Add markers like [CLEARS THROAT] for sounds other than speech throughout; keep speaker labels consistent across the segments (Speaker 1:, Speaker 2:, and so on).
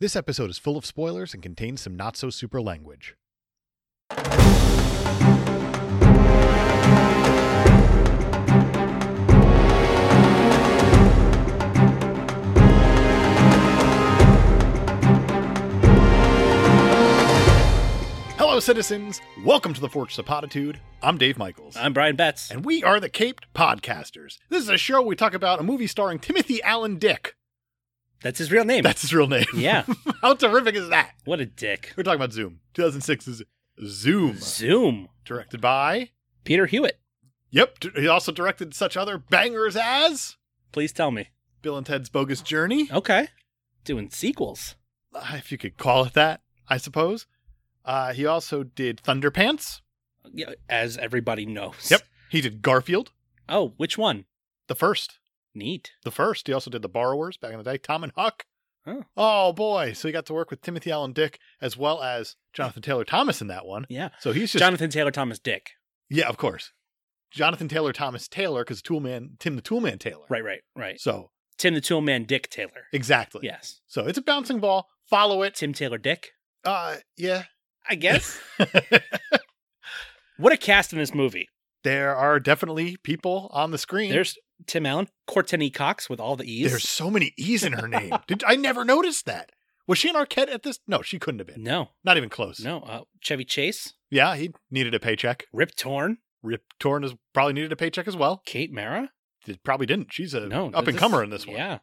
Speaker 1: This episode is full of spoilers and contains some not so super language. Hello, citizens! Welcome to the Fortress of Potitude. I'm Dave Michaels.
Speaker 2: I'm Brian Betts.
Speaker 1: and we are the Caped Podcasters. This is a show where we talk about a movie starring Timothy Allen Dick.
Speaker 2: That's his real name.
Speaker 1: That's his real name.
Speaker 2: yeah.
Speaker 1: [LAUGHS] How terrific is that?
Speaker 2: What a dick.
Speaker 1: We're talking about Zoom. 2006's Zoom,
Speaker 2: Zoom.
Speaker 1: directed by.
Speaker 2: Peter Hewitt.
Speaker 1: Yep, d- he also directed such other bangers as
Speaker 2: Please tell me.
Speaker 1: Bill and Ted's Bogus Journey,
Speaker 2: Okay. Doing sequels.
Speaker 1: uh, if you could call it that, I suppose. Uh, he also did Thunderpants.
Speaker 2: Yeah, As everybody knows.
Speaker 1: Yep. He did Garfield,
Speaker 2: Oh, which one?
Speaker 1: the first,
Speaker 2: Neat.
Speaker 1: the first. He also did The Borrowers back in the day, Tom and Huck.
Speaker 2: Oh.
Speaker 1: Oh boy! So he got to work with Timothy Allen Dick as well as Jonathan Taylor Thomas in that one.
Speaker 2: Yeah.
Speaker 1: So he's just
Speaker 2: Jonathan Taylor Thomas Dick.
Speaker 1: yeah, of course. Jonathan Taylor Thomas Taylor because Toolman Tim the Toolman Taylor.
Speaker 2: Right, right, right.
Speaker 1: So
Speaker 2: Tim the Tool Man Dick Taylor.
Speaker 1: exactly.
Speaker 2: Yes.
Speaker 1: So it's a bouncing ball. Follow it.
Speaker 2: Tim Taylor Dick,
Speaker 1: Uh, yeah. [LAUGHS]
Speaker 2: I guess. what a cast in this movie.
Speaker 1: there are definitely people on the screen.
Speaker 2: There's Tim Allen, Courtney Cox with all the E's.
Speaker 1: there's so many E's
Speaker 2: [LAUGHS]
Speaker 1: in her name. Did I never noticed that? Was she an Arquette at this? No, she couldn't have been.
Speaker 2: no,
Speaker 1: Not even close.
Speaker 2: no. Uh, Chevy Chase,
Speaker 1: Yeah, he needed a paycheck.
Speaker 2: Rip Torn,
Speaker 1: Rip Torn is probably needed a paycheck as well.
Speaker 2: Kate Mara.
Speaker 1: Did- Probably didn't. She's a
Speaker 2: no
Speaker 1: up and comer in this one.
Speaker 2: Yeah,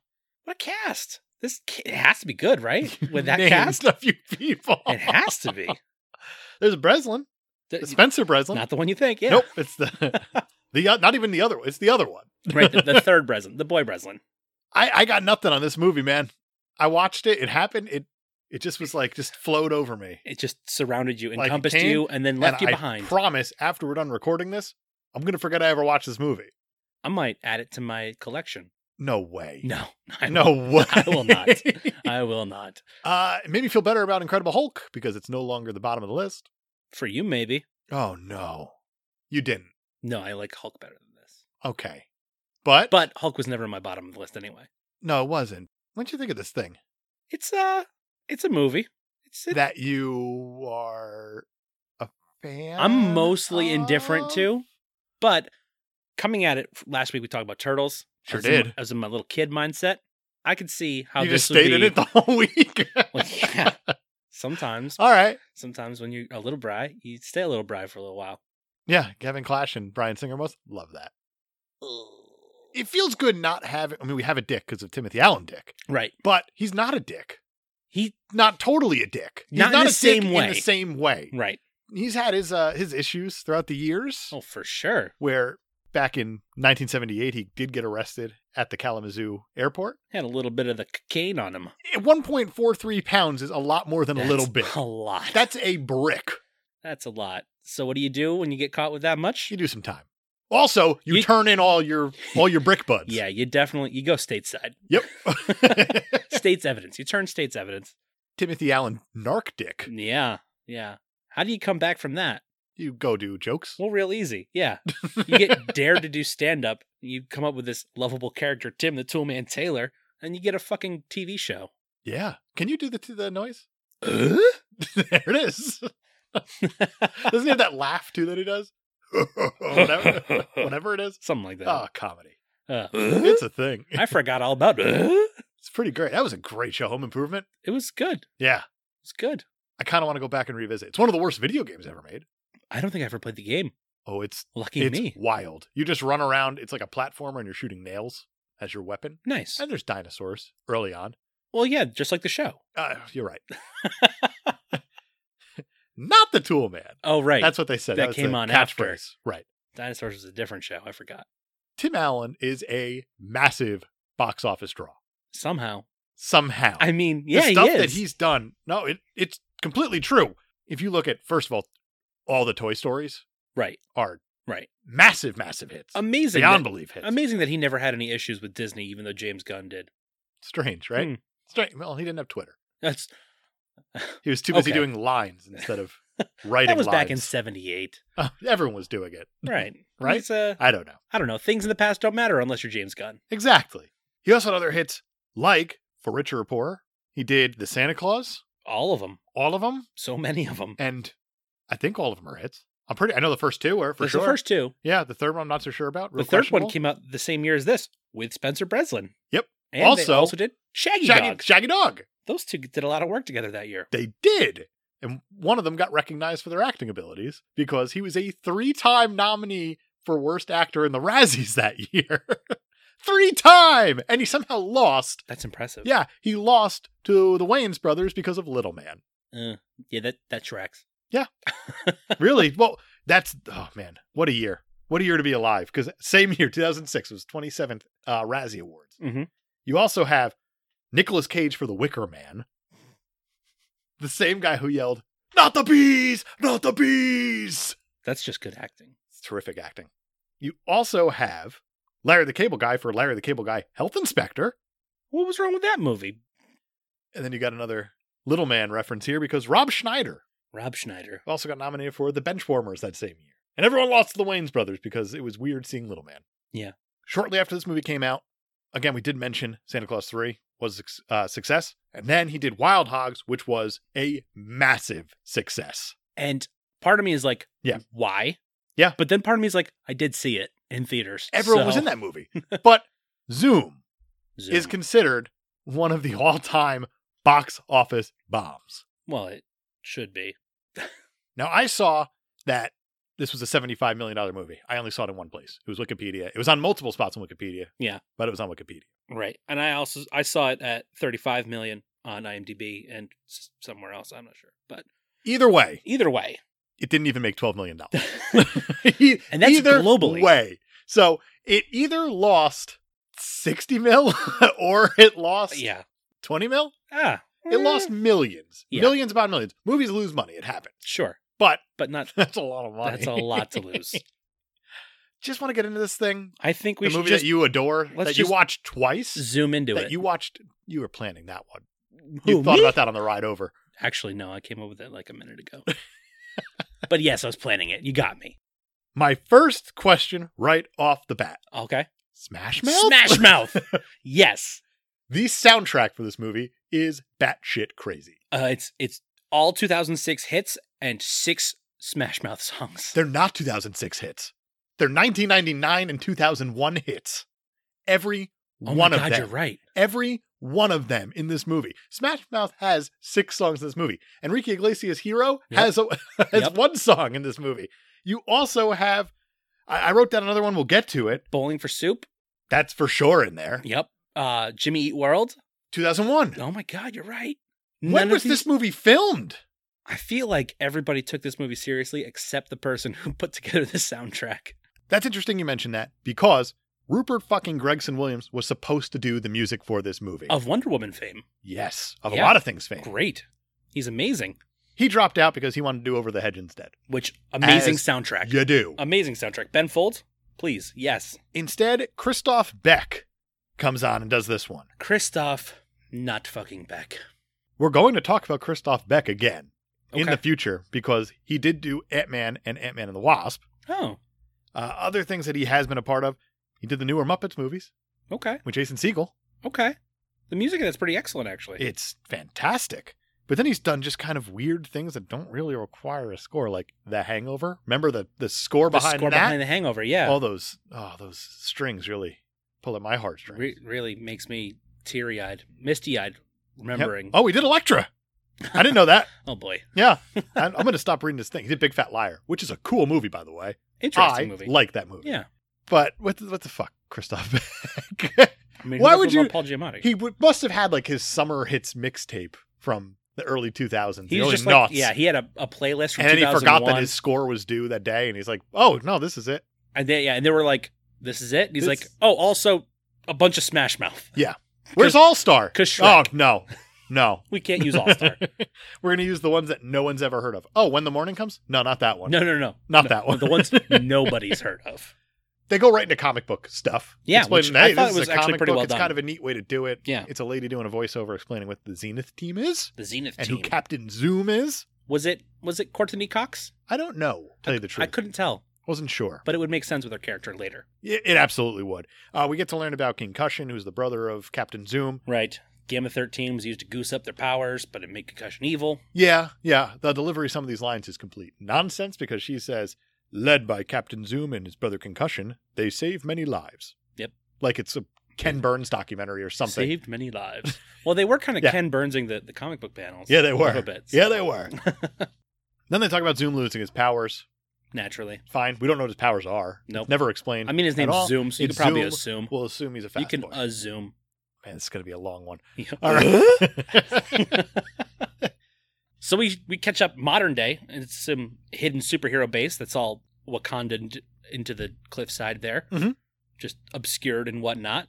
Speaker 2: what a cast! This ca- it has to be
Speaker 1: [LAUGHS]
Speaker 2: good, right? With that
Speaker 1: Named
Speaker 2: cast,
Speaker 1: a few people.
Speaker 2: it has to
Speaker 1: [LAUGHS]
Speaker 2: be.
Speaker 1: There's Breslin,
Speaker 2: The-
Speaker 1: Spencer Breslin.
Speaker 2: not the one you think. Yeah,
Speaker 1: Nope, it's the [LAUGHS] the uh, not even the other. one. It's the other one.
Speaker 2: right. The,
Speaker 1: [LAUGHS]
Speaker 2: the third Breslin, the boy Breslin.
Speaker 1: I, I got nothing on this movie, man. I watched it. It happened. It it just was like just flowed over me.
Speaker 2: It just surrounded you,
Speaker 1: Like,
Speaker 2: encompassed
Speaker 1: came
Speaker 2: you, and then
Speaker 1: and
Speaker 2: left you
Speaker 1: I
Speaker 2: behind.
Speaker 1: promise, after we're done recording this, I'm gonna forget I ever watched this movie.
Speaker 2: I might add it to my collection.
Speaker 1: No way.
Speaker 2: No, [LAUGHS] I
Speaker 1: no way.
Speaker 2: I will not. I will not.
Speaker 1: [LAUGHS] uh, it made me feel better about Incredible Hulk because it's no longer the bottom of the list.
Speaker 2: For you, maybe.
Speaker 1: Oh no, you didn't.
Speaker 2: No, I like Hulk better than this.
Speaker 1: Okay, but,
Speaker 2: But Hulk was never in my bottom of the list anyway.
Speaker 1: no, it wasn't. What'd you think of this thing
Speaker 2: It's uh it's a movie. It's it,
Speaker 1: that you are a fan?
Speaker 2: I'm mostly indifferent
Speaker 1: of?
Speaker 2: to, but coming at it last week, we talked about turtles.
Speaker 1: Sure
Speaker 2: as
Speaker 1: did.
Speaker 2: In, as in my little kid mindset, I could see how
Speaker 1: You
Speaker 2: this
Speaker 1: just
Speaker 2: would
Speaker 1: stayed in
Speaker 2: be- [LAUGHS]
Speaker 1: it the whole [LAUGHS] week.
Speaker 2: Well, [LAUGHS] yeah. Sometimes,
Speaker 1: [LAUGHS] All right.
Speaker 2: sometimes when you're a little bry, you stay a little bry for a little while.
Speaker 1: Yeah, Kevin Clash and Brian Singer most love that. It feels good not having. I mean, we have a dick because of Timothy Allen Dick,
Speaker 2: Right.
Speaker 1: but he's not a dick.
Speaker 2: He
Speaker 1: Not totally a dick. He's
Speaker 2: Not
Speaker 1: not,
Speaker 2: in
Speaker 1: a
Speaker 2: the
Speaker 1: dick
Speaker 2: same
Speaker 1: In
Speaker 2: way.
Speaker 1: the same way,
Speaker 2: right.
Speaker 1: he's had his uh, his issues throughout the years.
Speaker 2: Oh, for sure.
Speaker 1: Where back in 1978, he did get arrested at the Kalamazoo airport.
Speaker 2: Had a little bit of the cocaine on him.
Speaker 1: At 1.43 pounds is a lot more than
Speaker 2: That's
Speaker 1: a little bit.
Speaker 2: A lot.
Speaker 1: That's a brick.
Speaker 2: that's a lot. So what do you do when you get caught with that much?
Speaker 1: You do some time. Also, you,
Speaker 2: You-
Speaker 1: turn in all your all your brick buds.
Speaker 2: [LAUGHS] Yeah, you definitely you go stateside.
Speaker 1: Yep.
Speaker 2: state's evidence. You turn state's evidence.
Speaker 1: [LAUGHS] Timothy Allen narc dick.
Speaker 2: Yeah, yeah. How do you come back from that?
Speaker 1: You go do jokes.
Speaker 2: Well, real easy. Yeah,
Speaker 1: [LAUGHS]
Speaker 2: you get dared to do stand up. You come up with this lovable character, Tim the Toolman Taylor, and you get a fucking TV show.
Speaker 1: Yeah. Can you do the to the noise? [LAUGHS]
Speaker 2: [LAUGHS]
Speaker 1: there it is. Doesn't he have that laugh too that he does? [LAUGHS] whatever,
Speaker 2: [LAUGHS]
Speaker 1: [LAUGHS] whatever it is.
Speaker 2: Something like that.
Speaker 1: Oh, comedy.
Speaker 2: Uh,
Speaker 1: It's a thing.
Speaker 2: I forgot all about.
Speaker 1: It's pretty great. That was a great show, Home Improvement.
Speaker 2: It was good.
Speaker 1: Yeah.
Speaker 2: It was good.
Speaker 1: I kind of want to go back and revisit. It's one of the worst video games ever made.
Speaker 2: I don't think I ever played the game.
Speaker 1: Oh, it's
Speaker 2: Lucky
Speaker 1: it's
Speaker 2: me.
Speaker 1: wild. You just run around. It's like a platformer, and you're shooting nails as your weapon.
Speaker 2: Nice.
Speaker 1: And there's dinosaurs early on.
Speaker 2: Well, yeah, just like the show.
Speaker 1: Uh, you're right. [LAUGHS] Not the Tool Man.
Speaker 2: Oh, right.
Speaker 1: That's what they said.
Speaker 2: That
Speaker 1: was
Speaker 2: came
Speaker 1: the
Speaker 2: on after.
Speaker 1: catchphrase. Right.
Speaker 2: Dinosaurs was a different show. I forgot.
Speaker 1: Tim Allen is a massive box office draw
Speaker 2: Somehow.
Speaker 1: somehow.
Speaker 2: I mean,
Speaker 1: the
Speaker 2: yeah, he
Speaker 1: stuff
Speaker 2: is.
Speaker 1: that he's done. No, it it's completely true. If you look at first of all, all the Toy Stories
Speaker 2: right.
Speaker 1: are
Speaker 2: Right.
Speaker 1: massive, massive hits,
Speaker 2: Amazing. that-
Speaker 1: beyond belief hits.
Speaker 2: Amazing that he never had any issues with Disney, even though James Gunn did.
Speaker 1: Strange, right?
Speaker 2: Hmm.
Speaker 1: Strange. Well, he didn't have Twitter.
Speaker 2: That's
Speaker 1: He was too busy
Speaker 2: Okay.
Speaker 1: doing lines instead
Speaker 2: [LAUGHS]
Speaker 1: of writing.
Speaker 2: that was back in
Speaker 1: lines. [LAUGHS]
Speaker 2: '78,
Speaker 1: everyone was doing it,
Speaker 2: right?
Speaker 1: Right?
Speaker 2: It's, uh,
Speaker 1: I don't know.
Speaker 2: I don't know. Things in the past don't matter unless you're James Gunn.
Speaker 1: Exactly. He also had other hits like For Richer or Poorer. He He did the Santa Claus,
Speaker 2: All of them.
Speaker 1: all of them,
Speaker 2: So many of them.
Speaker 1: and I think all of them are hits. I'm pretty. I know the first two are for
Speaker 2: There's
Speaker 1: sure.
Speaker 2: the first two.
Speaker 1: yeah, the third one I'm not so sure about.
Speaker 2: the third one came out the same year as this with Spencer Breslin.
Speaker 1: Yep.
Speaker 2: And they
Speaker 1: Also-
Speaker 2: also did Shaggy,
Speaker 1: Shaggy
Speaker 2: Dogs.
Speaker 1: Shaggy Dog.
Speaker 2: Those two did a lot of work together that year.
Speaker 1: They did, and one of them got recognized for their acting abilities because he was a three-time nominee for worst actor in the Razzies [LAUGHS] that year. Three time, and he somehow lost.
Speaker 2: That's impressive.
Speaker 1: Yeah, he lost to the Wayans brothers because of Little Man.
Speaker 2: Uh, yeah, that, that tracks.
Speaker 1: really? Well, that's oh man, what a year! What a year to be alive. Because same year, 2006 was 27th uh, Razzie Awards.
Speaker 2: Mhm.
Speaker 1: You also have Nicolas Cage for The Wicker Man, the same guy who yelled "Not the bees, not the bees."
Speaker 2: That's just good acting.
Speaker 1: It's terrific acting. You also have Larry the Cable Guy for Larry the Cable Guy Health Inspector,
Speaker 2: What was wrong with that movie?
Speaker 1: and then you got another Little Man reference here because Rob Schneider
Speaker 2: Rob Schneider.
Speaker 1: also got nominated for the Benchwarmers that same year. And everyone lost to the Waynes brothers because it was weird seeing Little Man.
Speaker 2: Yeah.
Speaker 1: Shortly after this movie came out, again, we did mention Santa Claus 3 was a uh, success. And then he did Wild Hogs, which was a massive success.
Speaker 2: And part of me is like,
Speaker 1: Yeah.
Speaker 2: why?
Speaker 1: Yeah.
Speaker 2: But then part of me is like, I did see it in theaters.
Speaker 1: Everyone
Speaker 2: so-
Speaker 1: was in that movie. [LAUGHS] But Zoom,
Speaker 2: Zoom.
Speaker 1: is considered one of the all time box office bombs.
Speaker 2: well, it should be.
Speaker 1: Now, I saw that this was a $75 million movie. I only saw it in one place. It was Wikipedia. It was on multiple spots on Wikipedia.
Speaker 2: Yeah.
Speaker 1: But it was on Wikipedia.
Speaker 2: Right. And I also I saw it at 35 million on IMDb and s- somewhere else, I'm not sure. But
Speaker 1: Either way,
Speaker 2: either way.
Speaker 1: it didn't even make $12 million.
Speaker 2: [LAUGHS] and
Speaker 1: [LAUGHS] E-
Speaker 2: that's globally.
Speaker 1: way. So it either lost 60 mil [LAUGHS] or it lost
Speaker 2: Yeah.
Speaker 1: 20 mil.
Speaker 2: Ah.
Speaker 1: It lost millions,
Speaker 2: Yeah.
Speaker 1: millions upon millions. Movies lose money. It happens.
Speaker 2: Sure.
Speaker 1: But [LAUGHS]
Speaker 2: But not
Speaker 1: that's a lot of money.
Speaker 2: that's a lot
Speaker 1: [LAUGHS]
Speaker 2: to lose.
Speaker 1: Just want to get into this thing.
Speaker 2: I think we
Speaker 1: the
Speaker 2: should
Speaker 1: movie
Speaker 2: just
Speaker 1: that you adore,
Speaker 2: let's
Speaker 1: that you
Speaker 2: just
Speaker 1: watched twice,
Speaker 2: zoom into
Speaker 1: that
Speaker 2: it.
Speaker 1: you watched. You were planning that one.
Speaker 2: Who,
Speaker 1: You thought
Speaker 2: me?
Speaker 1: about that on the ride over.
Speaker 2: Actually, no, I came up with it like a
Speaker 1: [LAUGHS]
Speaker 2: minute ago. but yes, I was planning it. You got me.
Speaker 1: My first question, right off the bat:
Speaker 2: Okay.
Speaker 1: Smash Mouth.
Speaker 2: Smash Mouth.
Speaker 1: [LAUGHS]
Speaker 2: yes.
Speaker 1: the soundtrack for this movie is batshit crazy.
Speaker 2: Uh, it's it's all 2006 hits and six Smash Mouth songs.
Speaker 1: They're not 2006 hits. They're 1999 and 2001 hits. Every
Speaker 2: Oh
Speaker 1: one
Speaker 2: my
Speaker 1: of
Speaker 2: God,
Speaker 1: them.
Speaker 2: you're right.
Speaker 1: Every one of them in this movie. Smash Mouth has six songs in this movie. Enrique Iglesias' Hero
Speaker 2: Yep.
Speaker 1: has, a, [LAUGHS] has
Speaker 2: Yep.
Speaker 1: one song in this movie. You also have, I, I wrote down another one, we'll get to it.
Speaker 2: Bowling for Soup.
Speaker 1: That's for sure in there.
Speaker 2: Yep. Uh, Jimmy Eat World.
Speaker 1: 2001.
Speaker 2: Oh my God, you're right. None
Speaker 1: When
Speaker 2: of
Speaker 1: was
Speaker 2: these-
Speaker 1: this movie filmed?
Speaker 2: I feel like everybody took this movie seriously except the person who put together the soundtrack.
Speaker 1: That's interesting you mentioned that because Rupert fucking Gregson Williams was supposed to do the music for this movie.
Speaker 2: Of Wonder Woman fame.
Speaker 1: yes, of
Speaker 2: Oh, Yeah.
Speaker 1: a lot of things fame.
Speaker 2: Great. He's amazing.
Speaker 1: He dropped out because he wanted to do Over the Hedge instead.
Speaker 2: Which amazing
Speaker 1: As-
Speaker 2: soundtrack.
Speaker 1: You do.
Speaker 2: Amazing soundtrack. Ben Folds, please. Yes.
Speaker 1: Instead, Christoph Beck comes on and does this one.
Speaker 2: Christoph, not fucking Beck.
Speaker 1: We're going to talk about Christoph Beck again in
Speaker 2: Okay.
Speaker 1: the future because he did do Ant Man and Ant Man and the Wasp.
Speaker 2: Oh,
Speaker 1: Uh, other things that he has been a part of, he did the newer Muppets movies
Speaker 2: okay.
Speaker 1: with Jason Segel.
Speaker 2: Okay. The music in that's pretty excellent, actually.
Speaker 1: It's fantastic. But then he's done just kind of weird things that don't really require a score, like The Hangover. Remember the, the score
Speaker 2: the
Speaker 1: behind
Speaker 2: score
Speaker 1: that?
Speaker 2: behind the hangover, yeah.
Speaker 1: All those oh, those strings really pull at my heartstrings.
Speaker 2: Re- really makes me teary eyed, misty eyed,
Speaker 1: Yep.
Speaker 2: remembering.
Speaker 1: Oh, we did Electra. I didn't know
Speaker 2: [LAUGHS]
Speaker 1: that.
Speaker 2: Oh boy.
Speaker 1: Yeah. I'm, I'm going to stop reading this thing. He did Big Fat Liar, which is a cool movie, by the way.
Speaker 2: Interesting
Speaker 1: I
Speaker 2: movie.
Speaker 1: like that movie.
Speaker 2: yeah.
Speaker 1: But what the, what the fuck, Christoph [LAUGHS] Beck?
Speaker 2: I mean,
Speaker 1: Why
Speaker 2: who
Speaker 1: would
Speaker 2: knows what about
Speaker 1: you-
Speaker 2: Paul Giamatti?
Speaker 1: he would, must have had like his summer hits mixtape from the early 2000s. the
Speaker 2: He's
Speaker 1: early
Speaker 2: just
Speaker 1: noughts.
Speaker 2: like, yeah, he had a, a playlist from
Speaker 1: and then he
Speaker 2: 2001.
Speaker 1: forgot that his score was due that day, and he's like, "Oh no, this is it."
Speaker 2: and they, yeah, and they were like, "This is it." And he's
Speaker 1: This-
Speaker 2: like, "Oh, also a bunch of Smash Mouth
Speaker 1: Where's All Star?
Speaker 2: because
Speaker 1: Oh
Speaker 2: Shrek.
Speaker 1: no, no.
Speaker 2: We [LAUGHS] can't use All Star.
Speaker 1: [LAUGHS] We're gonna use the ones that no one's ever heard of. Oh, when the morning comes? No, not that one.
Speaker 2: no, no, no,
Speaker 1: Not
Speaker 2: No,
Speaker 1: that one. [LAUGHS]
Speaker 2: The ones nobody's heard of.
Speaker 1: They go right into comic book stuff.
Speaker 2: Yeah,
Speaker 1: explaining,
Speaker 2: which I
Speaker 1: hey,
Speaker 2: thought
Speaker 1: this
Speaker 2: it
Speaker 1: is
Speaker 2: was
Speaker 1: a
Speaker 2: actually
Speaker 1: comic
Speaker 2: pretty
Speaker 1: book.
Speaker 2: well
Speaker 1: it's
Speaker 2: done.
Speaker 1: kind of a neat way to do it.
Speaker 2: Yeah.
Speaker 1: it's a lady doing a voiceover explaining what the Zenith team is
Speaker 2: The Zenith
Speaker 1: and
Speaker 2: team.
Speaker 1: who Captain Zoom is.
Speaker 2: was it? Was it Courtney Cox?
Speaker 1: I don't know. Tell you the truth,
Speaker 2: I couldn't tell,
Speaker 1: wasn't sure.
Speaker 2: but it would make sense with her character later.
Speaker 1: It, it absolutely would. Uh, we get to learn about Concussion, who's the brother of Captain Zoom.
Speaker 2: Right. Gamma 13 was used to goose up their powers, but it made concussion evil.
Speaker 1: Yeah, yeah. The delivery of some of these lines is complete nonsense because she says, led by Captain Zoom and his brother Concussion, they save many lives.
Speaker 2: Yep.
Speaker 1: Like it's a Ken Burns documentary or something.
Speaker 2: Saved many lives. [LAUGHS] Well, they were kind of
Speaker 1: Yeah.
Speaker 2: Ken Burnsing the, the comic book panels.
Speaker 1: Yeah, they
Speaker 2: a
Speaker 1: were.
Speaker 2: little bit, so-
Speaker 1: Yeah, they
Speaker 2: [LAUGHS]
Speaker 1: were. then they talk about Zoom losing his powers.
Speaker 2: Naturally.
Speaker 1: Fine. We don't know what his powers are.
Speaker 2: Nope.
Speaker 1: Never explained.
Speaker 2: I mean, his
Speaker 1: At all.
Speaker 2: name's Zoom, so you
Speaker 1: It's
Speaker 2: could probably
Speaker 1: Zoom.
Speaker 2: assume.
Speaker 1: We'll assume he's a fast
Speaker 2: you can uh,
Speaker 1: boy.
Speaker 2: assume. [LAUGHS]
Speaker 1: Man, this is going to be a long one.
Speaker 2: Yeah.
Speaker 1: [LAUGHS] All right. [LAUGHS]
Speaker 2: so we we catch up modern day, and it's some hidden superhero base that's all Wakanda in- into the cliffside there,
Speaker 1: Mhm.
Speaker 2: just obscured and whatnot.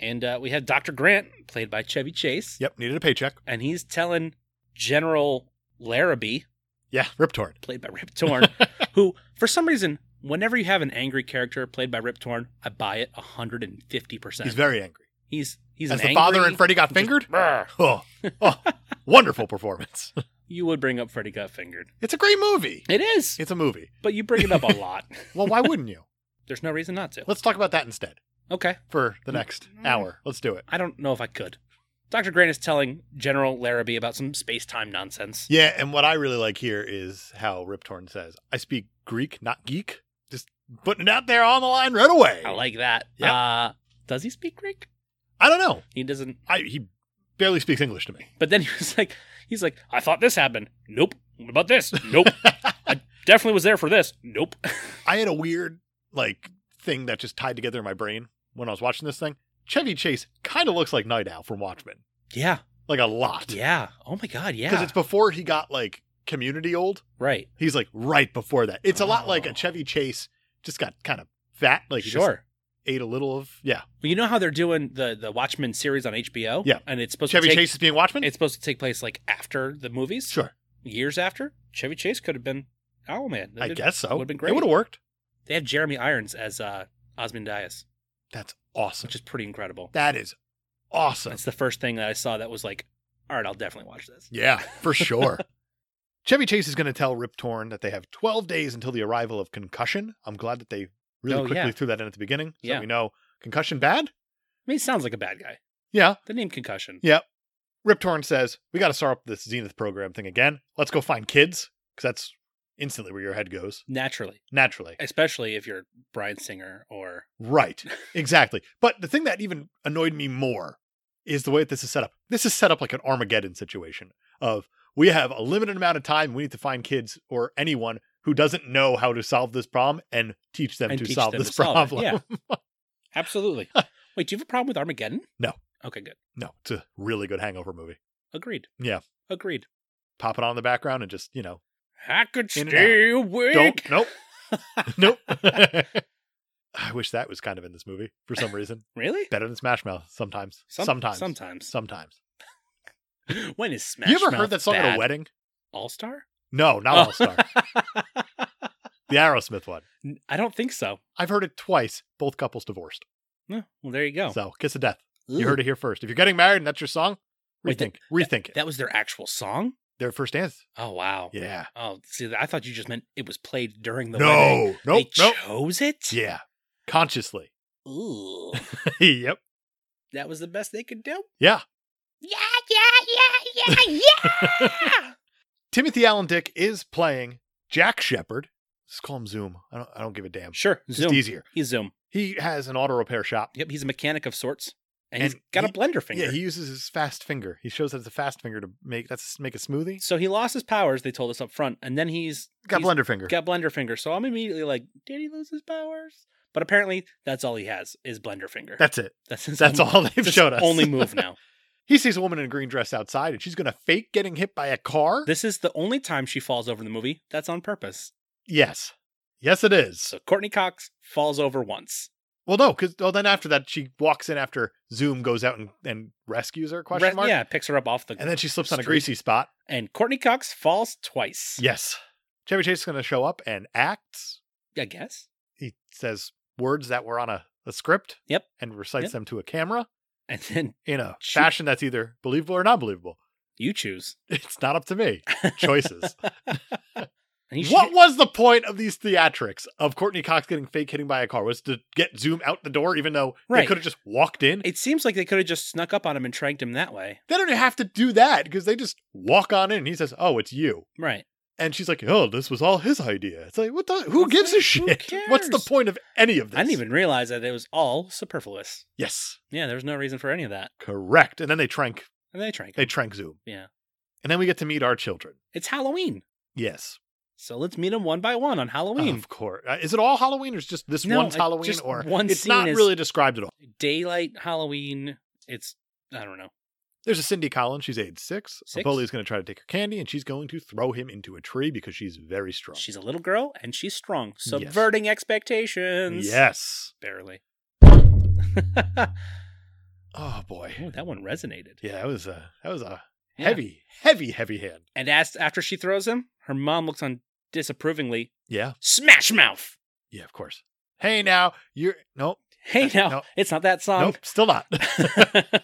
Speaker 2: And uh, we have Doctor Grant, played by Chevy Chase,
Speaker 1: yep. Needed a paycheck.
Speaker 2: and he's telling General Larrabee,
Speaker 1: Yeah. Rip Torn.
Speaker 2: played by
Speaker 1: [LAUGHS]
Speaker 2: Rip Torn, who for some reason, whenever you have an angry character played by Rip Torn, I buy it hundred and fifty
Speaker 1: He's
Speaker 2: percent.
Speaker 1: very angry.
Speaker 2: He's he's
Speaker 1: As
Speaker 2: an
Speaker 1: the father
Speaker 2: angry-
Speaker 1: and Freddy got
Speaker 2: just-
Speaker 1: fingered.
Speaker 2: Brr.
Speaker 1: Oh, oh, wonderful performance. [LAUGHS]
Speaker 2: You would bring up Freddy Got Fingered.
Speaker 1: It's a great movie.
Speaker 2: It is,
Speaker 1: It's a movie.
Speaker 2: but you bring
Speaker 1: [LAUGHS]
Speaker 2: it up a lot.
Speaker 1: Well, why wouldn't you?
Speaker 2: There's no reason not to.
Speaker 1: Let's talk about that instead
Speaker 2: Okay.
Speaker 1: for the next hour. Let's do it.
Speaker 2: I don't know if I could. Dr. Grant is telling General Larrabee about some space time nonsense.
Speaker 1: Yeah, and what I really like here is how Rip Torn says, I speak Greek, not geek. Just putting it out there on the line right away.
Speaker 2: I like that.
Speaker 1: Yep.
Speaker 2: Uh, does he speak Greek?
Speaker 1: I don't know.
Speaker 2: He doesn't.
Speaker 1: I he barely speaks English to me.
Speaker 2: But then he was like, he's like, I thought this happened. Nope. What about this?
Speaker 1: [LAUGHS]
Speaker 2: Nope. I definitely was there for this. Nope. [LAUGHS]
Speaker 1: I had a weird like thing that just tied together in my brain when I was watching this thing. Chevy Chase kind of looks like Night Owl from Watchmen.
Speaker 2: Yeah.
Speaker 1: Like a lot.
Speaker 2: Yeah. Oh my
Speaker 1: Because
Speaker 2: God. Yeah.
Speaker 1: it's before he got like community old.
Speaker 2: right.
Speaker 1: He's like right before that. It's a lot like a
Speaker 2: Oh.
Speaker 1: Chevy Chase just got kind of fat, like he
Speaker 2: sure.
Speaker 1: just ate a little of yeah.
Speaker 2: well, you know how they're doing the the Watchmen series on HBO?
Speaker 1: Yeah.
Speaker 2: And it's supposed
Speaker 1: Chevy
Speaker 2: to take,
Speaker 1: Chase is being Watchmen.
Speaker 2: It's supposed to take place like after the movies.
Speaker 1: sure,
Speaker 2: years after, Chevy Chase could have been Owlman.
Speaker 1: I guess so.
Speaker 2: would've been
Speaker 1: It
Speaker 2: great.
Speaker 1: would have worked.
Speaker 2: They have Jeremy Irons as uh, Osmond Dias,
Speaker 1: That's awesome.
Speaker 2: which is pretty incredible.
Speaker 1: that is awesome.
Speaker 2: That's the first thing that I saw that was like, all right, I'll definitely watch this.
Speaker 1: Yeah,
Speaker 2: [LAUGHS]
Speaker 1: for sure. Chevy Chase is going to tell Rip Torn that they have 12 days until the arrival of Concussion. I'm glad that they really
Speaker 2: Oh,
Speaker 1: quickly
Speaker 2: yeah.
Speaker 1: threw that in at the beginning. So
Speaker 2: Yeah.
Speaker 1: we know Concussion bad.
Speaker 2: I mean, he sounds like a bad guy.
Speaker 1: Yeah.
Speaker 2: The name Concussion.
Speaker 1: Yeah. Rip Torn says, We got to start up this Zenith program thing again. Let's go find kids because that's instantly where your head goes
Speaker 2: Naturally,
Speaker 1: naturally.
Speaker 2: especially if you're Brian Singer or
Speaker 1: Right. Exactly. But the thing that even annoyed me more is the way that this is set up. This is set up like an Armageddon situation of we have a limited amount of time. We need to find kids or anyone who doesn't know how to solve this problem and teach them
Speaker 2: and
Speaker 1: to
Speaker 2: teach
Speaker 1: solve
Speaker 2: them
Speaker 1: this
Speaker 2: to solve
Speaker 1: problem.
Speaker 2: It. Yeah,
Speaker 1: [LAUGHS]
Speaker 2: absolutely. Wait, do you have a problem with Armageddon?
Speaker 1: No.
Speaker 2: Okay, good.
Speaker 1: [LAUGHS] No, it's a really good hangover movie.
Speaker 2: Agreed.
Speaker 1: Yeah.
Speaker 2: Agreed.
Speaker 1: Pop it on in the background and just, you know,
Speaker 2: I could
Speaker 1: In and
Speaker 2: stay awake.
Speaker 1: don't. Nope.
Speaker 2: [LAUGHS]
Speaker 1: nope. [LAUGHS] I wish that was kind of in this movie for some reason.
Speaker 2: Really?
Speaker 1: Better than Smash Mouth sometimes.
Speaker 2: Some-
Speaker 1: sometimes.
Speaker 2: Sometimes.
Speaker 1: Sometimes.
Speaker 2: [LAUGHS] When is Smash
Speaker 1: you ever
Speaker 2: Mouth
Speaker 1: heard that song
Speaker 2: bad?
Speaker 1: at a wedding?
Speaker 2: All Star?
Speaker 1: No,
Speaker 2: Oh.
Speaker 1: not All
Speaker 2: [LAUGHS]
Speaker 1: Star. The Aerosmith one.
Speaker 2: I don't think so.
Speaker 1: I've heard it twice. Both couples divorced.
Speaker 2: No. Well, there you go.
Speaker 1: So kiss of death. You
Speaker 2: Oh. Ooh.
Speaker 1: heard it here first. If you're getting married and that's your song,
Speaker 2: Wait, that-
Speaker 1: rethink. rethink it.
Speaker 2: That was their actual song?
Speaker 1: Their first dance.
Speaker 2: Oh, wow.
Speaker 1: Yeah.
Speaker 2: Oh, see, I thought you just meant it was played during the wedding.
Speaker 1: no. Nope.
Speaker 2: They
Speaker 1: Nope.
Speaker 2: chose it?
Speaker 1: Yeah. Consciously. [LAUGHS]
Speaker 2: Ooh.
Speaker 1: yep.
Speaker 2: that was the best they could do?
Speaker 1: Yeah.
Speaker 2: Yeah, yeah,
Speaker 1: [LAUGHS]
Speaker 2: yeah, yeah, yeah!
Speaker 1: Timothy Allen Dick is playing Jack Shepard. Let's call him Zoom. I don't. I don't give a damn.
Speaker 2: sure,
Speaker 1: Just
Speaker 2: Zoom.
Speaker 1: easier.
Speaker 2: He's Zoom.
Speaker 1: He has an auto repair shop.
Speaker 2: Yep, he's a mechanic of sorts. And, he's
Speaker 1: And
Speaker 2: got
Speaker 1: he-
Speaker 2: a blender finger.
Speaker 1: Yeah, he uses his fast finger. He shows that it's a fast finger to make that's make a smoothie.
Speaker 2: so he lost his powers, they told us up front, and then he's
Speaker 1: Got
Speaker 2: he's
Speaker 1: blender finger.
Speaker 2: got blender finger. So I'm immediately like, did he lose his powers? But apparently, that's all he has is blender finger.
Speaker 1: that's it.
Speaker 2: that's his
Speaker 1: That's
Speaker 2: only-
Speaker 1: all they've
Speaker 2: that's his
Speaker 1: showed us. [LAUGHS]
Speaker 2: Only move now.
Speaker 1: He sees a woman in a green dress outside, and she's going to fake getting hit by a car.
Speaker 2: This is the only time she falls over in the movie. That's on purpose.
Speaker 1: yes, yes, it is.
Speaker 2: So Courtney Cox falls over once.
Speaker 1: Well, no, because well, then after that, she walks in after Zoom goes out and, and rescues her. Question
Speaker 2: Re-
Speaker 1: mark.
Speaker 2: Yeah, picks her up off the
Speaker 1: And then she slips on a
Speaker 2: Street.
Speaker 1: greasy spot.
Speaker 2: and Courtney Cox falls twice.
Speaker 1: Yes. Chevy Chase is going to show up and acts.
Speaker 2: I guess.
Speaker 1: He says words that were on a, a script.
Speaker 2: Yep.
Speaker 1: And recites
Speaker 2: Yep.
Speaker 1: them to a camera
Speaker 2: And [LAUGHS] then
Speaker 1: in a
Speaker 2: Shoot.
Speaker 1: fashion that's either believable or not believable.
Speaker 2: [LAUGHS] you choose.
Speaker 1: It's not up to me. Choices.
Speaker 2: And he
Speaker 1: what
Speaker 2: sh-
Speaker 1: was the point of these theatrics of Courtney Cox getting fake hitting by a car? Was to get Zoom out the door, even though they
Speaker 2: Right.
Speaker 1: could have just walked in?
Speaker 2: It seems like they could have just snuck up on him and tranked him that way.
Speaker 1: They don't even have to do that because they just walk on in. And he says, "Oh, it's you,"
Speaker 2: Right.
Speaker 1: and she's like, "Oh, this was all his idea." It's like, what the? Who
Speaker 2: It's
Speaker 1: gives a
Speaker 2: like, who
Speaker 1: shit? [LAUGHS] What's the
Speaker 2: cares?
Speaker 1: point of any of this?
Speaker 2: I didn't even realize that it was all superfluous.
Speaker 1: Yes,
Speaker 2: Yeah, there was no reason for any of that.
Speaker 1: correct. And then they trank.
Speaker 2: And they trank. him.
Speaker 1: They trank Zoom.
Speaker 2: Yeah.
Speaker 1: And then we get to meet our children.
Speaker 2: It's Halloween.
Speaker 1: Yes,
Speaker 2: So let's meet them one by one on Halloween.
Speaker 1: of course. Uh, Is it all Halloween, or is just this
Speaker 2: No,
Speaker 1: one's
Speaker 2: it-
Speaker 1: Halloween,
Speaker 2: just
Speaker 1: or
Speaker 2: one
Speaker 1: it's
Speaker 2: scene
Speaker 1: not
Speaker 2: is-
Speaker 1: really described at all?
Speaker 2: Daylight Halloween. It's I don't know.
Speaker 1: There's a Cindy Collins. She's age six.
Speaker 2: Six?
Speaker 1: Napoleon's going to try to take her candy, and she's going to throw him into a tree because she's very strong.
Speaker 2: She's a little girl and she's strong, subverting expectations.
Speaker 1: yes.
Speaker 2: barely. [LAUGHS]
Speaker 1: Oh boy.
Speaker 2: Ooh, that one resonated.
Speaker 1: Yeah, that was a that was a
Speaker 2: Yeah.
Speaker 1: heavy, heavy, heavy hand.
Speaker 2: And as after she throws him, her mom looks on disapprovingly.
Speaker 1: Yeah,
Speaker 2: Smash [LAUGHS] mouth.
Speaker 1: yeah, of course. Hey, now you're nope,
Speaker 2: Hey,
Speaker 1: Uh,
Speaker 2: now
Speaker 1: no.
Speaker 2: it's not that song.
Speaker 1: nope, still not. [LAUGHS]
Speaker 2: [LAUGHS]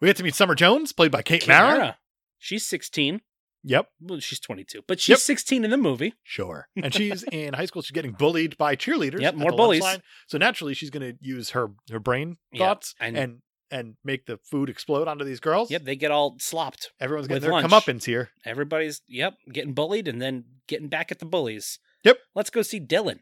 Speaker 1: we get to meet Summer Jones, played by Kate Mara.
Speaker 2: Kiara. She's 16.
Speaker 1: Yep,
Speaker 2: Well, she's 22, but she's
Speaker 1: Yep.
Speaker 2: 16 in the movie.
Speaker 1: sure. And
Speaker 2: [LAUGHS]
Speaker 1: she's in high school. She's getting bullied by cheerleaders.
Speaker 2: Yep,
Speaker 1: at
Speaker 2: more
Speaker 1: the lunch
Speaker 2: bullies.
Speaker 1: line. So naturally, she's going to use her her brain
Speaker 2: Yeah,
Speaker 1: thoughts
Speaker 2: and-
Speaker 1: and and make the food explode onto these girls.
Speaker 2: Yep, they get all slopped.
Speaker 1: Everyone's getting
Speaker 2: With
Speaker 1: their
Speaker 2: lunch.
Speaker 1: comeuppance here.
Speaker 2: Everybody's, yep, getting bullied and then getting back at the bullies.
Speaker 1: Yep.
Speaker 2: Let's go see Dylan.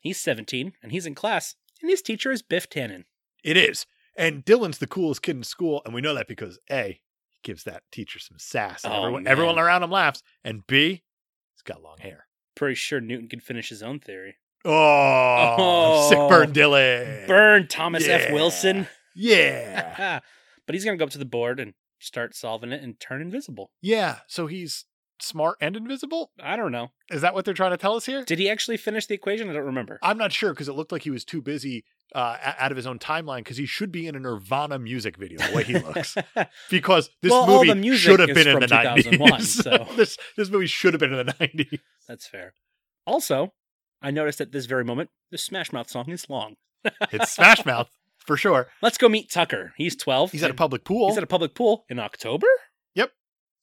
Speaker 2: He's 17 and he's in class, and his teacher is Biff Tannen.
Speaker 1: It is. And Dylan's the coolest kid in school, and we know that because A, he gives that teacher some sass. and
Speaker 2: Oh,
Speaker 1: everyone,
Speaker 2: man.
Speaker 1: everyone around him laughs. And B, he's got long hair.
Speaker 2: Pretty sure Newton could finish his own theory.
Speaker 1: Oh, sick
Speaker 2: Oh.
Speaker 1: burn Dylan.
Speaker 2: Burn Thomas
Speaker 1: Yeah.
Speaker 2: F. Wilson. [LAUGHS] Ah.
Speaker 1: Yeah.
Speaker 2: but he's going to go up to the board and start solving it and turn invisible.
Speaker 1: yeah. So he's smart and invisible?
Speaker 2: I don't know.
Speaker 1: Is that what they're trying to tell us here?
Speaker 2: Did he actually finish the equation? I don't remember.
Speaker 1: I'm not sure because it looked like he was too busy uh, a- out of his own timeline because he should be in a Nirvana music video the way he looks. because this
Speaker 2: Well, all
Speaker 1: movie
Speaker 2: the music
Speaker 1: should have
Speaker 2: is
Speaker 1: been in
Speaker 2: from
Speaker 1: the
Speaker 2: 2001,
Speaker 1: 90s.
Speaker 2: so.
Speaker 1: [LAUGHS] this, this movie should have been in the 90s.
Speaker 2: [LAUGHS] That's fair. Also, I noticed at this very moment, the Smash Mouth song is long.
Speaker 1: It's Smash Mouth for sure.
Speaker 2: Let's go meet Tucker. He's 12.
Speaker 1: He's at a public pool.
Speaker 2: He's at a public pool in October?
Speaker 1: Yep.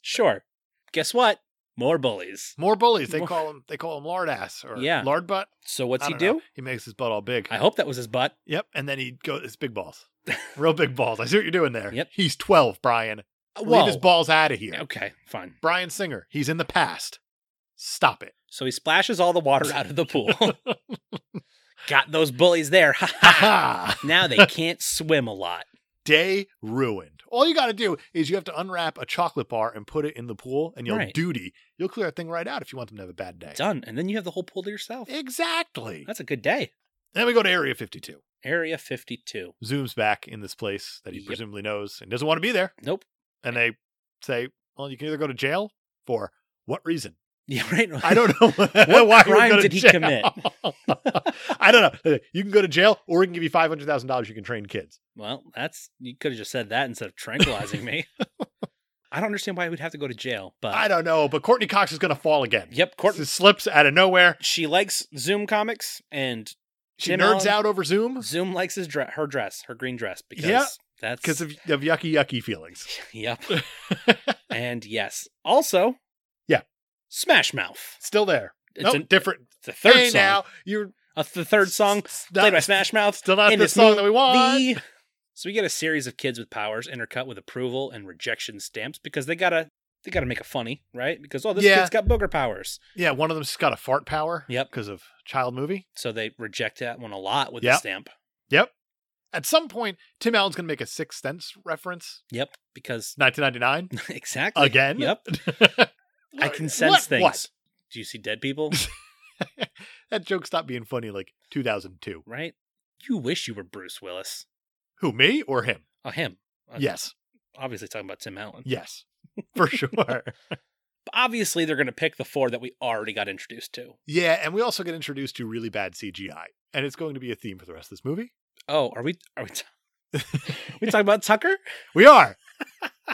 Speaker 2: Sure. Guess what? More bullies.
Speaker 1: More bullies. They
Speaker 2: More-
Speaker 1: call him. They call him lard ass or
Speaker 2: Yeah.
Speaker 1: lard butt.
Speaker 2: So what's
Speaker 1: I
Speaker 2: he
Speaker 1: don't
Speaker 2: do?
Speaker 1: know. He makes his butt all big.
Speaker 2: I hope that was his butt.
Speaker 1: Yep. And then he goes. It's big
Speaker 2: [LAUGHS]
Speaker 1: balls. Real big balls. I see what you're doing there.
Speaker 2: Yep. Uh,
Speaker 1: He's 12, Brian.
Speaker 2: Whoa.
Speaker 1: Leave his balls out of here.
Speaker 2: Okay, fine.
Speaker 1: Brian Singer. He's in the past. Stop it.
Speaker 2: So he splashes all the water out of
Speaker 1: [LAUGHS]
Speaker 2: the pool. Got those bullies there. Ha
Speaker 1: [LAUGHS]
Speaker 2: ha. now they can't swim a lot.
Speaker 1: Day ruined. All you got to do is you have to unwrap a chocolate bar and put it in the pool, and you'll
Speaker 2: Right.
Speaker 1: duty. You'll clear that thing right out if you want them to have a bad day.
Speaker 2: Done. And then you have the whole pool to yourself.
Speaker 1: Exactly.
Speaker 2: That's a good day.
Speaker 1: Then we go to Area 52.
Speaker 2: Area 52.
Speaker 1: zooms back in this place that he
Speaker 2: Yep.
Speaker 1: presumably knows and doesn't want to be there.
Speaker 2: Nope. [LAUGHS]
Speaker 1: And they say, well, you can either go to jail for what
Speaker 2: [LAUGHS]
Speaker 1: reason?
Speaker 2: Yeah, right.
Speaker 1: I don't know. [LAUGHS] what
Speaker 2: crime did he commit?
Speaker 1: [LAUGHS] I don't know. You can go to jail or we can give you $500,000. You can train kids.
Speaker 2: [LAUGHS] Well, that's you could have just said that instead of
Speaker 1: [LAUGHS]
Speaker 2: tranquilizing me. I don't understand why I would have to go to jail, but
Speaker 1: I don't know, but Courtney Cox is going to fall again.
Speaker 2: yep, Court.
Speaker 1: She slips out of nowhere.
Speaker 2: She likes Zoom comics, and
Speaker 1: She
Speaker 2: Tim
Speaker 1: nerds
Speaker 2: Allen-
Speaker 1: out over Zoom
Speaker 2: Zoom likes his dre- her dress, her green dress, because
Speaker 1: Yeah,
Speaker 2: that's
Speaker 1: because of, of yucky, yucky feelings.
Speaker 2: [LAUGHS]
Speaker 1: [LAUGHS]
Speaker 2: yep. and yes, also,
Speaker 1: Yeah.
Speaker 2: Smash Mouth.
Speaker 1: Still there.
Speaker 2: It's
Speaker 1: nope,
Speaker 2: an-
Speaker 1: differd.
Speaker 2: The third
Speaker 1: hey,
Speaker 2: song,
Speaker 1: now you're
Speaker 2: Uh, the third song
Speaker 1: s- not-
Speaker 2: played by Smash Mouth.
Speaker 1: Still not
Speaker 2: in
Speaker 1: the
Speaker 2: this
Speaker 1: song that we want.
Speaker 2: The- So we get a series of kids with powers intercut with approval and rejection stamps because they gotta they gotta make a funny right because oh this
Speaker 1: Yeah.
Speaker 2: kid's got booger powers.
Speaker 1: Yeah, one of them's got a fart power.
Speaker 2: Yep.
Speaker 1: Because of child movie.
Speaker 2: So they reject that one a lot with
Speaker 1: Yep.
Speaker 2: the stamp.
Speaker 1: At some point, Tim Allen's going to make a Sixth Sense reference.
Speaker 2: Yep. Because [LAUGHS]
Speaker 1: [LAUGHS] 1999
Speaker 2: exactly.
Speaker 1: again.
Speaker 2: Yep. I
Speaker 1: What-
Speaker 2: can sense
Speaker 1: what-
Speaker 2: things.
Speaker 1: What?
Speaker 2: Do you see dead people?
Speaker 1: [LAUGHS] That joke stopped being funny like 2002.
Speaker 2: right? You wish you were Bruce Willis.
Speaker 1: Who, me or him?
Speaker 2: Oh, him. Uh,
Speaker 1: Yes.
Speaker 2: Obviously talking about Tim Allen. [LAUGHS]
Speaker 1: Yes. For sure.
Speaker 2: But obviously they're gonna pick the four that we already got introduced to.
Speaker 1: yeah, and we also get introduced to really bad CGI, and it's going to be a theme for the rest of this movie.
Speaker 2: Oh, are we are we,
Speaker 1: [LAUGHS]
Speaker 2: we talking about Tucker?
Speaker 1: We
Speaker 2: [LAUGHS]
Speaker 1: are.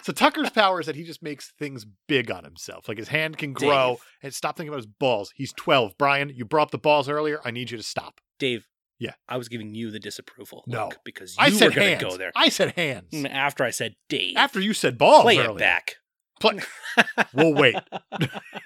Speaker 1: So Tucker's power is that he just makes things big on himself. Like his hand can grow
Speaker 2: Dave.
Speaker 1: and stop thinking about his balls. He's 12. Brian, you brought up the balls earlier. I need you to stop.
Speaker 2: Dave.
Speaker 1: Yeah.
Speaker 2: I was giving you the disapproval.
Speaker 1: No.
Speaker 2: look because you
Speaker 1: I said
Speaker 2: were gonna
Speaker 1: hands.
Speaker 2: go there.
Speaker 1: I said hands.
Speaker 2: Mm, After I said Dave.
Speaker 1: After you said balls
Speaker 2: play
Speaker 1: earlier.
Speaker 2: it back.
Speaker 1: Play- Well, wait.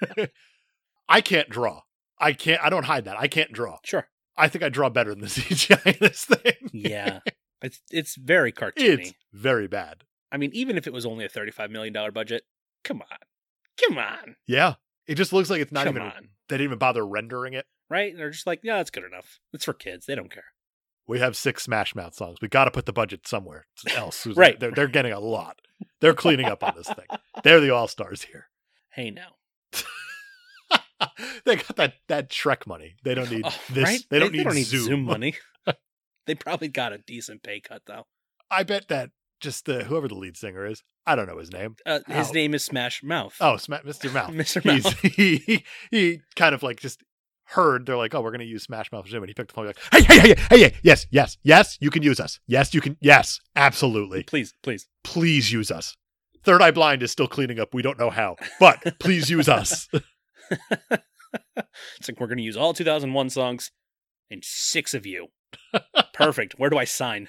Speaker 1: [LAUGHS] I can't draw. I can't. I don't hide that. I can't draw.
Speaker 2: [LAUGHS] Sure.
Speaker 1: I think I draw better than [LAUGHS] the CGI in this thing. [LAUGHS]
Speaker 2: Yeah. it's it's very cartoony.
Speaker 1: It's very bad.
Speaker 2: I mean, even if it was only a thirty-five million dollar budget, come on, come on,
Speaker 1: Yeah. It just looks like it's not
Speaker 2: come
Speaker 1: even.
Speaker 2: on,
Speaker 1: They didn't even bother rendering it.
Speaker 2: right? They're just like, yeah, that's good enough. It's for kids. They don't care.
Speaker 1: We have six Smash Mouth songs. We got to put the budget somewhere else. Susan.
Speaker 2: Right.
Speaker 1: They're, they're getting a lot. They're cleaning up on this thing. They're the all stars here. [LAUGHS]
Speaker 2: Hey, now,
Speaker 1: they got that that Shrek money. They don't need
Speaker 2: [LAUGHS] Oh,
Speaker 1: this.
Speaker 2: right?
Speaker 1: They don't need Zoom.
Speaker 2: Zoom,
Speaker 1: [LAUGHS]
Speaker 2: money. they probably got a decent pay cut though.
Speaker 1: I bet that just the whoever the lead singer is. I don't know his
Speaker 2: [LAUGHS]
Speaker 1: name.
Speaker 2: Uh, his
Speaker 1: How?
Speaker 2: name is Smash Mouth. [LAUGHS]
Speaker 1: Oh, Sma- Mr. Mouth.
Speaker 2: Mr.
Speaker 1: He's-
Speaker 2: Mouth. [LAUGHS]
Speaker 1: he, [LAUGHS] he he kind of like just heard they're like, oh, we're gonna use Smash Mouth for Zoom, and he picked the phone like, hey, hey, hey, hey, hey, yes, yes, yes, you can use us. Yes, you can. Yes, absolutely.
Speaker 2: Please, please.
Speaker 1: Please use us. Third Eye Blind is still cleaning up. We don't know how, but please use
Speaker 2: [LAUGHS]
Speaker 1: us. [LAUGHS]
Speaker 2: It's like we're going to use all 2001 songs and six
Speaker 1: [LAUGHS]
Speaker 2: of you. Perfect. Where do I sign?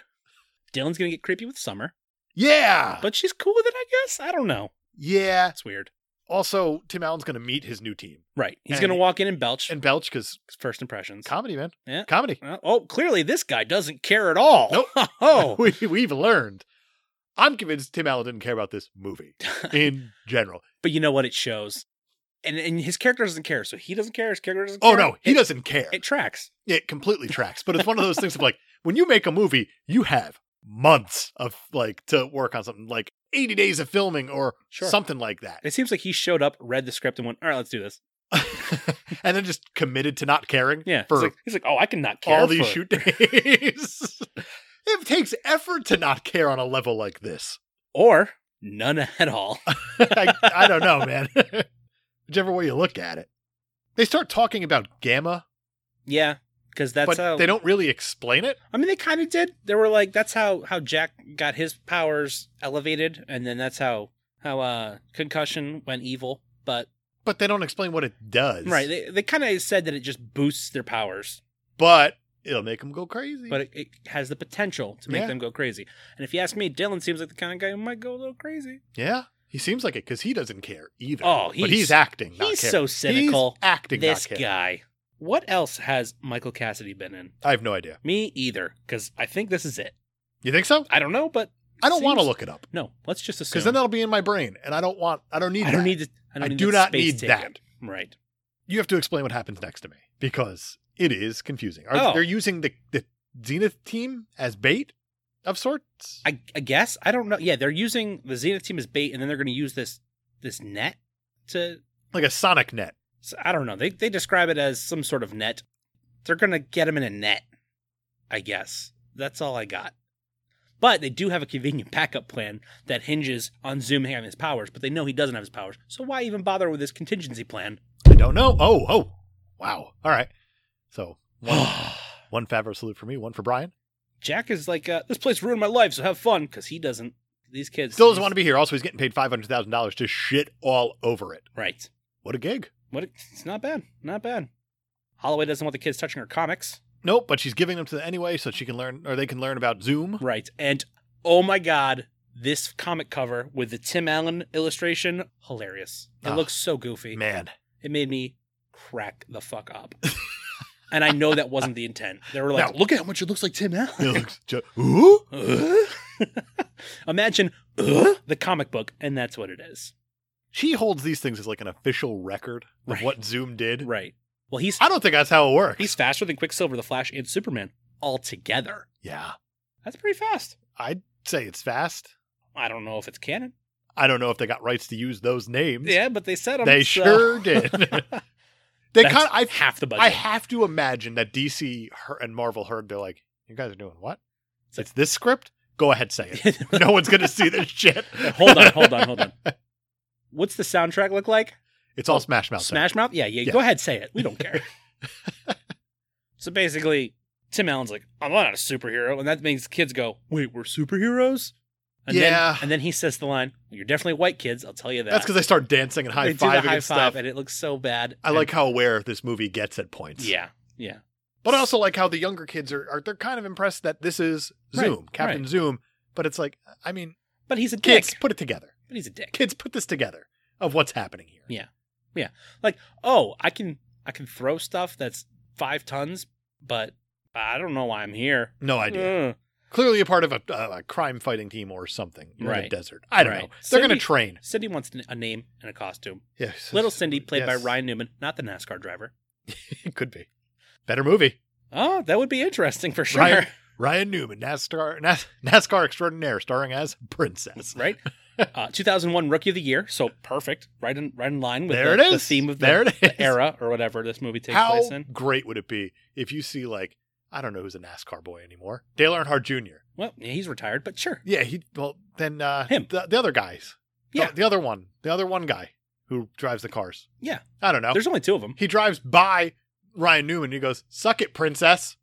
Speaker 2: Dylan's going to get creepy with Summer,
Speaker 1: Yeah,
Speaker 2: but she's cool with it, I guess. I don't know.
Speaker 1: yeah.
Speaker 2: That's weird.
Speaker 1: Also, Tim Allen's gonna meet his new team
Speaker 2: Right. He's
Speaker 1: And-
Speaker 2: going to walk in and belch.
Speaker 1: and Belch because
Speaker 2: first impressions.
Speaker 1: comedy, man,
Speaker 2: Yeah.
Speaker 1: comedy.
Speaker 2: Well, oh, clearly this guy doesn't care at all.
Speaker 1: Nope.
Speaker 2: [LAUGHS]
Speaker 1: [LAUGHS]
Speaker 2: oh,
Speaker 1: we, we've learned. I'm convinced Tim Allen didn't care about this
Speaker 2: [LAUGHS]
Speaker 1: movie in general.
Speaker 2: but you know what? It shows. And, and his character doesn't care. So he doesn't care. His character doesn't
Speaker 1: Oh
Speaker 2: care.
Speaker 1: no, he
Speaker 2: It-
Speaker 1: doesn't care.
Speaker 2: It tracks.
Speaker 1: It completely tracks, but it's one of those things of like when you make a movie, you have months of like to work on something, like 80 days of filming or
Speaker 2: Sure.
Speaker 1: something like that, [LAUGHS]
Speaker 2: It seems like he showed up, read the script, and went, all right, let's do this.
Speaker 1: and then just committed to not caring
Speaker 2: Yeah.
Speaker 1: for
Speaker 2: he's, like, he's like, oh, I can not care.
Speaker 1: all these
Speaker 2: for-
Speaker 1: shoot days. [LAUGHS] it takes effort to not care on a level like this.
Speaker 2: Or none at all.
Speaker 1: [LAUGHS] I, I don't know, man. [LAUGHS] Whichever way you look at it, they start talking about gamma,
Speaker 2: Yeah, because that's
Speaker 1: but
Speaker 2: how
Speaker 1: they don't really explain it.
Speaker 2: I mean, they kind of did. They were like, that's how how Jack got his powers elevated, and then that's how how uh concussion went evil. But
Speaker 1: But they don't explain what it does.
Speaker 2: right, they they kind of said that it just boosts their powers,
Speaker 1: but it'll make them go crazy.
Speaker 2: but it, it has the potential to make
Speaker 1: Yeah.
Speaker 2: them go crazy. And if you ask me, Dylan seems like the kind of guy who might go a little crazy.
Speaker 1: yeah, he seems like it because he doesn't care either.
Speaker 2: Oh,
Speaker 1: but
Speaker 2: he's-
Speaker 1: he's acting. Not
Speaker 2: He's
Speaker 1: caring.
Speaker 2: so cynical.
Speaker 1: He's acting.
Speaker 2: this
Speaker 1: not caring.
Speaker 2: guy. What else has Michael Cassidy been in?
Speaker 1: I have no idea.
Speaker 2: Me either, because I think this is it.
Speaker 1: You think so?
Speaker 2: I don't know, but
Speaker 1: I don't want to
Speaker 2: seems-
Speaker 1: look it up
Speaker 2: No, let's just assume.
Speaker 1: because then that'll be in my brain, and I don't want. I don't need.
Speaker 2: I don't
Speaker 1: that.
Speaker 2: need. To, I, don't
Speaker 1: I
Speaker 2: need
Speaker 1: do
Speaker 2: that
Speaker 1: not
Speaker 2: space
Speaker 1: need
Speaker 2: ticket.
Speaker 1: that.
Speaker 2: Right.
Speaker 1: You have to explain what happens next to me because it is confusing. Are,
Speaker 2: Oh.
Speaker 1: They're using the the Zenith team as bait of sorts.
Speaker 2: I, I guess I don't know. Yeah, they're using the Zenith team as bait, and then they're going to use this this net to.
Speaker 1: like a sonic net.
Speaker 2: so I don't know. They they describe it as some sort of net. They're going to get him in a net. I guess that's all I got. But they do have a convenient backup plan that hinges on Zoom having his powers, but they know he doesn't have his powers, so why even bother with this contingency plan?
Speaker 1: I don't know. Oh, oh, wow. All right.
Speaker 2: [SIGHS]
Speaker 1: So one, [SIGHS] one Favreau salute for me, one for Brian.
Speaker 2: Jack is like, uh, this place ruined my life, so have fun, because he doesn't. These kids
Speaker 1: Still doesn't want to be here. Also, he's getting paid five hundred thousand dollars to shit all over it.
Speaker 2: Right.
Speaker 1: What a gig.
Speaker 2: What? It's not bad. Not bad. Holloway doesn't want the kids touching her comics.
Speaker 1: Nope, but she's giving them to them anyway, so she can learn or they can learn about Zoom.
Speaker 2: Right. And oh my God, this comic cover with the Tim Allen illustration, hilarious. It
Speaker 1: Ah,
Speaker 2: looks so goofy. [LAUGHS]
Speaker 1: Man,
Speaker 2: It made me crack the fuck up. [LAUGHS] and I know that wasn't the intent. They were like,
Speaker 1: No.
Speaker 2: look at how much it looks like Tim
Speaker 1: it
Speaker 2: Allen.
Speaker 1: looks ju- Ooh?
Speaker 2: Uh? [LAUGHS] Imagine uh, the comic book, and that's what it is.
Speaker 1: She holds these things as like an official record of
Speaker 2: Right.
Speaker 1: what Zoom did.
Speaker 2: Right. Well, he's
Speaker 1: I don't think that's how it works.
Speaker 2: he's faster than Quicksilver, the Flash, and Superman all together.
Speaker 1: yeah,
Speaker 2: That's pretty fast.
Speaker 1: I'd say it's fast.
Speaker 2: I don't know if it's canon.
Speaker 1: I don't know if they got rights to use those names.
Speaker 2: Yeah, but they said 'em,
Speaker 1: they
Speaker 2: so-
Speaker 1: sure
Speaker 2: [LAUGHS]
Speaker 1: did. [LAUGHS] they
Speaker 2: That's
Speaker 1: kind of. I
Speaker 2: half the budget.
Speaker 1: I have to imagine that DC her- and Marvel heard they're like, you guys are doing what?
Speaker 2: It's
Speaker 1: It's, this script. Go ahead, say
Speaker 2: [LAUGHS]
Speaker 1: it. no one's gonna see this shit.
Speaker 2: hold on, hold on, hold on. What's the soundtrack look like?
Speaker 1: [LAUGHS] It's all Smash Mouth. Smash.
Speaker 2: Smash Mouth? Yeah, yeah,
Speaker 1: Yeah.
Speaker 2: Go ahead, say it. We
Speaker 1: [LAUGHS]
Speaker 2: don't care. so basically, Tim Allen's like, I'm not a superhero, and that makes kids go, Wait, we're superheroes? And
Speaker 1: Yeah.
Speaker 2: Then, and then he says the line, You're definitely white kids. I'll tell you that.
Speaker 1: That's because they start dancing and high
Speaker 2: They do the
Speaker 1: fiving
Speaker 2: high
Speaker 1: and stuff.
Speaker 2: five, and it looks so bad.
Speaker 1: I
Speaker 2: And-
Speaker 1: like how aware this movie gets at points.
Speaker 2: Yeah, yeah.
Speaker 1: but I also like how the younger kids are. are they're kind of impressed that this is
Speaker 2: Right,
Speaker 1: Zoom, Captain Zoom. But it's like, I mean,
Speaker 2: But he's a
Speaker 1: kids,
Speaker 2: dick.
Speaker 1: put it together.
Speaker 2: But he's a dick.
Speaker 1: Kids, put this together of what's happening here.
Speaker 2: Yeah. Oh, I can I can throw stuff that's five tons, but I don't know why I'm here.
Speaker 1: No idea.
Speaker 2: Ugh.
Speaker 1: Clearly a part of a, uh, a crime fighting team or something. You're in a
Speaker 2: Right.
Speaker 1: desert. I don't
Speaker 2: Right.
Speaker 1: know. They're going
Speaker 2: Cindy-
Speaker 1: to train.
Speaker 2: Cindy wants n- a name and a costume.
Speaker 1: Yes.
Speaker 2: Little Cindy, played by
Speaker 1: yes.
Speaker 2: Ryan Newman, not the NASCAR driver.
Speaker 1: [LAUGHS] It could be. Better movie.
Speaker 2: Oh, that would be interesting for sure.
Speaker 1: Right. Ryan Newman, NASCAR, Nas- NASCAR extraordinaire, starring as Princess.
Speaker 2: [LAUGHS] right? Uh, 2001 Rookie of the Year, so perfect, right in right in line with
Speaker 1: There
Speaker 2: the,
Speaker 1: it
Speaker 2: the
Speaker 1: is.
Speaker 2: theme of the,
Speaker 1: There it
Speaker 2: the
Speaker 1: is.
Speaker 2: era or whatever this movie takes
Speaker 1: How
Speaker 2: place in.
Speaker 1: great would it be if you see, like, I don't know who's a NASCAR boy anymore. Dale Earnhardt Jr.
Speaker 2: Well, yeah, he's retired, but sure,
Speaker 1: Yeah, he, well, then uh,
Speaker 2: Him.
Speaker 1: The, the other guys. The-
Speaker 2: Yeah.
Speaker 1: The, other one. The other one guy who drives the cars.
Speaker 2: Yeah.
Speaker 1: I don't know.
Speaker 2: there's only two of them.
Speaker 1: he drives by Ryan Newman and he goes, Suck it, Princess.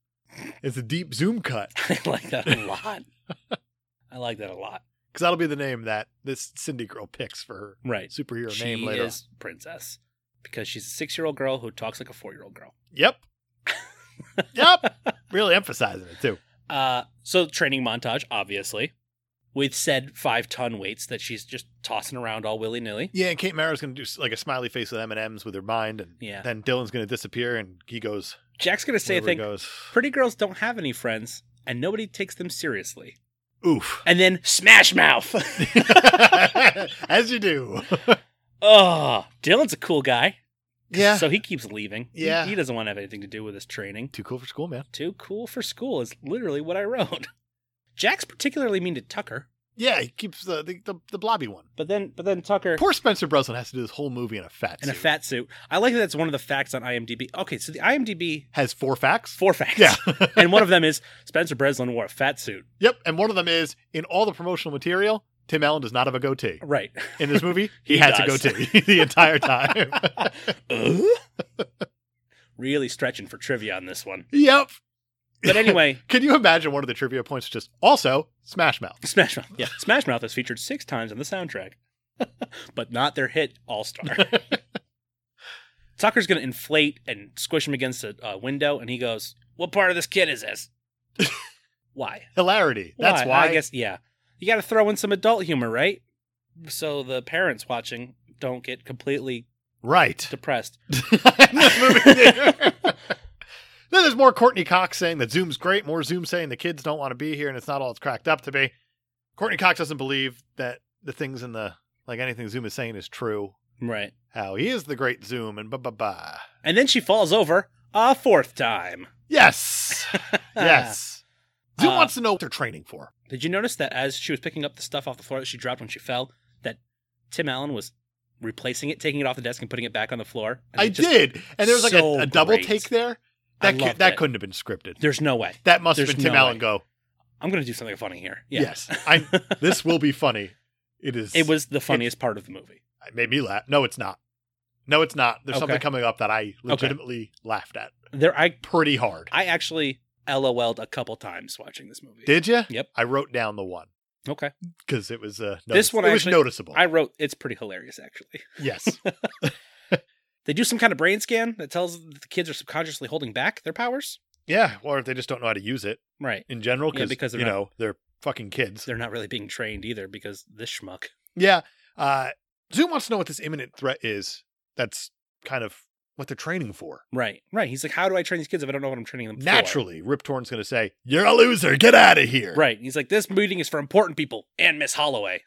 Speaker 1: It's a deep zoom cut.
Speaker 2: [LAUGHS] I like that a lot. I like that a lot.
Speaker 1: Because that'll be the name that this Cindy girl picks for her
Speaker 2: Right,
Speaker 1: superhero
Speaker 2: she
Speaker 1: name later.
Speaker 2: is princess because she's a six year old girl who talks like a four year old girl.
Speaker 1: Yep.
Speaker 2: [LAUGHS]
Speaker 1: yep. Really emphasizing it too.
Speaker 2: Uh, so training montage, obviously, with said five ton weights that she's just tossing around all willy nilly.
Speaker 1: Yeah, and Kate Mara's gonna do s- like a smiley face with M and M's with her mind, and
Speaker 2: Yeah,
Speaker 1: then Dylan's gonna disappear, and he goes
Speaker 2: Jack's gonna say a
Speaker 1: wherever
Speaker 2: thing.
Speaker 1: he goes.
Speaker 2: Pretty girls don't have any friends, and nobody takes them seriously. [LAUGHS]
Speaker 1: Oof. [LAUGHS]
Speaker 2: And then Smash Mouth. [LAUGHS]
Speaker 1: As you do.
Speaker 2: oh, Dylan's a cool guy.
Speaker 1: Yeah.
Speaker 2: So he keeps leaving. He-
Speaker 1: Yeah.
Speaker 2: He, doesn't want to have anything to do with his training.
Speaker 1: Too cool for school, man.
Speaker 2: Too cool for school is literally what I wrote. [LAUGHS] Jack's particularly mean to Tucker,
Speaker 1: Yeah, he keeps the the, the, the blobby one.
Speaker 2: but then but then Tucker
Speaker 1: Poor Spencer Breslin has to do this whole movie in a fat
Speaker 2: in a
Speaker 1: suit.
Speaker 2: fat suit. I like that that's one of the facts on IMDb. Okay, so the IMDb
Speaker 1: has four facts.
Speaker 2: four facts.
Speaker 1: Yeah.
Speaker 2: [LAUGHS] and one of them is Spencer Breslin wore a fat suit.
Speaker 1: Yep. And one of them is in all the promotional material, Tim Allen does not have a goatee.
Speaker 2: Right.
Speaker 1: In this
Speaker 2: [LAUGHS]
Speaker 1: movie, he,
Speaker 2: He
Speaker 1: has
Speaker 2: does.
Speaker 1: a goatee [LAUGHS] the entire
Speaker 2: [LAUGHS]
Speaker 1: time.
Speaker 2: Uh? [LAUGHS] really stretching for trivia on this one.
Speaker 1: yep. [LAUGHS]
Speaker 2: But anyway,
Speaker 1: Can you imagine one of the trivia points is just also Smash Mouth?
Speaker 2: Smash Mouth. Yeah, [LAUGHS] Smash Mouth is featured six times on the soundtrack, [LAUGHS] but not their hit All Star.
Speaker 1: [LAUGHS]
Speaker 2: Tucker's gonna inflate and squish him against a, a window, and he goes, "What part of this kid is
Speaker 1: [LAUGHS]
Speaker 2: this? why?
Speaker 1: Hilarity. That's why.
Speaker 2: I guess. Yeah, you got to throw in some adult humor, right? So the parents watching don't get completely
Speaker 1: Right.
Speaker 2: depressed.
Speaker 1: [LAUGHS] In this movie theater. [LAUGHS] then there's more Courtney Cox saying that Zoom's great, more Zoom saying the kids don't want to be here and it's not all it's cracked up to be. Courtney Cox doesn't believe that the things in the, like anything Zoom is saying is true.
Speaker 2: Right.
Speaker 1: How he is the great Zoom and ba ba ba.
Speaker 2: And then she falls over a fourth time. [LAUGHS]
Speaker 1: Yes. yes. Zoom
Speaker 2: Uh,
Speaker 1: wants to know what they're training for.
Speaker 2: Did you notice that as she was picking up the stuff off the floor that she dropped when she fell, that Tim Allen was replacing it, taking it off the desk, and putting it back on the floor? And
Speaker 1: I
Speaker 2: it just-
Speaker 1: did. And there was like
Speaker 2: so
Speaker 1: a, a double
Speaker 2: great.
Speaker 1: take there.
Speaker 2: I
Speaker 1: That, cou-
Speaker 2: loved
Speaker 1: that
Speaker 2: it.
Speaker 1: couldn't have been scripted.
Speaker 2: There's no way.
Speaker 1: That must have
Speaker 2: There's
Speaker 1: been Tim
Speaker 2: no
Speaker 1: Allen
Speaker 2: way.
Speaker 1: go,
Speaker 2: I'm going to do something funny here. Yeah.
Speaker 1: yes, I, this will be funny.
Speaker 2: [LAUGHS]
Speaker 1: It is.
Speaker 2: It was the funniest part of the movie.
Speaker 1: It made me laugh. No, it's not. No, it's not. There's something
Speaker 2: Okay.
Speaker 1: coming up that I legitimately laughed at
Speaker 2: There, I,
Speaker 1: pretty hard.
Speaker 2: I actually LOL'd a couple times watching this movie.
Speaker 1: Did you?
Speaker 2: Yep.
Speaker 1: I wrote down the one
Speaker 2: Okay.
Speaker 1: because it was uh,
Speaker 2: This
Speaker 1: notice-
Speaker 2: one
Speaker 1: It
Speaker 2: actually-
Speaker 1: was noticeable.
Speaker 2: I wrote, it's pretty hilarious, actually. [LAUGHS]
Speaker 1: yes.
Speaker 2: They do some kind of brain scan that tells that the kids are subconsciously holding back their powers.
Speaker 1: yeah. Or they just don't know how to use it
Speaker 2: Right.
Speaker 1: in general
Speaker 2: Yeah,
Speaker 1: cause,
Speaker 2: because they're
Speaker 1: you
Speaker 2: not-
Speaker 1: know they're fucking kids.
Speaker 2: They're not really being trained either because this schmuck.
Speaker 1: Yeah. Uh, Zoom wants to know what this imminent threat is. That's kind of what they're training for.
Speaker 2: Right. Right. He's like, how do I train these kids if I don't know what I'm training them Um, for?
Speaker 1: Naturally, Rip Torn's going to say, "You're a loser. Get out of here."
Speaker 2: Right. He's like, this meeting is for important people and Miss Holloway.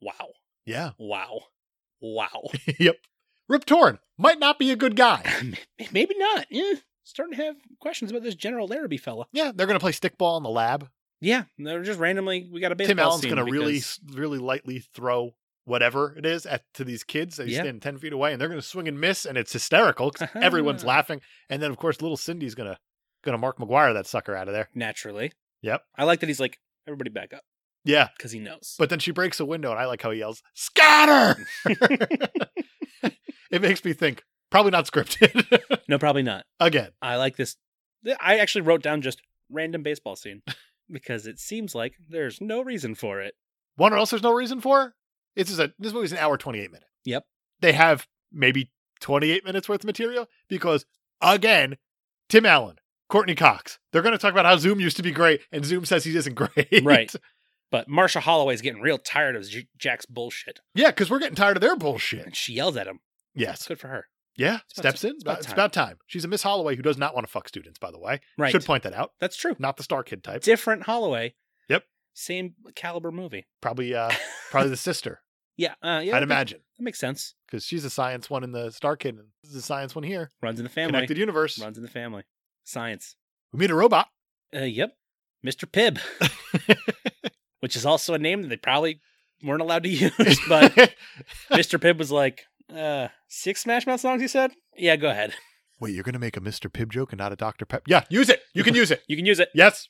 Speaker 2: Wow.
Speaker 1: Yeah. [LAUGHS]
Speaker 2: Wow. Wow. [LAUGHS]
Speaker 1: yep. Rip Torn might not be a good guy.
Speaker 2: Maybe not. Yeah. Starting to have questions about this General Larrabee fella.
Speaker 1: Yeah, they're going to play stickball in the lab.
Speaker 2: Yeah. They're just randomly, we got a baseball
Speaker 1: Tim Allen's
Speaker 2: scene
Speaker 1: going to really,
Speaker 2: because-
Speaker 1: really lightly throw whatever it is at to these kids. They
Speaker 2: Yeah.
Speaker 1: stand ten feet away, and they're going to swing and miss, and it's hysterical 'cause
Speaker 2: [LAUGHS]
Speaker 1: everyone's laughing. And then, of course, little Cindy's going to going to Mark McGuire that sucker out of there.
Speaker 2: Naturally.
Speaker 1: Yep.
Speaker 2: I like that he's like, everybody back up
Speaker 1: Yeah,
Speaker 2: because he knows.
Speaker 1: but then she breaks a window, and I like how he yells,
Speaker 2: [LAUGHS]
Speaker 1: "Scatter!" [LAUGHS] it makes me think. Probably not scripted. [LAUGHS]
Speaker 2: no, probably not.
Speaker 1: Again,
Speaker 2: I like this. th- I actually wrote down just random baseball
Speaker 1: [LAUGHS]
Speaker 2: scene because it seems like there's no reason for it.
Speaker 1: One or else there's no reason for. This is a this movie's an hour twenty eight minute.
Speaker 2: Yep.
Speaker 1: They have maybe twenty eight minutes worth of material because again, Tim Allen, Courtney Cox, they're going to talk about how Zoom used to be great, and Zoom says he isn't [LAUGHS] great.
Speaker 2: Right. But Marsha Holloway's getting real tired of J- Jack's bullshit.
Speaker 1: yeah, because we're getting tired of their bullshit.
Speaker 2: And she yells at him.
Speaker 1: Yes.
Speaker 2: Good for her.
Speaker 1: Yeah,
Speaker 2: It's about
Speaker 1: steps
Speaker 2: ti-
Speaker 1: in.
Speaker 2: it's
Speaker 1: It's
Speaker 2: about
Speaker 1: about,
Speaker 2: time.
Speaker 1: time. She's a Miss Holloway who does not want to fuck students, by the way.
Speaker 2: Right.
Speaker 1: Should point that out.
Speaker 2: That's true.
Speaker 1: Not the Star Kid
Speaker 2: [LAUGHS]
Speaker 1: type.
Speaker 2: Different Holloway.
Speaker 1: Yep.
Speaker 2: Same
Speaker 1: [LAUGHS]
Speaker 2: caliber movie.
Speaker 1: Probably uh probably the sister,
Speaker 2: Yeah. Uh, [LAUGHS] yeah.
Speaker 1: I'd
Speaker 2: that-
Speaker 1: imagine.
Speaker 2: That makes sense.
Speaker 1: Because she's a science one in the Star Kid and this is a science one here.
Speaker 2: Runs in the family.
Speaker 1: Connected universe.
Speaker 2: Runs in the family. Science.
Speaker 1: We meet a robot.
Speaker 2: Uh, yep. Mr.
Speaker 1: [LAUGHS]
Speaker 2: Pibb, which is also a name that they probably
Speaker 1: [LAUGHS]
Speaker 2: weren't allowed to use, but Mr. Pibb was like, uh, six Smash Mouth songs, you said? Yeah, go ahead.
Speaker 1: Wait, you're gonna make a Mr. Pibb joke and not a Dr. Pep. Yeah, use it. You [LAUGHS] can use it.
Speaker 2: You can use it.
Speaker 1: Yes.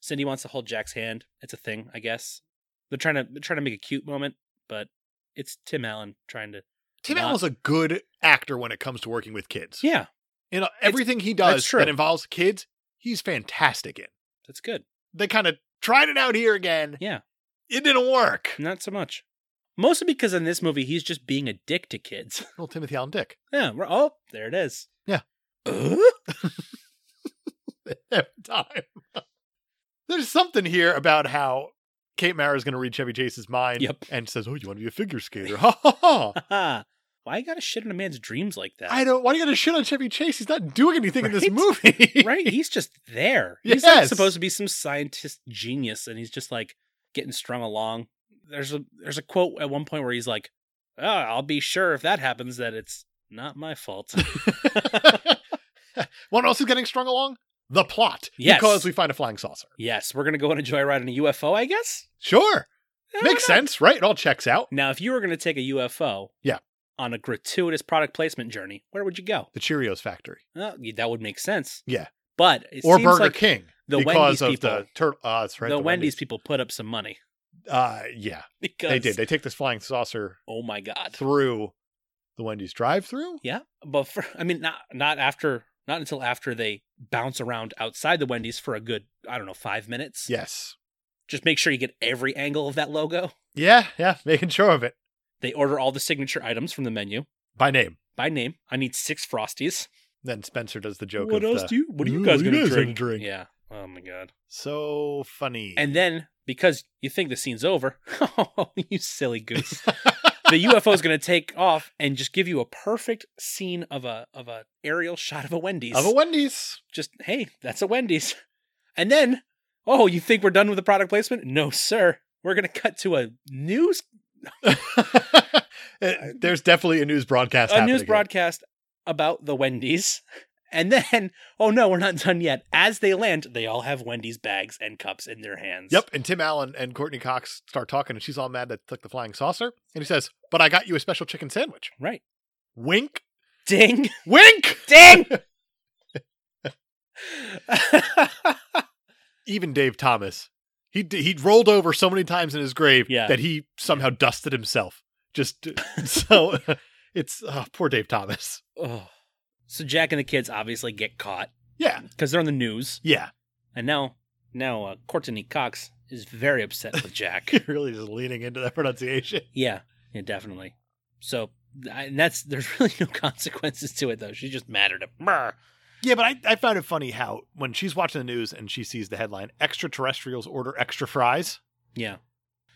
Speaker 2: Cindy wants to hold Jack's hand. It's a thing, I guess. They're trying to they're trying to make a cute moment, but it's Tim Allen trying to
Speaker 1: Tim
Speaker 2: Not-
Speaker 1: Allen's a good actor when it comes to working with kids.
Speaker 2: Yeah,
Speaker 1: You know, everything he
Speaker 2: that's
Speaker 1: does
Speaker 2: true.
Speaker 1: that involves kids, he's fantastic in.
Speaker 2: that's good.
Speaker 1: They kind of tried it out here again.
Speaker 2: Yeah.
Speaker 1: It didn't work.
Speaker 2: Not so much. Mostly because in this movie he's just being a dick to kids. [LAUGHS]
Speaker 1: Well, Timothy Allen Dick.
Speaker 2: yeah, we're, oh, there it is.
Speaker 1: Yeah.
Speaker 2: Uh?
Speaker 1: Every time. [LAUGHS] There's something here about how Kate Mara is going to read Chevy Chase's mind
Speaker 2: Yep.
Speaker 1: and says, "Oh, you want to be a figure skater?" [LAUGHS] Ha ha ha.
Speaker 2: [LAUGHS] Haha. [LAUGHS] Why you gotta shit on a man's dreams like that?
Speaker 1: I [LAUGHS] don't. Why do you got to shit on Chevy Chase? He's not doing anything in this
Speaker 2: Right?
Speaker 1: movie. [LAUGHS]
Speaker 2: right? He's just there. He's like,
Speaker 1: Yes.
Speaker 2: supposed to be some scientist genius, and he's just like getting strung along. There's a there's a quote at one point where he's like, oh, "I'll be sure if that happens that it's not my fault."
Speaker 1: [LAUGHS] What else is getting strung along? The plot.
Speaker 2: Yes.
Speaker 1: Because we find a flying saucer.
Speaker 2: yes, we're gonna go on a joyride in a UFO, I guess.
Speaker 1: Sure.
Speaker 2: I don't
Speaker 1: Makes
Speaker 2: know.
Speaker 1: sense, right? It all checks out.
Speaker 2: Now, if you were gonna take a UFO,
Speaker 1: Yeah.
Speaker 2: on a gratuitous product placement journey, where would you go?
Speaker 1: The Cheerios factory
Speaker 2: Well, y- that would make sense.
Speaker 1: Yeah.
Speaker 2: but it
Speaker 1: or
Speaker 2: seems
Speaker 1: Burger
Speaker 2: like
Speaker 1: King
Speaker 2: the
Speaker 1: because
Speaker 2: Wendy's
Speaker 1: of
Speaker 2: people,
Speaker 1: the turtle. Uh, that's right.
Speaker 2: the, Wendy's people put up some money [LAUGHS]
Speaker 1: Uh, yeah,
Speaker 2: because
Speaker 1: they did. They take this flying saucer
Speaker 2: oh my god.
Speaker 1: through the Wendy's drive-through.
Speaker 2: Yeah, but for, I mean, not not after, not until after they bounce around outside the Wendy's for a good, I don't know, five minutes.
Speaker 1: Yes.
Speaker 2: Just make sure you get every angle of that logo.
Speaker 1: Yeah, yeah. [LAUGHS] Making sure of it
Speaker 2: They order all the signature items from the menu
Speaker 1: by name.
Speaker 2: by name. I need six frosties.
Speaker 1: Then Spencer does the joke.
Speaker 2: what
Speaker 1: of
Speaker 2: else
Speaker 1: the,
Speaker 2: do you? What are you
Speaker 1: "Ooh,
Speaker 2: guys
Speaker 1: what are
Speaker 2: gonna
Speaker 1: you guys
Speaker 2: drink?
Speaker 1: gonna drink?
Speaker 2: Yeah. Oh my god.
Speaker 1: So funny.
Speaker 2: And then because you think the scene's over, [LAUGHS] oh, you
Speaker 1: [LAUGHS]
Speaker 2: silly goose. the UFO is going to take off and just give you a perfect scene of a of a aerial shot of a Wendy's.
Speaker 1: of a Wendy's. [LAUGHS]
Speaker 2: just hey, that's a Wendy's. [LAUGHS] And then, oh, you think we're done with the product placement? No, sir. We're gonna cut to a news
Speaker 1: There's definitely a news broadcast.
Speaker 2: a
Speaker 1: happening
Speaker 2: news
Speaker 1: here.
Speaker 2: broadcast about the Wendy's. [LAUGHS] And then, oh no, we're not done yet. As they land, they all have Wendy's bags and cups in their hands.
Speaker 1: Yep. And Tim Allen and Courtney Cox start talking, and she's all mad that took the flying saucer. And he says, "But I got you a special chicken sandwich."
Speaker 2: Right.
Speaker 1: Wink,
Speaker 2: Ding.
Speaker 1: wink.
Speaker 2: Ding.
Speaker 1: Even Dave Thomas, he d- he rolled over so many times in his grave
Speaker 2: Yeah.
Speaker 1: that he somehow dusted himself. Just [LAUGHS] so it's oh, poor Dave Thomas.
Speaker 2: oh. So Jack and the kids obviously get caught
Speaker 1: Yeah.
Speaker 2: because they're on the news.
Speaker 1: [LAUGHS] Yeah.
Speaker 2: And now, now uh, Courtney Cox is very upset
Speaker 1: [LAUGHS]
Speaker 2: with Jack.
Speaker 1: You're really just leaning into that pronunciation.
Speaker 2: Yeah, yeah, definitely. So, I, and that's there's [LAUGHS] really no consequences to it though. She's just mad at him. Brr.
Speaker 1: Yeah, but I, I found it funny how when she's watching the news and she sees the headline "Extraterrestrials order extra fries."
Speaker 2: Yeah,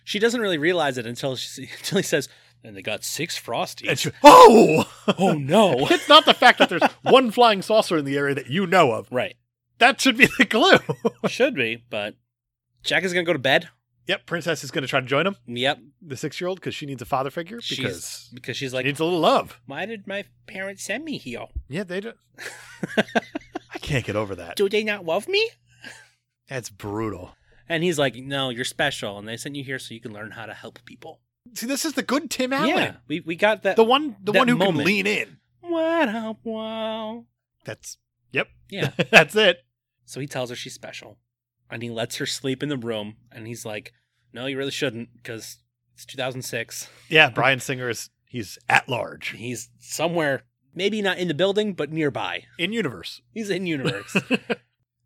Speaker 2: she doesn't really realize it until she [LAUGHS] until he says, "And they got six frosties."
Speaker 1: And she, [LAUGHS] oh,
Speaker 2: oh no!
Speaker 1: it's not the fact that there's one flying saucer in the area that you know of.
Speaker 2: [LAUGHS] right,
Speaker 1: That should be the clue. [LAUGHS]
Speaker 2: should be, but Jack is gonna go to bed.
Speaker 1: yep, Princess is going to try to join him,
Speaker 2: Yep,
Speaker 1: the six-year-old, because she needs a father figure because
Speaker 2: she's because she's
Speaker 1: she
Speaker 2: like,
Speaker 1: needs a little love.
Speaker 2: "Why did my parents send me here?
Speaker 1: Yeah, they do. [LAUGHS] I can't get over that.
Speaker 2: Do they not love me?"
Speaker 1: That's brutal.
Speaker 2: And he's like, "No, you're special, and they sent you here so you can learn how to help people."
Speaker 1: See, this is the good Tim Allen,
Speaker 2: Yeah, we we got that.
Speaker 1: the one, the
Speaker 2: That
Speaker 1: one who
Speaker 2: moment.
Speaker 1: can lean in.
Speaker 2: what up, wow?
Speaker 1: That's yep.
Speaker 2: [LAUGHS] Yeah.
Speaker 1: [LAUGHS] that's it.
Speaker 2: So he tells her she's special and he lets her sleep in the room. And he's like, no, you really shouldn't because it's 2006.
Speaker 1: Yeah, Brian Singer is he's at large.
Speaker 2: He's somewhere, maybe not in the building, but nearby.
Speaker 1: in universe.
Speaker 2: He's in [LAUGHS] universe.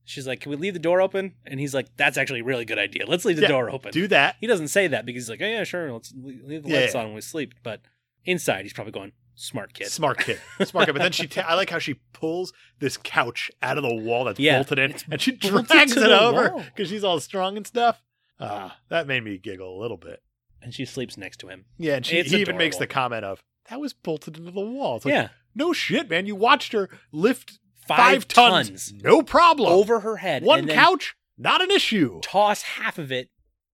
Speaker 2: she's like, can we leave the door open? And he's like, that's actually a really good idea. Let's leave the
Speaker 1: Yeah,
Speaker 2: door open.
Speaker 1: Do that.
Speaker 2: He doesn't say that because he's like, oh, yeah, sure. Let's le- leave the
Speaker 1: Yeah,
Speaker 2: lights
Speaker 1: yeah.
Speaker 2: on when we sleep. But inside, he's probably going, smart kid.
Speaker 1: Smart
Speaker 2: [LAUGHS]
Speaker 1: kid. Smart kid. But then she, ta- I like how she pulls this couch out of the wall that's
Speaker 2: Yeah,
Speaker 1: bolted in
Speaker 2: it's
Speaker 1: and she
Speaker 2: bolted
Speaker 1: drags
Speaker 2: to
Speaker 1: it
Speaker 2: the
Speaker 1: over
Speaker 2: wall.
Speaker 1: because she's all strong and stuff. Ah, that made me giggle a little bit.
Speaker 2: And she sleeps next to him.
Speaker 1: Yeah, and she,
Speaker 2: It's
Speaker 1: he even makes
Speaker 2: adorable.
Speaker 1: the comment of, that was bolted into the wall. It's like,
Speaker 2: yeah.
Speaker 1: no shit, man. You watched her lift
Speaker 2: Five,
Speaker 1: tons,
Speaker 2: tons,
Speaker 1: no problem.
Speaker 2: over her head.
Speaker 1: One
Speaker 2: and then
Speaker 1: couch, not an issue.
Speaker 2: Toss half of it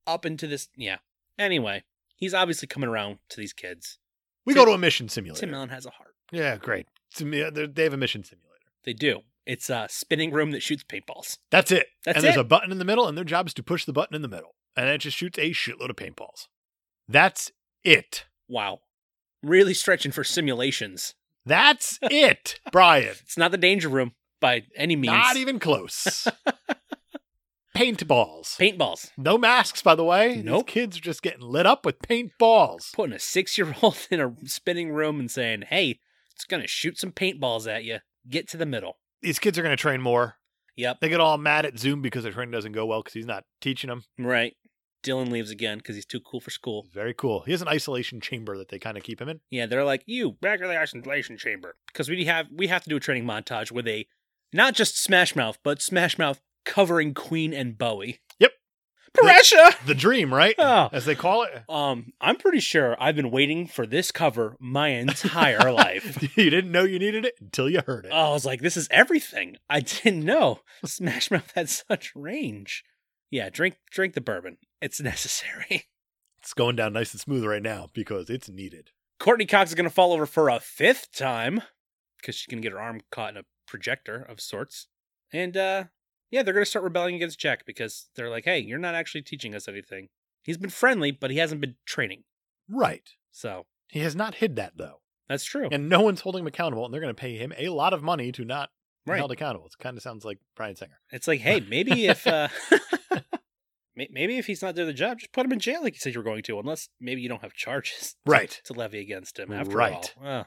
Speaker 2: up into this. Yeah. Anyway, he's obviously coming around to these kids.
Speaker 1: We
Speaker 2: Tim-
Speaker 1: go to a mission simulator.
Speaker 2: Tim Allen has a heart.
Speaker 1: Yeah, great. Sim- yeah, they're- They have a mission simulator.
Speaker 2: They do. It's a spinning room that shoots paintballs.
Speaker 1: That's it.
Speaker 2: That's
Speaker 1: and there's
Speaker 2: it.
Speaker 1: a button in the middle, and their job is to push the button in the middle, and it just shoots a shitload of paintballs. That's it.
Speaker 2: Wow. Really stretching for simulations. [LAUGHS]
Speaker 1: That's it, Brian.
Speaker 2: It's not the danger room by any means.
Speaker 1: Not even close.
Speaker 2: [LAUGHS]
Speaker 1: paintballs.
Speaker 2: paintballs.
Speaker 1: no masks, by the way.
Speaker 2: Nope.
Speaker 1: These kids are just getting lit up with paintballs.
Speaker 2: Putting a six year old [LAUGHS] in a spinning room and saying, hey, it's going to shoot some paintballs at you. Get to the middle.
Speaker 1: These kids are going to train more.
Speaker 2: Yep.
Speaker 1: They get all mad at Zoom because their training doesn't go well because he's not teaching them.
Speaker 2: Right. Dylan leaves again because he's too cool for school.
Speaker 1: Very cool. He has an isolation chamber that they kind of keep him in.
Speaker 2: Yeah, they're like, you back to the isolation chamber because we have we have to do a training montage with a not just Smash Mouth, but Smash Mouth covering Queen and Bowie.
Speaker 1: Yep.
Speaker 2: pressure.
Speaker 1: The dream, right?
Speaker 2: Oh.
Speaker 1: As they call it.
Speaker 2: Um, I'm pretty sure I've been waiting for this cover my entire [LAUGHS] life.
Speaker 1: [LAUGHS] you didn't know you needed it until you heard it.
Speaker 2: Oh, I was like, this is everything. I [LAUGHS] didn't know Smash [LAUGHS] Mouth had such range. Yeah, drink drink the bourbon. It's [LAUGHS] necessary.
Speaker 1: it's going down nice and smooth right now because it's needed.
Speaker 2: Courtney Cox is going to fall over for a fifth time because she's going to get her arm caught in a projector of sorts. And uh, yeah, they're going to start rebelling against Jack because they're like, hey, you're not actually teaching us anything. He's been friendly, but he hasn't been training.
Speaker 1: Right.
Speaker 2: So
Speaker 1: He has not hid that though.
Speaker 2: that's true.
Speaker 1: And no one's holding him accountable and they're going to pay him a lot of money to not be
Speaker 2: right.
Speaker 1: held accountable. It kind of sounds like Brian Singer.
Speaker 2: It's like, hey, maybe if. Uh, [LAUGHS] may- Maybe if he's not doing the job, just put him in jail like you said you were going to, unless maybe you don't have charges
Speaker 1: Right.
Speaker 2: [LAUGHS] to levy against him. After
Speaker 1: Right.
Speaker 2: all, Uh,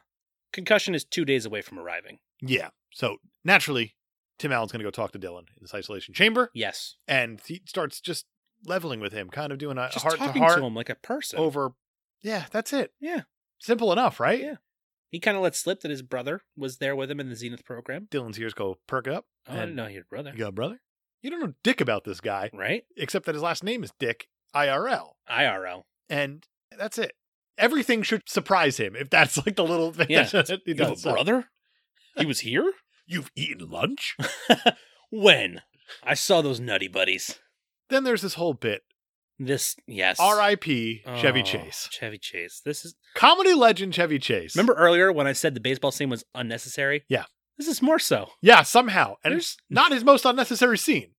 Speaker 2: concussion is two days away from arriving.
Speaker 1: Yeah. So naturally, Tim Allen's going to go talk to Dylan in this isolation chamber
Speaker 2: Yes,
Speaker 1: and he starts just leveling with him, kind of doing a
Speaker 2: just
Speaker 1: heart to
Speaker 2: talking
Speaker 1: heart
Speaker 2: to him like a person.
Speaker 1: over. Yeah, that's it.
Speaker 2: Yeah.
Speaker 1: Simple enough, right?
Speaker 2: Yeah. He kind of let slip that his brother was there with him in the Zenith program.
Speaker 1: Dylan's ears go perk up.
Speaker 2: Oh, I didn't know he had a brother.
Speaker 1: You got a brother? You don't know dick about this guy,
Speaker 2: Right?
Speaker 1: except that his last name is Dick IRL.
Speaker 2: IRL.
Speaker 1: and that's it. Everything should surprise him if that's like the little thing.
Speaker 2: Yeah.
Speaker 1: [LAUGHS] that he
Speaker 2: You have
Speaker 1: does.
Speaker 2: a brother? he was here? [LAUGHS]
Speaker 1: You've eaten lunch.
Speaker 2: when? I saw those nutty buddies.
Speaker 1: then there's this whole bit.
Speaker 2: This, yes.
Speaker 1: R.I.P. Chevy
Speaker 2: Oh,
Speaker 1: Chase,
Speaker 2: Chevy Chase. This is.
Speaker 1: comedy legend Chevy Chase.
Speaker 2: Remember earlier when I said the baseball scene was unnecessary?
Speaker 1: Yeah.
Speaker 2: This is more so.
Speaker 1: Yeah, somehow, and
Speaker 2: There's-
Speaker 1: it's not his most unnecessary scene.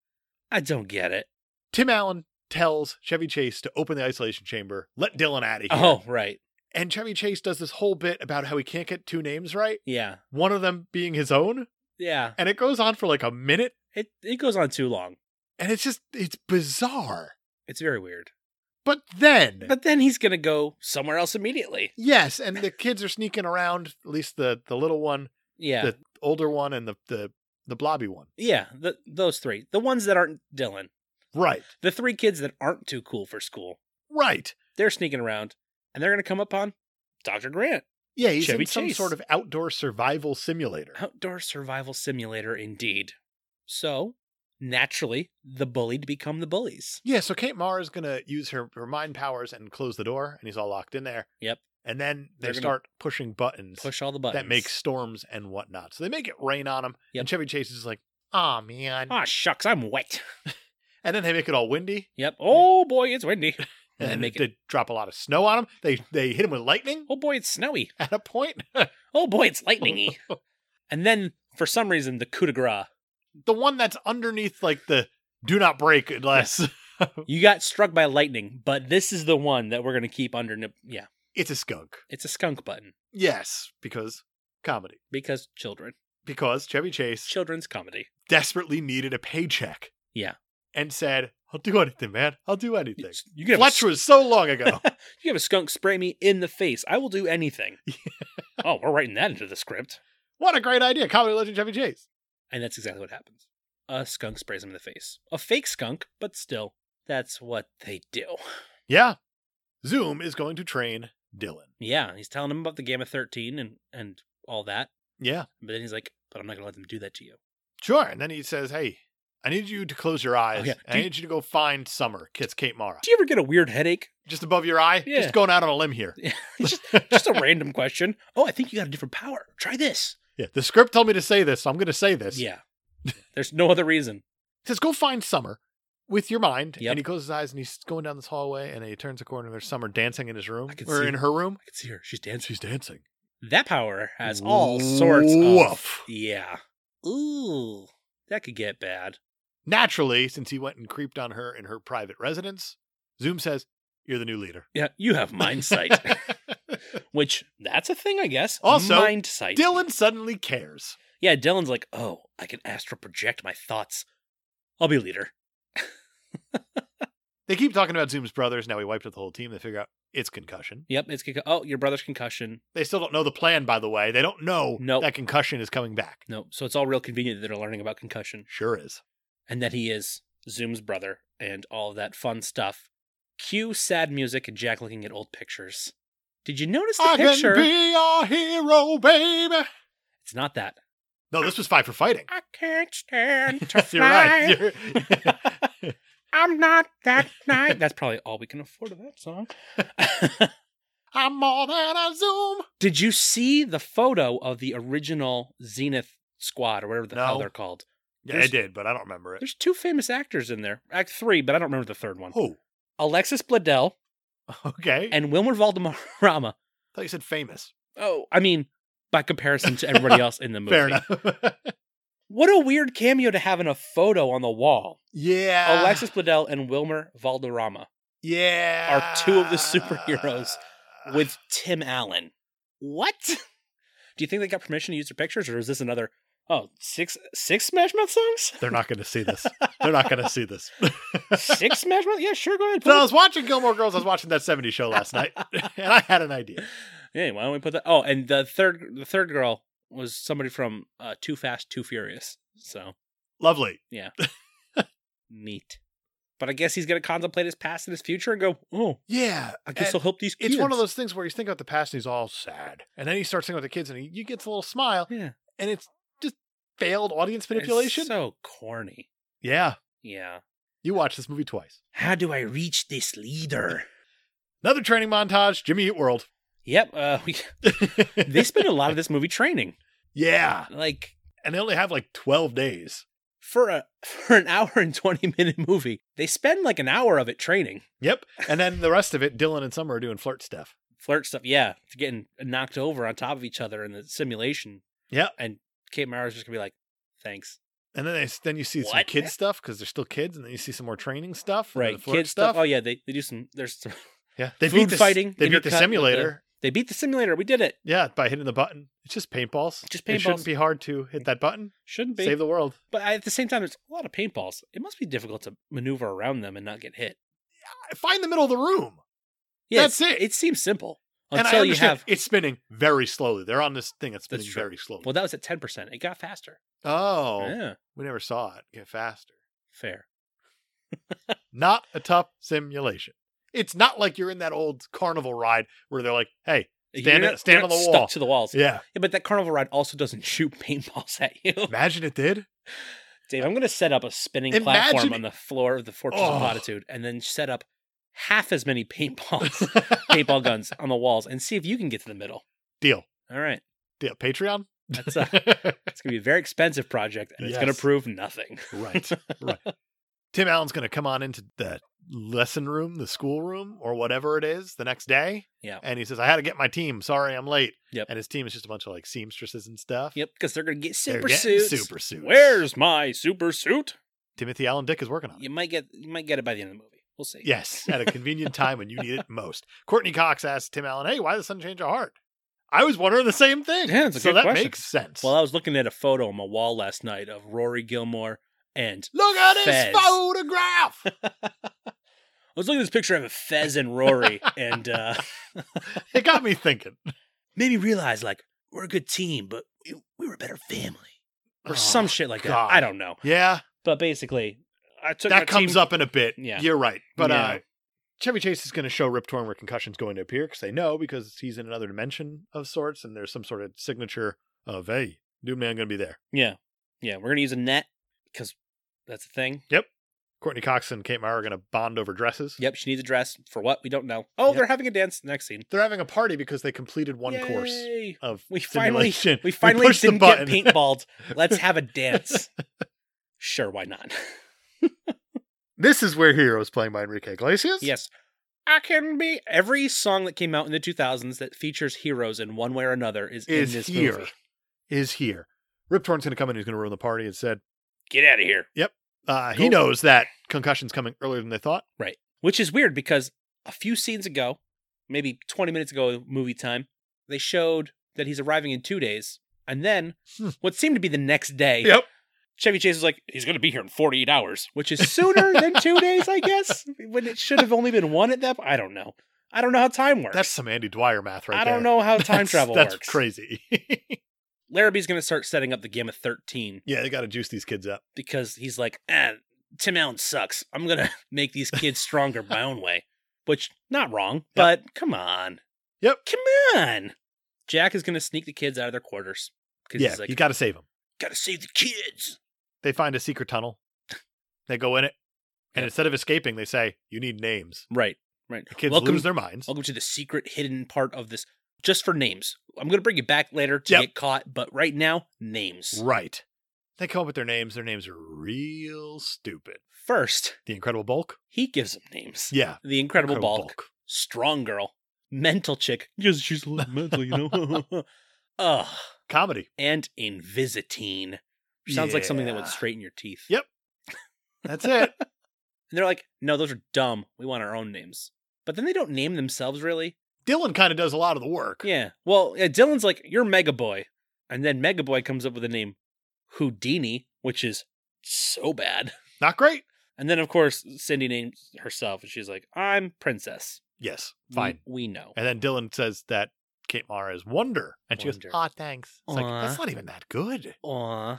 Speaker 2: I don't get it.
Speaker 1: Tim Allen tells Chevy Chase to open the isolation chamber, let Dylan out of here.
Speaker 2: Oh, right.
Speaker 1: And Chevy Chase does this whole bit about how he can't get two names right,
Speaker 2: Yeah.
Speaker 1: one of them being his own,
Speaker 2: Yeah.
Speaker 1: and it goes on for like a minute,
Speaker 2: It, it goes on too long.
Speaker 1: and it's just it's bizarre.
Speaker 2: It's very weird.
Speaker 1: But then
Speaker 2: But then he's going to go somewhere else immediately.
Speaker 1: Yes, and the kids are sneaking around. At least the the little one,
Speaker 2: Yeah.
Speaker 1: the older one, and the the the blobby one.
Speaker 2: Yeah, the, those three. The ones that aren't Dylan.
Speaker 1: Right,
Speaker 2: The three kids that aren't too cool for school.
Speaker 1: right.
Speaker 2: They're sneaking around and they're going to come upon Dr. Grant.
Speaker 1: Yeah, he's
Speaker 2: Chevy
Speaker 1: in some
Speaker 2: Chase.
Speaker 1: sort of outdoor survival simulator.
Speaker 2: Outdoor survival simulator, indeed. So, naturally, the bullied become the bullies.
Speaker 1: Yeah, so Kate Mara is gonna use her her mind powers and close the door, and he's all locked in there.
Speaker 2: Yep.
Speaker 1: And then they
Speaker 2: They're gonna
Speaker 1: start pushing buttons
Speaker 2: Push all the buttons.
Speaker 1: that make storms and whatnot. So they make it rain on him,
Speaker 2: Yep.
Speaker 1: and Chevy Chase is like, "Ah man!"
Speaker 2: Ah, shucks, I'm wet.
Speaker 1: And then they make it all windy,
Speaker 2: Yep. Oh, boy, it's windy.
Speaker 1: and,
Speaker 2: they
Speaker 1: then
Speaker 2: make
Speaker 1: they
Speaker 2: it.
Speaker 1: drop a lot of snow on him. They they hit him with lightning
Speaker 2: Oh, boy, it's snowy.
Speaker 1: at a point. [LAUGHS]
Speaker 2: Oh, boy, it's lightningy. and then, for some reason, the coup de grace.
Speaker 1: the one that's underneath like the do not break unless
Speaker 2: You got struck by lightning, but this is the one that we're going to keep under. nip- Yeah,
Speaker 1: [LAUGHS] it's a skunk.
Speaker 2: it's a skunk button
Speaker 1: Yes, because comedy.
Speaker 2: because children.
Speaker 1: Because Chevy Chase
Speaker 2: Children's comedy.
Speaker 1: desperately needed a paycheck.
Speaker 2: Yeah.
Speaker 1: And said, I'll do anything, man. I'll do anything.
Speaker 2: You can, have a,
Speaker 1: Fletch was so long
Speaker 2: [LAUGHS]
Speaker 1: ago.
Speaker 2: you can have a skunk spray me in the face. I will do anything. oh, we're writing that into the script.
Speaker 1: what a great idea. Comedy legend Chevy Chase.
Speaker 2: And that's exactly what happens. A skunk sprays him in the face. A fake skunk, but still, that's what they do.
Speaker 1: Yeah. Zoom is going to train Dylan.
Speaker 2: Yeah, he's telling him about the Gamma 13 and, and all that.
Speaker 1: Yeah.
Speaker 2: But then he's like, but I'm not going to let them do that to you.
Speaker 1: Sure. And then he says, Hey, I need you to close your eyes.
Speaker 2: Oh, yeah.
Speaker 1: and
Speaker 2: Do
Speaker 1: I
Speaker 2: you-
Speaker 1: need you to go find Summer. It's Kate Mara.
Speaker 2: Do you ever get a weird headache?
Speaker 1: Just above your eye.
Speaker 2: Yeah.
Speaker 1: Just going out on a limb here.
Speaker 2: Just a random question. [LAUGHS] Oh, I think you got a different power. Try this.
Speaker 1: Yeah. The script told me to say this, so I'm going to say this.
Speaker 2: Yeah. There's no other reason.
Speaker 1: It says, go find Summer with your mind.
Speaker 2: Yep.
Speaker 1: And he closes his eyes and he's going down this hallway and he turns a corner and there's Summer dancing in his room
Speaker 2: I can
Speaker 1: or
Speaker 2: see-
Speaker 1: in her room.
Speaker 2: I can see her. She's dancing.
Speaker 1: She's dancing.
Speaker 2: That power has all sorts of.
Speaker 1: Woof.
Speaker 2: Yeah. Ooh. That could get bad.
Speaker 1: Naturally, since he went and creeped on her in her private residence, Zoom says, You're the new leader.
Speaker 2: Yeah, you have
Speaker 1: [LAUGHS]
Speaker 2: mind sight, which that's a thing, I guess.
Speaker 1: Also,
Speaker 2: mind sight.
Speaker 1: Dylan suddenly cares.
Speaker 2: Yeah, Dylan's like, oh, I can astral project my thoughts. I'll be leader.
Speaker 1: They keep talking about Zoom's brothers. Now he wiped out the whole team. They figure out it's concussion.
Speaker 2: Yep, it's concu- oh, your brother's concussion.
Speaker 1: They still don't know the plan, by the way. They don't know
Speaker 2: Nope.
Speaker 1: that concussion is coming back.
Speaker 2: No, so it's all real convenient that they're learning about concussion
Speaker 1: Sure is.
Speaker 2: and that he is Zoom's brother and all of that fun stuff. Cue sad music and Jack looking at old pictures. Did you notice the
Speaker 1: I
Speaker 2: picture?
Speaker 1: can be a hero, baby.
Speaker 2: It's not that.
Speaker 1: No, this was five for fighting.
Speaker 2: I can't [LAUGHS] stand
Speaker 1: You're right. You're-
Speaker 2: I'm not [LAUGHS] that nice. That's probably all we can afford of that song.
Speaker 1: [LAUGHS]
Speaker 2: [LAUGHS]
Speaker 1: I'm more than a Zoom.
Speaker 2: Did you see the photo of the original Zenith squad or whatever the hell
Speaker 1: No.
Speaker 2: they're called?
Speaker 1: Yeah, I
Speaker 2: There's-
Speaker 1: did, but I don't remember it.
Speaker 2: There's two famous actors in there. Act three, but I don't remember the third one.
Speaker 1: Oh,
Speaker 2: Alexis Bledel
Speaker 1: okay.
Speaker 2: and Wilmer Valderrama.
Speaker 1: I thought you said famous.
Speaker 2: Oh, I mean, by comparison to everybody else
Speaker 1: [LAUGHS]
Speaker 2: in the movie.
Speaker 1: Fair enough.
Speaker 2: What a weird cameo to have in a photo on the wall.
Speaker 1: yeah.
Speaker 2: Alexis Bledel and Wilmer Valderrama
Speaker 1: yeah.
Speaker 2: are two of the superheroes with Tim Allen. What? [LAUGHS] Do you think they got permission to use their pictures, or is this another? Oh, six six Smash
Speaker 1: [LAUGHS]
Speaker 2: Mouth songs?
Speaker 1: They're not going to see this. They're not going to see
Speaker 2: [LAUGHS]
Speaker 1: this.
Speaker 2: six Smash Mouth? Yeah, sure. Go ahead. put
Speaker 1: When I
Speaker 2: it-
Speaker 1: was watching Gilmore Girls, I was watching that 70s show last
Speaker 2: [LAUGHS]
Speaker 1: night, and I had an idea.
Speaker 2: Hey, why don't we put that? Oh, and the third the third girl was somebody from uh, Too Fast, Too Furious. So
Speaker 1: Lovely.
Speaker 2: neat. But I guess he's gonna contemplate his past and his future and go, oh,
Speaker 1: Yeah.
Speaker 2: I guess
Speaker 1: and
Speaker 2: I'll help these kids.
Speaker 1: It's one of those things where he's thinking about the past and he's all sad. And then he starts thinking about the kids and he, he gets a little smile
Speaker 2: yeah
Speaker 1: and it's just failed audience
Speaker 2: It's
Speaker 1: manipulation.
Speaker 2: so corny.
Speaker 1: yeah.
Speaker 2: Yeah.
Speaker 1: You watch this movie twice.
Speaker 2: How do I reach this leader?
Speaker 1: Another training montage, Jimmy Eat World. [LAUGHS]
Speaker 2: Yep. Uh, we, [LAUGHS] they spend a lot of this movie training.
Speaker 1: yeah.
Speaker 2: Like
Speaker 1: And they only have like 12 days.
Speaker 2: for a [LAUGHS] for an hour and twenty minute movie, they spend like an hour of it training.
Speaker 1: Yep. And then the rest of it, Dylan and Summer are doing flirt stuff.
Speaker 2: flirt stuff. Yeah, to getting knocked over on top of each other in the simulation.
Speaker 1: Yeah.
Speaker 2: and Kate Mara's just gonna be like, "Thanks."
Speaker 1: And then they, then you see some
Speaker 2: What?
Speaker 1: kid stuff because they're still kids. And then you see some more training stuff. and then
Speaker 2: Right,
Speaker 1: the flirt
Speaker 2: kid stuff. Oh yeah, they, they do some. There's some, [LAUGHS]
Speaker 1: Yeah. They
Speaker 2: Food
Speaker 1: beat the,
Speaker 2: fighting,
Speaker 1: They beat the
Speaker 2: intercut with
Speaker 1: simulator.
Speaker 2: they beat the simulator. We did it.
Speaker 1: Yeah. By hitting the button. It's just paintballs.
Speaker 2: Just
Speaker 1: It shouldn't
Speaker 2: paintballs.
Speaker 1: be hard to hit that button.
Speaker 2: Shouldn't be.
Speaker 1: Save the world.
Speaker 2: but at the same time, there's a lot of paintballs. It must be difficult to maneuver around them and not get hit.
Speaker 1: Find the middle of the room.
Speaker 2: Yeah,
Speaker 1: That's
Speaker 2: it's-
Speaker 1: it.
Speaker 2: It seems simple
Speaker 1: And
Speaker 2: until
Speaker 1: I
Speaker 2: you
Speaker 1: understand
Speaker 2: have.
Speaker 1: it's spinning very slowly. They're on this thing that's
Speaker 2: That's
Speaker 1: spinning
Speaker 2: true.
Speaker 1: very slowly.
Speaker 2: Well, that was at ten percent. It got faster.
Speaker 1: oh,
Speaker 2: Yeah,
Speaker 1: we never saw it get faster.
Speaker 2: fair.
Speaker 1: Not a tough simulation. It's not like you're in that old carnival ride where they're like, "Hey,
Speaker 2: You're
Speaker 1: stand,
Speaker 2: not-
Speaker 1: stand
Speaker 2: you're
Speaker 1: on
Speaker 2: not
Speaker 1: the
Speaker 2: stuck
Speaker 1: wall."
Speaker 2: to the walls.
Speaker 1: Yeah,
Speaker 2: Yeah, but that carnival ride also doesn't shoot [LAUGHS] paintballs at
Speaker 1: [LAUGHS]
Speaker 2: you.
Speaker 1: imagine it did.
Speaker 2: Dave, I'm going to set up a spinning
Speaker 1: Imagine-
Speaker 2: platform on the floor of the Fortress
Speaker 1: Oh.
Speaker 2: of Platitude and then set up half as
Speaker 1: [LAUGHS]
Speaker 2: many paintballs, paintball guns on the walls and see if you can get to the middle.
Speaker 1: Deal,
Speaker 2: All right.
Speaker 1: deal.
Speaker 2: [LAUGHS]
Speaker 1: Patreon.
Speaker 2: That's a, it's going to be a very expensive project and it's going
Speaker 1: Yes.
Speaker 2: to
Speaker 1: [LAUGHS]
Speaker 2: prove nothing. [LAUGHS]
Speaker 1: right, right. Tim Allen's going to come on into the lesson room, the school room, or whatever it is the next day.
Speaker 2: Yeah.
Speaker 1: and he says, "I had to get my team. Sorry, I'm late."
Speaker 2: Yep.
Speaker 1: and his team is just a bunch of like seamstresses and stuff.
Speaker 2: Yep, because they're going to get
Speaker 1: They're
Speaker 2: super
Speaker 1: getting
Speaker 2: suits.
Speaker 1: Super suits.
Speaker 2: Where's my super suit?
Speaker 1: Timothy Allen Dick is working on it.
Speaker 2: You might get you might get it by the end of the movie. We'll see.
Speaker 1: Yes, at a convenient time when you need
Speaker 2: [LAUGHS]
Speaker 1: it most. Courtney Cox asked Tim Allen, "Hey, why does the sun change our heart?" I was wondering the same thing.
Speaker 2: Yeah, it's a
Speaker 1: so
Speaker 2: good
Speaker 1: that
Speaker 2: question.
Speaker 1: makes sense.
Speaker 2: Well, I was looking at a photo on my wall last night of Rory Gilmore and
Speaker 1: Look at
Speaker 2: Fez.
Speaker 1: his
Speaker 2: [LAUGHS]
Speaker 1: photograph.
Speaker 2: I was looking at this picture of Fez and
Speaker 1: [LAUGHS]
Speaker 2: Rory and uh
Speaker 1: it got me thinking,
Speaker 2: made me realize like we're a good team, but we, we were a better family or
Speaker 1: Oh,
Speaker 2: some shit like
Speaker 1: God.
Speaker 2: that. I don't know,
Speaker 1: Yeah,
Speaker 2: but basically, I took
Speaker 1: that comes up in a bit.
Speaker 2: Yeah.
Speaker 1: You're right, but uh,
Speaker 2: Yeah.
Speaker 1: Chevy Chase is going to show Rip Torn where concussion's going to appear because they know because he's in another dimension of sorts, and there's some sort of signature of hey, Doom Man going to be there.
Speaker 2: Yeah, yeah, we're gonna use a net because That's the thing.
Speaker 1: Courtney Cox and Kate Mara are going to bond over dresses.
Speaker 2: Yep, she needs a dress. For what? We don't know. Oh,
Speaker 1: Yep.
Speaker 2: they're having a dance. Next scene.
Speaker 1: They're having a party because they completed one course
Speaker 2: Yay.
Speaker 1: of
Speaker 2: We finally
Speaker 1: simulation.
Speaker 2: we finally
Speaker 1: pushed
Speaker 2: didn't
Speaker 1: the
Speaker 2: get
Speaker 1: button.
Speaker 2: paintballed. Let's have a dance. sure, why not?
Speaker 1: [LAUGHS] This is where Heroes playing by Enrique Iglesias.
Speaker 2: Yes. I can be every song that came out in the 2000s that features heroes in one way or another is,
Speaker 1: Is
Speaker 2: in this
Speaker 1: here.
Speaker 2: movie.
Speaker 1: Is here. Rip Torn's going to come in. He's going to ruin the party instead.
Speaker 2: Get out of here.
Speaker 1: Uh, He
Speaker 2: Cool.
Speaker 1: knows that concussion's coming earlier than they thought.
Speaker 2: Which is weird because a few scenes ago, maybe 20 minutes ago, movie time, they showed that he's arriving in two days. And then
Speaker 1: Hmm.
Speaker 2: what seemed to be the next day,
Speaker 1: Yep.
Speaker 2: Chevy Chase was like, he's going to be here in 48 hours, which is sooner than two days, I
Speaker 1: [LAUGHS]
Speaker 2: guess, when it should have only been one at that. I don't know. I don't know how time works.
Speaker 1: That's some Andy Dwyer math right
Speaker 2: I
Speaker 1: there.
Speaker 2: don't know how time
Speaker 1: That's-
Speaker 2: travel
Speaker 1: that's
Speaker 2: works.
Speaker 1: crazy. [LAUGHS]
Speaker 2: Larrabee's going to start setting up the game of 13
Speaker 1: yeah, they got to juice these kids up.
Speaker 2: because he's like, eh, Tim Allen sucks. I'm gonna [LAUGHS] make these kids stronger my own way. Which not wrong, [LAUGHS] but come on.
Speaker 1: Yep.
Speaker 2: Come on. Jack is gonna sneak the kids out of their quarters. Because
Speaker 1: Yeah,
Speaker 2: he's like,
Speaker 1: you got to save them.
Speaker 2: gotta save the kids.
Speaker 1: They find a secret
Speaker 2: [LAUGHS]
Speaker 1: tunnel. They go in it. And
Speaker 2: Yeah.
Speaker 1: instead of escaping, they say, you need names.
Speaker 2: Right, right.
Speaker 1: The kids
Speaker 2: Welcome-
Speaker 1: lose their minds.
Speaker 2: Welcome to the secret hidden part of this. Just for names. I'm gonna bring you back later to
Speaker 1: Yep.
Speaker 2: get caught, but right now, names.
Speaker 1: Right. They come up with their names. Their names are real stupid.
Speaker 2: First,
Speaker 1: The Incredible Bulk.
Speaker 2: he gives them names.
Speaker 1: Yeah.
Speaker 2: The Incredible, Bulk. Strong Girl, Mental Chick. Yes, she's a little mental, you know. [LAUGHS] Ugh. [LAUGHS]
Speaker 1: Comedy.
Speaker 2: And Invisitine. Sounds like something that would
Speaker 1: Yeah.
Speaker 2: straighten your teeth.
Speaker 1: Yep. That's it.
Speaker 2: And they're like, no, those are dumb. We want our own names. But then they don't name themselves really.
Speaker 1: Dylan kind of does a lot of the work.
Speaker 2: Yeah. Well, yeah, Dylan's like, you're Mega Boy. And then Mega Boy comes up with the name Houdini, which is so bad.
Speaker 1: Not great.
Speaker 2: And then, of course, Cindy names herself and she's like, I'm Princess.
Speaker 1: Yes.
Speaker 2: We-
Speaker 1: Fine.
Speaker 2: We, know.
Speaker 1: And then Dylan says that Kate Mara is Wonder. And she
Speaker 2: Wonder.
Speaker 1: goes, ah, thanks. It's like,
Speaker 2: Aw.
Speaker 1: that's not even that good.
Speaker 2: Aw,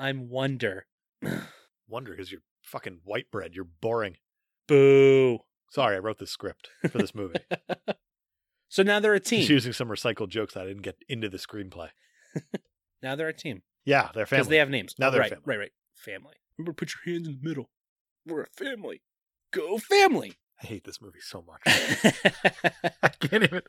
Speaker 2: I'm Wonder.
Speaker 1: Wonder is your fucking white bread. You're boring. [LAUGHS]
Speaker 2: Boo.
Speaker 1: Sorry, I wrote the script for this movie.
Speaker 2: So now they're a
Speaker 1: She's
Speaker 2: [LAUGHS] team.
Speaker 1: using some recycled jokes that I didn't get into the screenplay.
Speaker 2: Now they're a team
Speaker 1: Yeah, they're
Speaker 2: because
Speaker 1: family.
Speaker 2: they have names.
Speaker 1: Now they're a
Speaker 2: right,
Speaker 1: family.
Speaker 2: right, right. Family. Remember, put your hands in the middle. We're a family. Go family. [LAUGHS]
Speaker 1: I hate this movie so much. [LAUGHS]
Speaker 2: yeah.
Speaker 1: I can't even.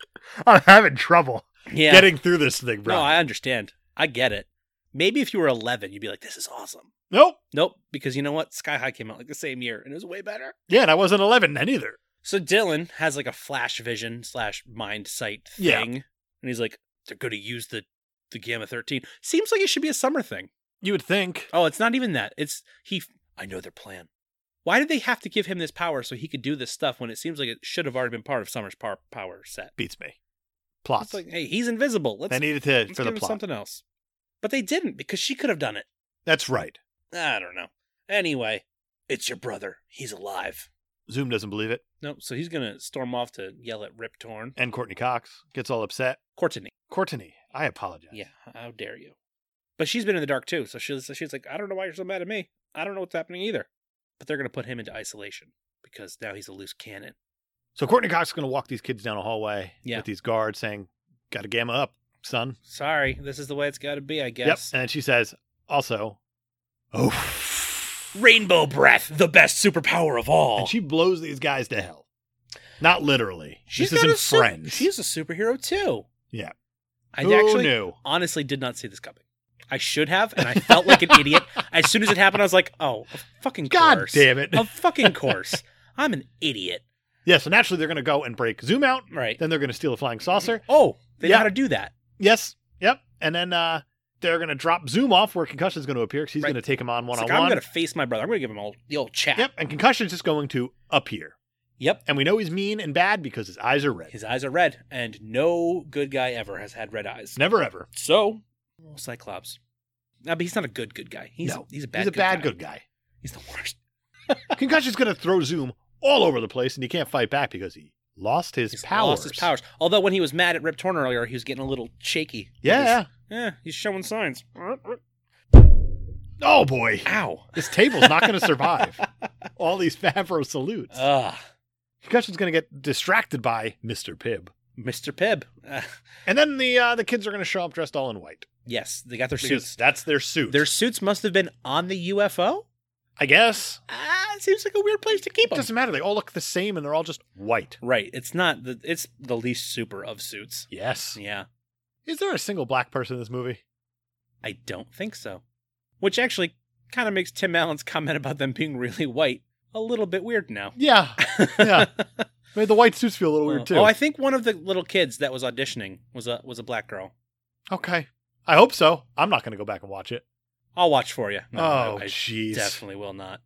Speaker 1: I'm having trouble getting through this thing, bro.
Speaker 2: no, I understand. I get it. Maybe if you were 11, you'd be like, "This is awesome."
Speaker 1: nope.
Speaker 2: Nope, because you know what? Sky High came out like the same year, and it was way better.
Speaker 1: Yeah, and I wasn't 11 then either.
Speaker 2: So Dylan has like a flash vision slash mind sight
Speaker 1: Yeah.
Speaker 2: thing, and he's like, "They're going to use the the Gamma 13." Seems like it should be a summer thing.
Speaker 1: You would think.
Speaker 2: Oh, it's not even that. It's he. I know their plan. Why did they have to give him this power so he could do this stuff when it seems like it should have already been part of Summer's power, power set?
Speaker 1: Beats me. Plots.
Speaker 2: It's like, hey, he's invisible. Let's,
Speaker 1: they needed to
Speaker 2: let's
Speaker 1: for
Speaker 2: give
Speaker 1: the
Speaker 2: him
Speaker 1: plot.
Speaker 2: something else. But they didn't because she could have done it.
Speaker 1: That's right.
Speaker 2: I don't know. Anyway, it's your brother. He's alive.
Speaker 1: Zoom doesn't believe it,
Speaker 2: No, so he's gonna storm off to yell at Rip Torn.
Speaker 1: and Courtney Cox gets all upset.
Speaker 2: Courtney.
Speaker 1: Courtney, I apologize.
Speaker 2: Yeah, how dare you? But she's been in the dark too, so she's she's like, I don't know why you're so mad at me. I don't know what's happening either. But they're gonna put him into isolation because now he's a loose cannon.
Speaker 1: So Courtney Cox is going to walk these kids down a hallway
Speaker 2: Yeah.
Speaker 1: with these guards saying, "Got to gamma up, son."
Speaker 2: sorry, this is the way it's got to be, I guess.
Speaker 1: Yep. And she says, "Also, oh."
Speaker 2: Rainbow breath, the best superpower of all.
Speaker 1: And she blows these guys to hell. Not literally.
Speaker 2: She's
Speaker 1: this
Speaker 2: got
Speaker 1: isn't
Speaker 2: a sup-
Speaker 1: friends.
Speaker 2: She's a superhero too.
Speaker 1: Yeah.
Speaker 2: I
Speaker 1: Who
Speaker 2: actually
Speaker 1: knew?
Speaker 2: honestly did not see this coming. I should have, and I felt like
Speaker 1: [LAUGHS]
Speaker 2: an idiot. As soon as it happened, I was like, "Oh, of fucking
Speaker 1: God
Speaker 2: course.
Speaker 1: damn it. [LAUGHS]
Speaker 2: Of fucking course. I'm an idiot."
Speaker 1: yeah, so naturally they're going to go and break Zoom out.
Speaker 2: Right.
Speaker 1: Then they're going to steal a flying saucer.
Speaker 2: Oh, they know
Speaker 1: Yeah.
Speaker 2: how to do that.
Speaker 1: Yes. Yep. And then uh, they're going to drop Zoom off where Concussion's going to appear because he's
Speaker 2: Right.
Speaker 1: going to take him on one
Speaker 2: It's
Speaker 1: on
Speaker 2: like, I'm
Speaker 1: one.
Speaker 2: going to face my brother. I'm going to give him all the old chat.
Speaker 1: Yep. And Concussion's just going to appear.
Speaker 2: Yep.
Speaker 1: And we know he's mean and bad because his eyes are red.
Speaker 2: His eyes are red, and no good guy ever has had red eyes.
Speaker 1: Never ever.
Speaker 2: So, oh, Cyclops. No, but he's not a good good guy. He's
Speaker 1: No,
Speaker 2: he's a bad.
Speaker 1: he's a
Speaker 2: good
Speaker 1: bad
Speaker 2: guy.
Speaker 1: good guy.
Speaker 2: He's the worst.
Speaker 1: Concussion's going to throw Zoom all over the place and he can't fight back because he lost his
Speaker 2: He's
Speaker 1: powers.
Speaker 2: Lost his powers. Although when he was mad at Rip Torn earlier, he was getting a little shaky. with
Speaker 1: Yeah.
Speaker 2: his- yeah, he's showing signs.
Speaker 1: Oh boy.
Speaker 2: Ow.
Speaker 1: This table's not going to
Speaker 2: [LAUGHS]
Speaker 1: survive all these Favreau salutes.
Speaker 2: Ugh.
Speaker 1: Concussion's going to get distracted by Mr. Pibb.
Speaker 2: Mr. Pibb. Uh,
Speaker 1: And then the uh, the kids are going to show up dressed all in white.
Speaker 2: yes, they got their
Speaker 1: Because
Speaker 2: suits.
Speaker 1: that's their suit.
Speaker 2: Their suits must have been on the UFO.
Speaker 1: I guess.
Speaker 2: Ah, it seems like a weird place to keep
Speaker 1: It
Speaker 2: them.
Speaker 1: doesn't matter. They all look the same and they're all just white.
Speaker 2: Right. It's not the it's the least super of suits.
Speaker 1: Yes.
Speaker 2: Yeah.
Speaker 1: Is there a single black person in this movie?
Speaker 2: I don't think so. Which actually kind of makes Tim Allen's comment about them being really white a little bit weird now. [LAUGHS]
Speaker 1: Yeah. Yeah. Made the white suits feel a little
Speaker 2: Uh,
Speaker 1: weird too.
Speaker 2: Oh, I think one of the little kids that was auditioning was a was a black girl.
Speaker 1: okay. I hope so. I'm not going to go back and watch it.
Speaker 2: I'll watch for you. No, I-
Speaker 1: oh,
Speaker 2: I
Speaker 1: jeez.
Speaker 2: definitely will not.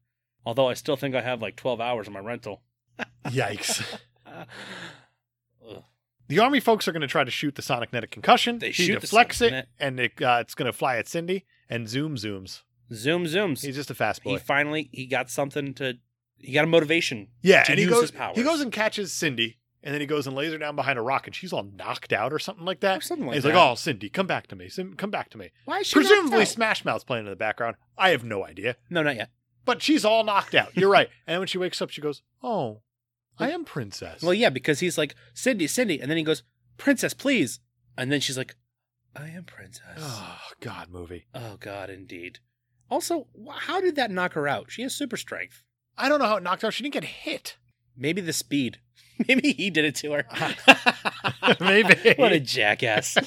Speaker 2: Although I still think I have like 12 hours on
Speaker 1: [SIGHS]
Speaker 2: my rental.
Speaker 1: Yikes.
Speaker 2: Ugh.
Speaker 1: The army folks are going to try to shoot the sonic net of concussion.
Speaker 2: They
Speaker 1: he
Speaker 2: shoot the
Speaker 1: deflects
Speaker 2: sonic
Speaker 1: it,
Speaker 2: net.
Speaker 1: and it, uh, it's going to fly at Cindy. And zoom zooms.
Speaker 2: Zoom zooms.
Speaker 1: He's just a fast boy.
Speaker 2: he finally he got something to he got a motivation.
Speaker 1: yeah,
Speaker 2: to
Speaker 1: and he
Speaker 2: use
Speaker 1: goes.
Speaker 2: his powers.
Speaker 1: He goes and catches Cindy, and then he goes and lays her down behind a rock, and she's all knocked out or something like that.
Speaker 2: Or something
Speaker 1: And
Speaker 2: like
Speaker 1: he's
Speaker 2: that.
Speaker 1: like, "Oh, Cindy, come back to me. Sim, come back to me."
Speaker 2: why is she knocked
Speaker 1: Presumably,
Speaker 2: out?
Speaker 1: Smash Mouth's playing in the background. I have no idea,
Speaker 2: No, not yet.
Speaker 1: but she's all knocked out. You're right. And when she wakes up, she goes, "Oh, I am princess." [SIGHS]
Speaker 2: Well, yeah, because he's like Cindy, Cindy, and then he goes, "Princess, please," and then she's like, "I am princess." oh.
Speaker 1: Oh God, movie.
Speaker 2: God, indeed. Also, wh- how did that knock her out? She has super strength.
Speaker 1: I don't know how it knocked her. out. She didn't get
Speaker 2: [LAUGHS]
Speaker 1: hit. [LAUGHS]
Speaker 2: Maybe the speed. [LAUGHS] Maybe he did it to her.
Speaker 1: Maybe.
Speaker 2: [LAUGHS] what
Speaker 1: [LAUGHS]
Speaker 2: a jackass.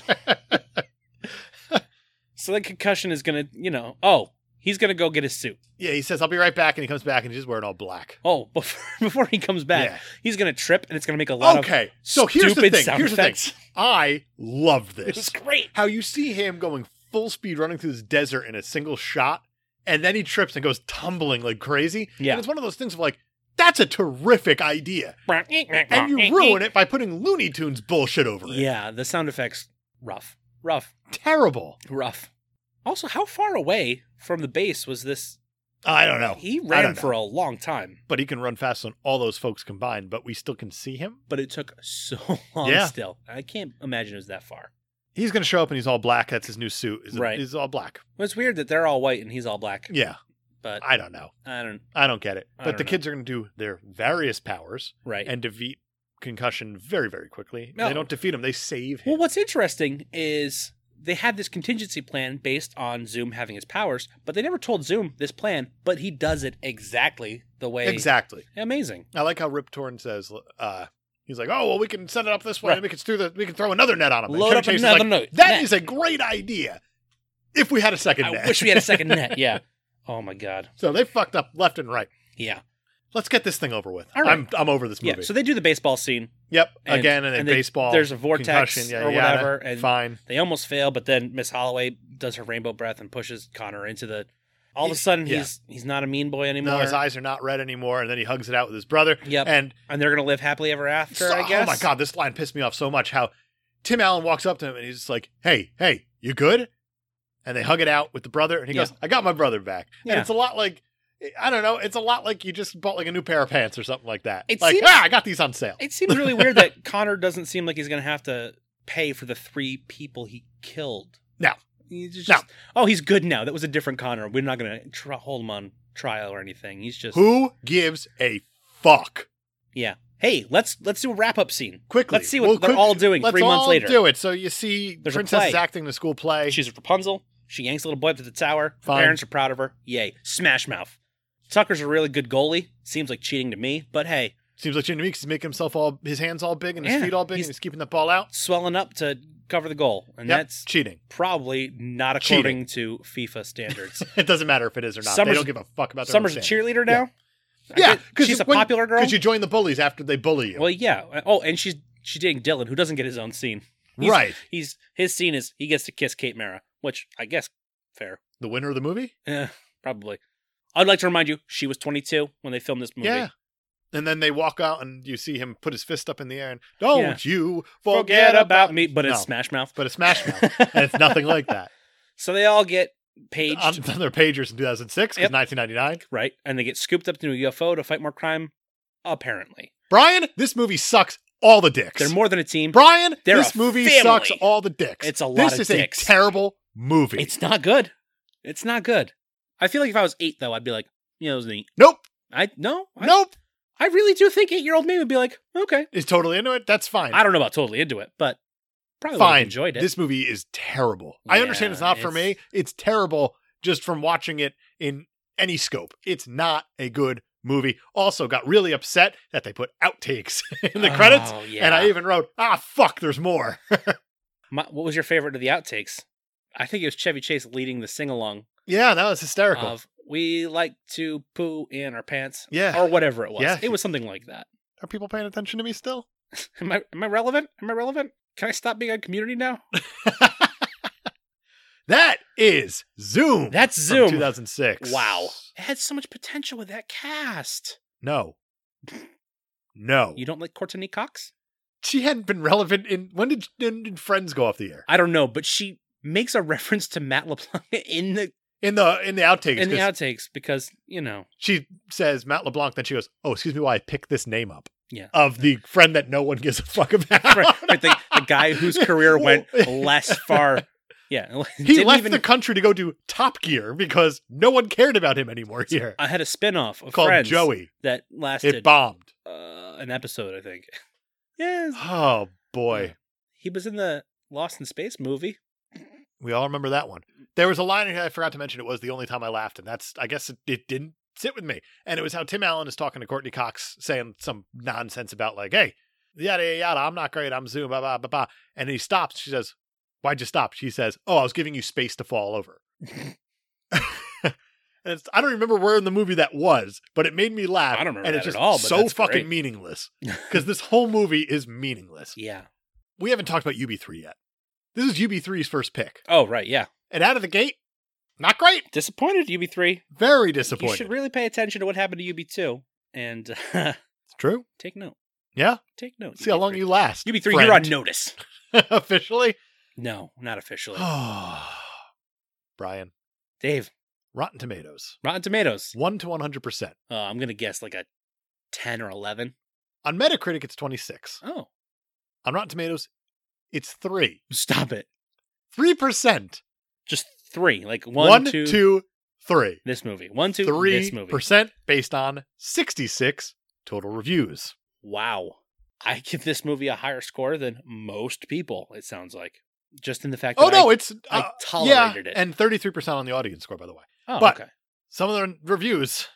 Speaker 2: so the concussion is gonna, you know, oh, he's gonna go get his suit.
Speaker 1: Yeah, he says, I'll be right back. And he comes back and he's just wearing all black.
Speaker 2: Oh, [LAUGHS] before, before he comes back,
Speaker 1: Yeah.
Speaker 2: he's gonna trip and it's gonna make a lot of
Speaker 1: okay. So here's the
Speaker 2: stupid
Speaker 1: thing.
Speaker 2: sound
Speaker 1: Here's the thing.
Speaker 2: effects. [LAUGHS]
Speaker 1: I love
Speaker 2: It was
Speaker 1: this.
Speaker 2: great.
Speaker 1: How you see him going full speed running through this desert in a single shot. And then he trips and goes tumbling like crazy.
Speaker 2: Yeah.
Speaker 1: And it's one of those things of like, that's a terrific idea. And you ruin it by putting Looney Tunes bullshit over it.
Speaker 2: Yeah, the sound effects rough, rough,
Speaker 1: Terrible.
Speaker 2: rough. Also, how far away from the base was this?
Speaker 1: I don't know.
Speaker 2: He
Speaker 1: Oh, I
Speaker 2: ran
Speaker 1: don't
Speaker 2: for a long time,
Speaker 1: But he can run faster than all those folks combined, but we still can see him.
Speaker 2: but it took [LAUGHS] so long.
Speaker 1: Yeah.
Speaker 2: Still, I can't imagine it was that far.
Speaker 1: He's going to show up and he's all black. That's his new suit. He's-
Speaker 2: Right.
Speaker 1: He's all black.
Speaker 2: Well, it's weird that they're all white and he's all black.
Speaker 1: Yeah.
Speaker 2: But
Speaker 1: I don't know.
Speaker 2: I don't.
Speaker 1: I don't get it. But
Speaker 2: I
Speaker 1: the
Speaker 2: don't know.
Speaker 1: kids are going to do their various powers
Speaker 2: Right.
Speaker 1: and defeat concussion very, very quickly.
Speaker 2: No.
Speaker 1: They don't defeat him; they save him.
Speaker 2: Well, what's interesting is they had this contingency plan based on Zoom having his powers, but they never told Zoom this plan, but he does it exactly the way.
Speaker 1: exactly.
Speaker 2: Amazing.
Speaker 1: I like how Rip Torn says. Uh, he's like, "Oh well, we can set it up this way.
Speaker 2: Right.
Speaker 1: And we can throw the we can throw another net on him." And
Speaker 2: Load
Speaker 1: Chevy
Speaker 2: up
Speaker 1: Chase is
Speaker 2: another
Speaker 1: like,
Speaker 2: note.
Speaker 1: That
Speaker 2: net.
Speaker 1: is a great idea. If we had a second net,
Speaker 2: I wish
Speaker 1: [LAUGHS]
Speaker 2: we had a second net. Yeah. Oh my god.
Speaker 1: so they fucked up left and right.
Speaker 2: Yeah.
Speaker 1: Let's get this thing over with.
Speaker 2: All right.
Speaker 1: I'm I'm over this movie.
Speaker 2: Yeah. So they do the baseball scene.
Speaker 1: yep.
Speaker 2: and-
Speaker 1: Again, and, then
Speaker 2: and they-
Speaker 1: baseball.
Speaker 2: there's a vortex
Speaker 1: concussion, yada,
Speaker 2: or
Speaker 1: yada.
Speaker 2: whatever, and-
Speaker 1: fine.
Speaker 2: They almost fail, but then Miss Holloway does her rainbow breath and pushes Connor into the. All of a
Speaker 1: He-
Speaker 2: sudden,
Speaker 1: yeah.
Speaker 2: he's he's not a mean boy anymore.
Speaker 1: No, his eyes are not red anymore, and then he hugs it out with his brother.
Speaker 2: Yep.
Speaker 1: And
Speaker 2: and they're gonna live happily ever after.
Speaker 1: So-
Speaker 2: I guess.
Speaker 1: Oh my god, this line pissed me off so much. How Tim Allen walks up to him and he's just like, "Hey, hey, you good?" And they hug it out with the brother, and he
Speaker 2: Yeah.
Speaker 1: goes, "I got my brother back."
Speaker 2: Yeah.
Speaker 1: And it's a lot like, I don't know, it's a lot like you just bought like a new pair of pants or something like that.
Speaker 2: It
Speaker 1: like,
Speaker 2: seems-
Speaker 1: ah, I got these on sale.
Speaker 2: It seems really
Speaker 1: [LAUGHS]
Speaker 2: weird that Connor doesn't seem like he's going to have to pay for the three people he killed.
Speaker 1: No.
Speaker 2: He's just,
Speaker 1: No.
Speaker 2: Oh, he's good now. That was a different Connor. We're not going to tr- hold him on trial or anything. He's just
Speaker 1: Who gives a fuck?
Speaker 2: yeah. Hey, let's let's do a wrap up scene.
Speaker 1: Quickly,
Speaker 2: Let's see what
Speaker 1: We'll
Speaker 2: they're
Speaker 1: quick-
Speaker 2: all doing
Speaker 1: let's
Speaker 2: three months
Speaker 1: all
Speaker 2: later.
Speaker 1: Do it. So you see,
Speaker 2: There's a
Speaker 1: Princess is
Speaker 2: play.
Speaker 1: acting the school play.
Speaker 2: She's Rapunzel. She yanks a little boy up to the tower.
Speaker 1: Fine.
Speaker 2: Her parents are proud of her. Yay! Smash mouth. Tucker's a really good goalie. Seems like cheating to me, but hey,
Speaker 1: Seems like Jimmy Meeks is making himself all his hands all big and his
Speaker 2: Yeah,
Speaker 1: feet all big,
Speaker 2: he's-
Speaker 1: and he's keeping the ball out.
Speaker 2: swelling up to cover the goal, and
Speaker 1: Yep,
Speaker 2: that's
Speaker 1: cheating. [LAUGHS]
Speaker 2: probably not according to FIFA standards.
Speaker 1: It doesn't matter if it is or not.
Speaker 2: Summer's-
Speaker 1: they don't give a fuck about. Their own
Speaker 2: Summer's a
Speaker 1: standards.
Speaker 2: cheerleader now. I
Speaker 1: Yeah,
Speaker 2: get- she's
Speaker 1: you-
Speaker 2: a
Speaker 1: when-
Speaker 2: popular girl.
Speaker 1: Because you join the bullies after they bully you.
Speaker 2: well, yeah. Oh, and she's she's dating Dylan, who doesn't get his own scene. he's-
Speaker 1: right.
Speaker 2: He's his scene is he gets to kiss Kate Mara, which I guess fair,
Speaker 1: The winner of the movie?
Speaker 2: Eh, probably. I'd like to remind you, she was 22 when they filmed this movie.
Speaker 1: Yeah. And then they walk out and you see him put his fist up in the air and don't you forget,
Speaker 2: Forget
Speaker 1: about,
Speaker 2: about me, but it's
Speaker 1: No.
Speaker 2: Smash Mouth.
Speaker 1: but a smash
Speaker 2: [LAUGHS]
Speaker 1: mouth. and it's nothing Um, like that.
Speaker 2: So they all get paged,
Speaker 1: On, [LAUGHS] on their pagers in 2006 'cause
Speaker 2: Yep.
Speaker 1: 1999.
Speaker 2: right? And they get scooped up to a UFO to fight more crime. Apparently,
Speaker 1: Brian, this movie sucks all the dicks.
Speaker 2: they're more than a team.
Speaker 1: Brian,
Speaker 2: They're
Speaker 1: this
Speaker 2: a
Speaker 1: movie
Speaker 2: family.
Speaker 1: sucks all the dicks.
Speaker 2: It's a lot
Speaker 1: this
Speaker 2: of
Speaker 1: is
Speaker 2: dicks.
Speaker 1: a terrible movie.
Speaker 2: It's not good. It's not good. I feel like if I was eight, though, I'd be like, you know, it was neat.
Speaker 1: nope.
Speaker 2: I no, I
Speaker 1: Nope.
Speaker 2: I really do think eight year old me would be like, okay.
Speaker 1: Is totally into it. That's fine.
Speaker 2: I don't know about totally into it, but probably would've
Speaker 1: Fine.
Speaker 2: enjoyed it.
Speaker 1: This movie is terrible. I understand it's
Speaker 2: Yeah,
Speaker 1: not for
Speaker 2: it's-
Speaker 1: me. It's terrible just from watching it in any scope. It's not a good movie. Also, got really upset that they put outtakes [LAUGHS] in the credits.
Speaker 2: Oh, yeah.
Speaker 1: And I even wrote, ah, fuck, there's more. [LAUGHS]
Speaker 2: My, what was your favorite of the outtakes? I think it was Chevy Chase leading the sing along
Speaker 1: yeah, that was hysterical.
Speaker 2: of "We like to poo in our pants"
Speaker 1: yeah.
Speaker 2: or whatever it was.
Speaker 1: Yeah.
Speaker 2: It was something like that.
Speaker 1: Are people paying attention to me still? [LAUGHS]
Speaker 2: Am I am I relevant? Am I relevant? Can I stop being on Community now?
Speaker 1: that is Zoom. [CLEARS THROAT]
Speaker 2: That's
Speaker 1: from
Speaker 2: Zoom.
Speaker 1: 2006.
Speaker 2: Wow, it had so much potential with that cast.
Speaker 1: No. No.
Speaker 2: You don't like Courtney Cox?
Speaker 1: she hadn't been relevant in. When did, when did Friends go off the air?
Speaker 2: I don't know, but she makes a reference to Matt LeBlanc [LAUGHS] in the
Speaker 1: In the in the outtakes.
Speaker 2: in the
Speaker 1: 'cause
Speaker 2: outtakes because you know
Speaker 1: [LAUGHS] she says Matt LeBlanc, then she goes, "Oh, excuse me, why I picked this name up."
Speaker 2: Yeah.
Speaker 1: Of the friend that no one gives a fuck about.
Speaker 2: [LAUGHS] right, right, the, the
Speaker 1: [LAUGHS]
Speaker 2: guy whose career went less far. Yeah, [LAUGHS]
Speaker 1: He
Speaker 2: didn't
Speaker 1: left
Speaker 2: even-
Speaker 1: the country to go do Top Gear because no one cared about him anymore here.
Speaker 2: I had a spinoff of
Speaker 1: Called
Speaker 2: Friends
Speaker 1: Joey.
Speaker 2: that
Speaker 1: It
Speaker 2: lasted
Speaker 1: bombed.
Speaker 2: uh, an episode, I think. [LAUGHS] yeah,
Speaker 1: Oh boy.
Speaker 2: he was in the Lost in Space movie.
Speaker 1: We all remember that one. There was a line in here I forgot to mention. It was the only time I laughed, and that's I guess it, it didn't sit with me. And it was how Tim Allen is talking to Courtney Cox, saying some nonsense about like, "Hey, yada yada, yada I'm not great. I'm Zoom, blah blah blah blah." And he stops. She says, "Why'd you stop?" She says, "Oh, I was giving you space to fall
Speaker 2: [LAUGHS]
Speaker 1: over." and it's, I don't remember where in the movie that was, but it made me laugh.
Speaker 2: I don't remember
Speaker 1: and
Speaker 2: that
Speaker 1: it's just
Speaker 2: at all, but
Speaker 1: so
Speaker 2: that's
Speaker 1: fucking
Speaker 2: great. [LAUGHS]
Speaker 1: meaningless because this whole movie is meaningless.
Speaker 2: Yeah.
Speaker 1: We haven't talked about UB3 yet. This is UB3's first pick.
Speaker 2: Oh right, yeah.
Speaker 1: And out of the gate, not great.
Speaker 2: Disappointed UB three.
Speaker 1: Very
Speaker 2: You
Speaker 1: disappointed.
Speaker 2: should really pay attention to what happened to UB two and [LAUGHS]
Speaker 1: it's true.
Speaker 2: take note.
Speaker 1: Yeah.
Speaker 2: Take note.
Speaker 1: See how long you last.
Speaker 2: UB three.
Speaker 1: friend.
Speaker 2: You're on notice.
Speaker 1: [LAUGHS] officially.
Speaker 2: No, not
Speaker 1: [GASPS]
Speaker 2: officially.
Speaker 1: [SIGHS] Brian,
Speaker 2: Dave,
Speaker 1: Rotten Tomatoes,
Speaker 2: Rotten Tomatoes.
Speaker 1: one to one hundred percent.
Speaker 2: Uh, I'm gonna guess like a ten or eleven.
Speaker 1: On Metacritic, it's twenty six.
Speaker 2: Oh,
Speaker 1: On Rotten Tomatoes, it's three.
Speaker 2: stop it.
Speaker 1: Three percent.
Speaker 2: Just three. Like
Speaker 1: One,
Speaker 2: one,
Speaker 1: two, three.
Speaker 2: two, This movie. One, two,
Speaker 1: Three
Speaker 2: this movie.
Speaker 1: percent based on sixty six total reviews.
Speaker 2: Wow. I give this movie a higher score than most people, it sounds like. Just in the fact that
Speaker 1: Oh no,
Speaker 2: I,
Speaker 1: it's
Speaker 2: I
Speaker 1: uh,
Speaker 2: tolerated
Speaker 1: yeah,
Speaker 2: it.
Speaker 1: and thirty three percent on the audience score. By the way.
Speaker 2: oh,
Speaker 1: but-
Speaker 2: okay.
Speaker 1: some of the reviews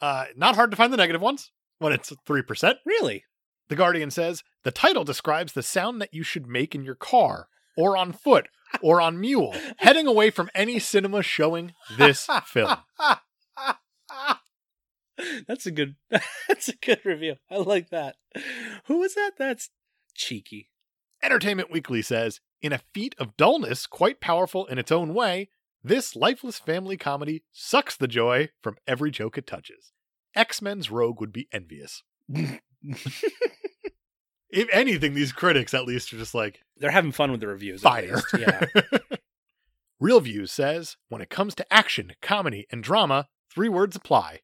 Speaker 1: uh not hard to find the negative ones when it's 3%
Speaker 2: Really? [LAUGHS]
Speaker 1: the guardian says the title describes the sound that you should make in your car or on foot or on mule heading away from any cinema showing this film
Speaker 2: That's a good [LAUGHS] that's a good review. I like that. Who was that? That's cheeky. [LAUGHS]
Speaker 1: entertainment weekly says in a feat of dullness quite powerful in its own way this lifeless family comedy sucks the joy from every joke it touches x-men's rogue would be envious if anything these critics at least are just like
Speaker 2: They're having fun with the reviews. at
Speaker 1: Fire.
Speaker 2: least. Yeah.
Speaker 1: [LAUGHS] Real Views says when it comes to action, comedy, and drama, three words apply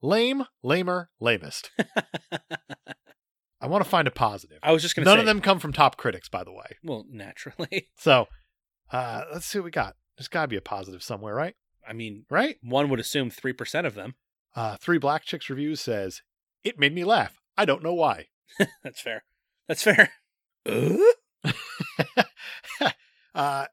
Speaker 1: lame, lamer,
Speaker 2: [LAUGHS]
Speaker 1: lamest. I want to find a positive.
Speaker 2: I was just gonna
Speaker 1: None
Speaker 2: say
Speaker 1: of them come from top critics, by the way.
Speaker 2: Well, naturally. [LAUGHS]
Speaker 1: So uh, let's see what we got. There's got to be a positive somewhere, right?
Speaker 2: I mean,
Speaker 1: Right?
Speaker 2: one would assume three percent of them. [LAUGHS]
Speaker 1: Uh, three Black Chicks Reviews says it made me laugh. I don't know why.
Speaker 2: That's fair. That's fair.
Speaker 1: Uh,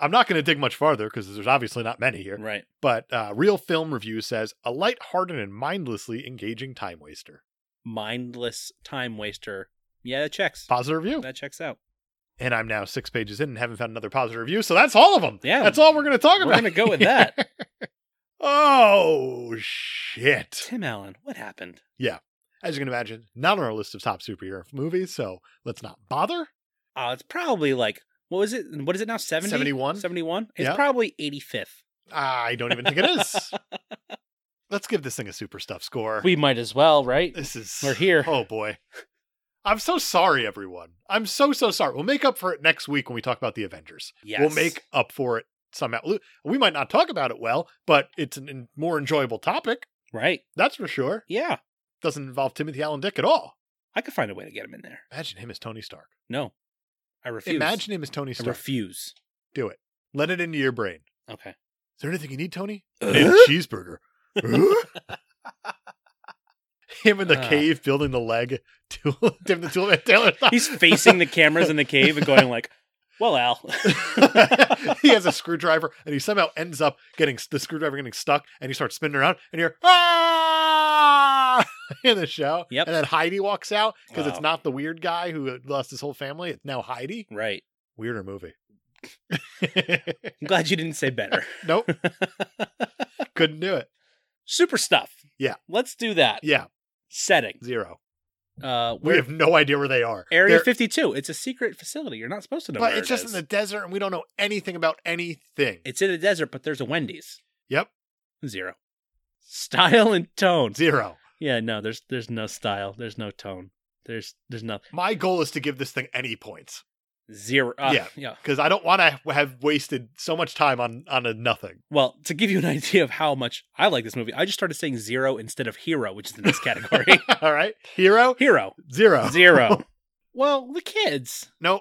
Speaker 1: I'm not going to dig much farther because there's obviously not many here.
Speaker 2: Right.
Speaker 1: But uh, Real Film Review says a lighthearted and mindlessly engaging time waster.
Speaker 2: Mindless time waster. Yeah, that checks.
Speaker 1: Positive review.
Speaker 2: That checks out.
Speaker 1: And I'm now six pages in and haven't found another positive review. So that's all of them.
Speaker 2: Yeah.
Speaker 1: That's all we're going to talk
Speaker 2: We're
Speaker 1: about. [LAUGHS]
Speaker 2: gonna go with that.
Speaker 1: oh, shit.
Speaker 2: Tim Allen, what happened?
Speaker 1: As you can imagine, not on our list of top superhero movies. So let's not bother.
Speaker 2: Uh, it's probably like what was it? What is it now? 70?
Speaker 1: 71?
Speaker 2: 71? It's
Speaker 1: Yeah.
Speaker 2: probably eighty fifth.
Speaker 1: I don't even think it
Speaker 2: [LAUGHS]
Speaker 1: is. let's give this thing a super stuff score.
Speaker 2: We might as well, right?
Speaker 1: this is.
Speaker 2: We're here.
Speaker 1: Oh, boy. I'm so sorry, everyone. I'm so, so sorry. We'll make up for it next week when we talk about the Avengers.
Speaker 2: Yes.
Speaker 1: We'll make up for it somehow. We might not talk about it well, but it's a more enjoyable topic.
Speaker 2: right.
Speaker 1: That's for sure.
Speaker 2: Yeah,
Speaker 1: doesn't involve Timothy Allen Dick at all.
Speaker 2: I could find a way to get him in there.
Speaker 1: Imagine him as Tony Stark.
Speaker 2: No, I refuse.
Speaker 1: Imagine him as Tony
Speaker 2: I
Speaker 1: Stark.
Speaker 2: refuse.
Speaker 1: Do it. Let it into your brain.
Speaker 2: Okay.
Speaker 1: Is there anything you need, Tony? I need
Speaker 2: Uh,
Speaker 1: a cheeseburger.
Speaker 2: [LAUGHS]
Speaker 1: him in the
Speaker 2: Ah.
Speaker 1: cave [LAUGHS] building the leg. Tim the Toolman Taylor.
Speaker 2: [LAUGHS] He's facing the cameras in the cave and going like, Well, Al.
Speaker 1: [LAUGHS]
Speaker 2: [LAUGHS]
Speaker 1: he has a screwdriver and he somehow ends up getting the screwdriver getting stuck and he starts spinning around and you're ah [LAUGHS] in the show.
Speaker 2: Yep.
Speaker 1: And then Heidi walks out because it's
Speaker 2: Wow.
Speaker 1: not the weird guy who lost his whole family. It's now Heidi.
Speaker 2: right.
Speaker 1: Weirder
Speaker 2: [LAUGHS]
Speaker 1: movie.
Speaker 2: I'm glad you didn't say better.
Speaker 1: nope. [LAUGHS] Couldn't do it.
Speaker 2: Super stuff.
Speaker 1: Yeah.
Speaker 2: Let's do that.
Speaker 1: Yeah.
Speaker 2: Setting.
Speaker 1: Zero.
Speaker 2: Uh,
Speaker 1: We
Speaker 2: where-
Speaker 1: have no idea where they are.
Speaker 2: Area
Speaker 1: They're-
Speaker 2: 52. It's a secret facility. You're not supposed to know.
Speaker 1: But
Speaker 2: where
Speaker 1: it's
Speaker 2: it
Speaker 1: just
Speaker 2: is.
Speaker 1: in the desert and we don't know anything about anything.
Speaker 2: It's in the desert, but there's a Wendy's.
Speaker 1: Yep.
Speaker 2: Zero. Style and tone.
Speaker 1: Zero.
Speaker 2: Yeah, no, there's there's no style. There's no tone. There's there's no
Speaker 1: My goal is to give this thing any points.
Speaker 2: zero. Uh,
Speaker 1: Yeah.
Speaker 2: yeah.
Speaker 1: because I don't want to have wasted so much time on on a nothing. [LAUGHS]
Speaker 2: Well, to give you an [LAUGHS] idea of how much I like this movie, I just started saying zero instead of hero, which is in this
Speaker 1: [LAUGHS]
Speaker 2: category. [LAUGHS]
Speaker 1: All right, hero
Speaker 2: hero
Speaker 1: zero. [LAUGHS]
Speaker 2: zero. well, the kids,
Speaker 1: No,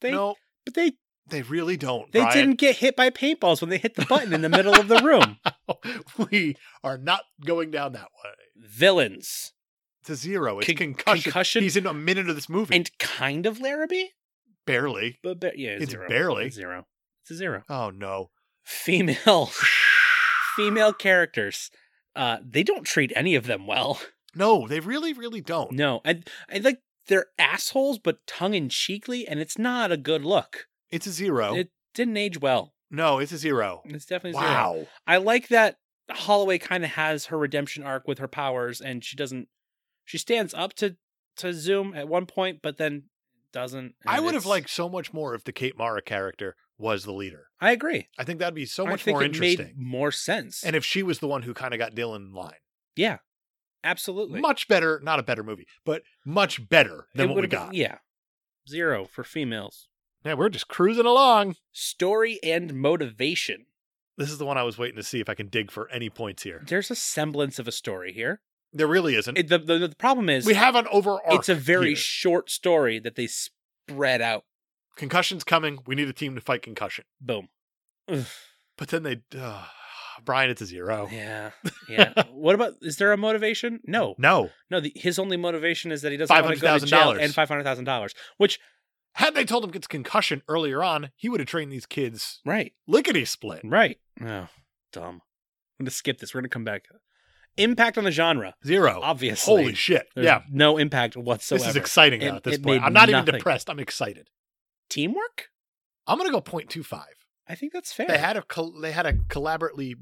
Speaker 2: they
Speaker 1: no,
Speaker 2: but they
Speaker 1: they really don't.
Speaker 2: they
Speaker 1: Brian.
Speaker 2: didn't get hit by paintballs when they hit the button in the middle of the
Speaker 1: [LAUGHS]
Speaker 2: room.
Speaker 1: we are not going down that way.
Speaker 2: Villains
Speaker 1: It's a zero. It's
Speaker 2: Con-
Speaker 1: concussion.
Speaker 2: concussion.
Speaker 1: He's in a minute of this movie,
Speaker 2: and kind of Larrabee,
Speaker 1: barely.
Speaker 2: but ba- yeah,
Speaker 1: It's
Speaker 2: zero.
Speaker 1: barely.
Speaker 2: zero. It's a zero.
Speaker 1: Oh no.
Speaker 2: Female [LAUGHS] female characters. Uh, they don't treat any of them well.
Speaker 1: No, they really, really don't.
Speaker 2: No, and I like they're assholes, but tongue in cheekly, and it's not a good look.
Speaker 1: It's a zero.
Speaker 2: It didn't age well.
Speaker 1: no, it's a zero.
Speaker 2: It's definitely zero.
Speaker 1: Wow.
Speaker 2: I like that Holloway kind of has her redemption arc with her powers, and she doesn't. She stands up to to Zoom at one point, but then doesn't.
Speaker 1: I
Speaker 2: and
Speaker 1: would have
Speaker 2: it's-
Speaker 1: liked so much more if the Kate Mara character was the leader.
Speaker 2: I agree.
Speaker 1: I think that'd be so
Speaker 2: I
Speaker 1: much
Speaker 2: think
Speaker 1: more
Speaker 2: it
Speaker 1: interesting.
Speaker 2: Made more sense.
Speaker 1: And if she was the one who kind of got Dylan in line.
Speaker 2: yeah, absolutely.
Speaker 1: much better, not a better movie, but much better than
Speaker 2: It
Speaker 1: what we
Speaker 2: would've been-
Speaker 1: got.
Speaker 2: yeah, zero for females.
Speaker 1: yeah, we're just cruising along.
Speaker 2: Story and motivation.
Speaker 1: This is the one I was waiting to see if I can dig for any points here.
Speaker 2: There's a semblance of a story here.
Speaker 1: There really isn't.
Speaker 2: It, the, the the problem is
Speaker 1: we have an overarching.
Speaker 2: it's a very
Speaker 1: here.
Speaker 2: short story that they spread out.
Speaker 1: concussion's coming. We need a team to fight concussion.
Speaker 2: Boom.
Speaker 1: But then they, uh, Brian, it's a zero. [LAUGHS]
Speaker 2: Yeah, yeah. what about? Is there a motivation? No,
Speaker 1: No,
Speaker 2: no. The, his only motivation is that he doesn't want to go to jail
Speaker 1: $500,000.
Speaker 2: and five hundred thousand dollars. Which
Speaker 1: had they told him it's concussion earlier on, he would have trained these kids
Speaker 2: right,
Speaker 1: lickety split.
Speaker 2: right. Oh, dumb. I'm gonna skip this. We're gonna come back. Impact on the genre,
Speaker 1: Zero.
Speaker 2: obviously.
Speaker 1: Oh, Holy shit!
Speaker 2: There's
Speaker 1: yeah,
Speaker 2: no impact whatsoever.
Speaker 1: this is exciting
Speaker 2: It-
Speaker 1: now at this
Speaker 2: it
Speaker 1: point.
Speaker 2: made
Speaker 1: I'm not even
Speaker 2: nothing.
Speaker 1: depressed. I'm excited.
Speaker 2: Teamwork.
Speaker 1: I'm gonna go 0.25.
Speaker 2: I think that's fair.
Speaker 1: They had a col- they had a collaboratively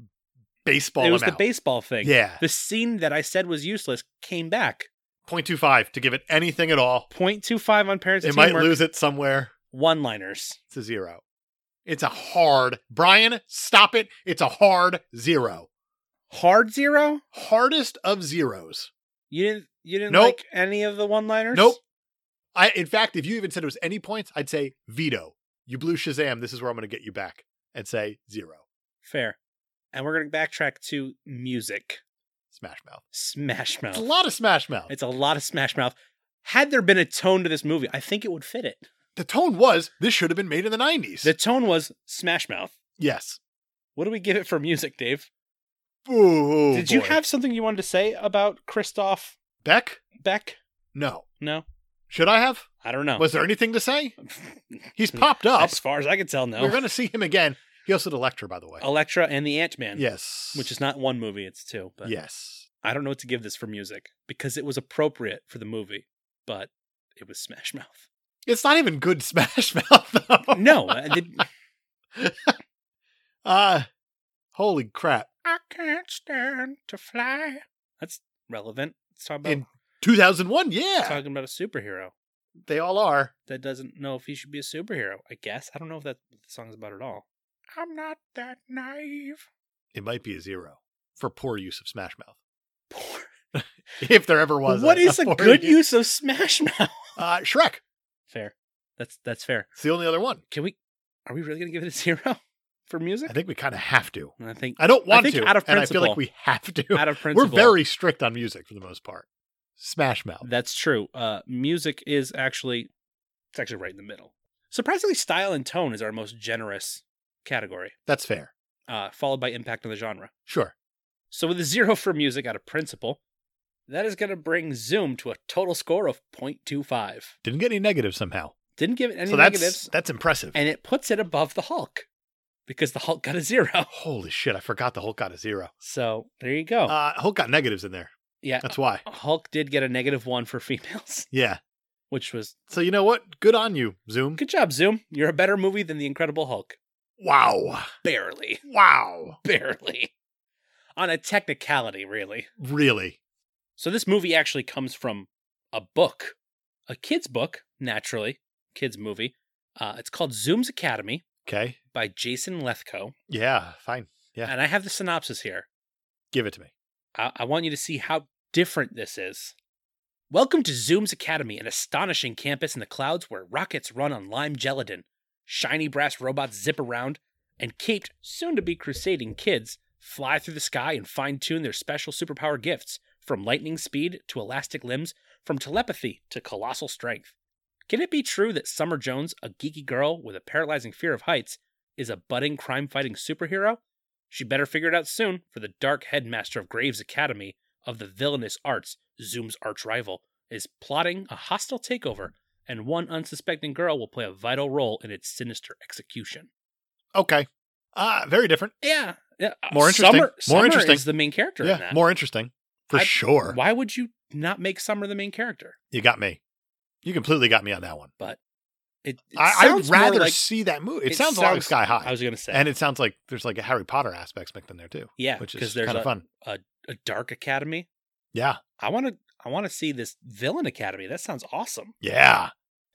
Speaker 1: baseball.
Speaker 2: it was
Speaker 1: him
Speaker 2: the
Speaker 1: out.
Speaker 2: baseball thing.
Speaker 1: Yeah,
Speaker 2: The scene that I said was useless came back.
Speaker 1: 0.25 to give it anything at all.
Speaker 2: 0.25 on parents.
Speaker 1: It
Speaker 2: and
Speaker 1: might
Speaker 2: teamwork.
Speaker 1: lose it somewhere.
Speaker 2: one-liners.
Speaker 1: It's a zero. It's a hard. Brian, stop it. It's a hard zero.
Speaker 2: Hard zero.
Speaker 1: Hardest of zeros.
Speaker 2: You didn't. You didn't
Speaker 1: Nope.
Speaker 2: like any of the one-liners.
Speaker 1: Nope. I in fact, if you even said it was any points, I'd say veto. You blew Shazam. This is where I'm going to get you back and say zero.
Speaker 2: Fair. And we're going to backtrack to music.
Speaker 1: Smash Mouth.
Speaker 2: Smash
Speaker 1: It's a
Speaker 2: Mouth.
Speaker 1: lot of Smash Mouth.
Speaker 2: It's a lot of Smash Mouth. Had there been a tone to this movie, I think it would fit it.
Speaker 1: the tone was this should have been made in the 90s.
Speaker 2: The tone was Smash Mouth.
Speaker 1: yes.
Speaker 2: What do we give it for music, Dave?
Speaker 1: Ooh,
Speaker 2: Did you
Speaker 1: Oh, boy.
Speaker 2: have something you wanted to say about Christoph
Speaker 1: Beck?
Speaker 2: Beck?
Speaker 1: No.
Speaker 2: No,
Speaker 1: Should I have?
Speaker 2: I don't know. [LAUGHS]
Speaker 1: Was there anything to say? He's popped up.
Speaker 2: As far as I can tell, no.
Speaker 1: We're going to see him again. He also did Electra, by the way.
Speaker 2: Elektra and the Ant Man.
Speaker 1: yes.
Speaker 2: Which is not one movie; it's two. But
Speaker 1: yes.
Speaker 2: I don't know what to give this for music because it was appropriate for the movie, but it was Smash Mouth.
Speaker 1: It's not even good [LAUGHS] Smash Mouth, though.
Speaker 2: No, [LAUGHS] I did,
Speaker 1: Uh, holy crap.
Speaker 2: I can't stand to fly. That's relevant. It's talking about
Speaker 1: In- 2001, yeah.
Speaker 2: it's talking about a superhero
Speaker 1: they all are.
Speaker 2: that doesn't know if he should be a superhero. I guess I don't know if that what the song's about at all. I'm not that naive.
Speaker 1: It might be a zero for poor use of Smash Mouth. [LAUGHS]
Speaker 2: [LAUGHS] Poor.
Speaker 1: If there ever was.
Speaker 2: What is a
Speaker 1: poor
Speaker 2: good use of Smash Mouth?
Speaker 1: Uh, Shrek.
Speaker 2: Fair. That's that's fair.
Speaker 1: It's the only other one.
Speaker 2: Can we? Are we really gonna give it a [LAUGHS] zero for music?
Speaker 1: I think we kind of have to.
Speaker 2: I think
Speaker 1: I don't want
Speaker 2: think
Speaker 1: to.
Speaker 2: out of
Speaker 1: and I feel like
Speaker 2: principle.
Speaker 1: we have to.
Speaker 2: out of
Speaker 1: [LAUGHS] We're
Speaker 2: principle,
Speaker 1: very strict on music for the most part. Smash Mouth.
Speaker 2: That's true. Uh, music is actually it's actually right in the middle. Surprisingly, style and tone is our most generous category,
Speaker 1: That's fair.
Speaker 2: uh, followed by impact on the genre.
Speaker 1: Sure.
Speaker 2: So with a zero for music out of principle, that is going to bring Zoom to a total score of 0.25.
Speaker 1: Didn't get any negative somehow.
Speaker 2: Didn't give it any
Speaker 1: so that's
Speaker 2: negatives,
Speaker 1: that's impressive.
Speaker 2: and it puts it above the Hulk because the Hulk got a zero. [LAUGHS]
Speaker 1: Holy shit! I forgot the Hulk got a zero.
Speaker 2: So there you go.
Speaker 1: Uh, Hulk got negatives in there.
Speaker 2: Oh. yeah,
Speaker 1: That's why.
Speaker 2: Hulk did get a negative one for females, [LAUGHS]
Speaker 1: Yeah.
Speaker 2: which was
Speaker 1: So you know what? Good on you, Zoom.
Speaker 2: good job, Zoom. You're a better movie than The Incredible Hulk.
Speaker 1: Wow.
Speaker 2: Barely,
Speaker 1: Wow.
Speaker 2: [LAUGHS] barely. On a technicality, really.
Speaker 1: Really.
Speaker 2: So this movie actually comes from a book, a kid's book, naturally, kids movie. Uh, it's called Zoom's Academy
Speaker 1: Okay.
Speaker 2: by Jason Lethko,
Speaker 1: Yeah. Fine. Yeah.
Speaker 2: and I have the synopsis here.
Speaker 1: Give it to me.
Speaker 2: I, I want you to see how different this is. Welcome to Zoom's Academy, an astonishing campus in the clouds where rockets run on lime gelatin, shiny brass robots zip around, and caped, soon to be crusading kids fly through the sky and fine tune their special superpower gifts from lightning speed to elastic limbs, from telepathy to colossal strength. Can it be true that Summer Jones, a geeky girl with a paralyzing fear of heights, is a budding crime fighting superhero? She better figure it out soon, for the dark headmaster of Graves Academy of the villainous arts, Zoom's archrival, is plotting a hostile takeover, and one unsuspecting girl will play a vital role in its sinister execution.
Speaker 1: Okay. Uh, very different.
Speaker 2: Yeah, yeah, uh,
Speaker 1: More interesting.
Speaker 2: Summer,
Speaker 1: More
Speaker 2: Summer
Speaker 1: interesting.
Speaker 2: is the main character in
Speaker 1: Yeah.
Speaker 2: that.
Speaker 1: More interesting. For
Speaker 2: I-
Speaker 1: sure.
Speaker 2: Why would you not make Summer the main character?
Speaker 1: You got me. You completely got me on that one.
Speaker 2: It, it
Speaker 1: I, I'd
Speaker 2: sounds more
Speaker 1: rather
Speaker 2: like-
Speaker 1: see that movie. It,
Speaker 2: it
Speaker 1: sounds, a lot like
Speaker 2: sounds-
Speaker 1: Sky High.
Speaker 2: I was gonna say,
Speaker 1: and it sounds like there's like a Harry Potter aspects mixed in there too,
Speaker 2: yeah,
Speaker 1: which
Speaker 2: because
Speaker 1: is
Speaker 2: there's
Speaker 1: kind of
Speaker 2: a,
Speaker 1: fun.
Speaker 2: a dark academy.
Speaker 1: Yeah.
Speaker 2: I want to, I want to see this villain academy. That sounds awesome.
Speaker 1: Yeah.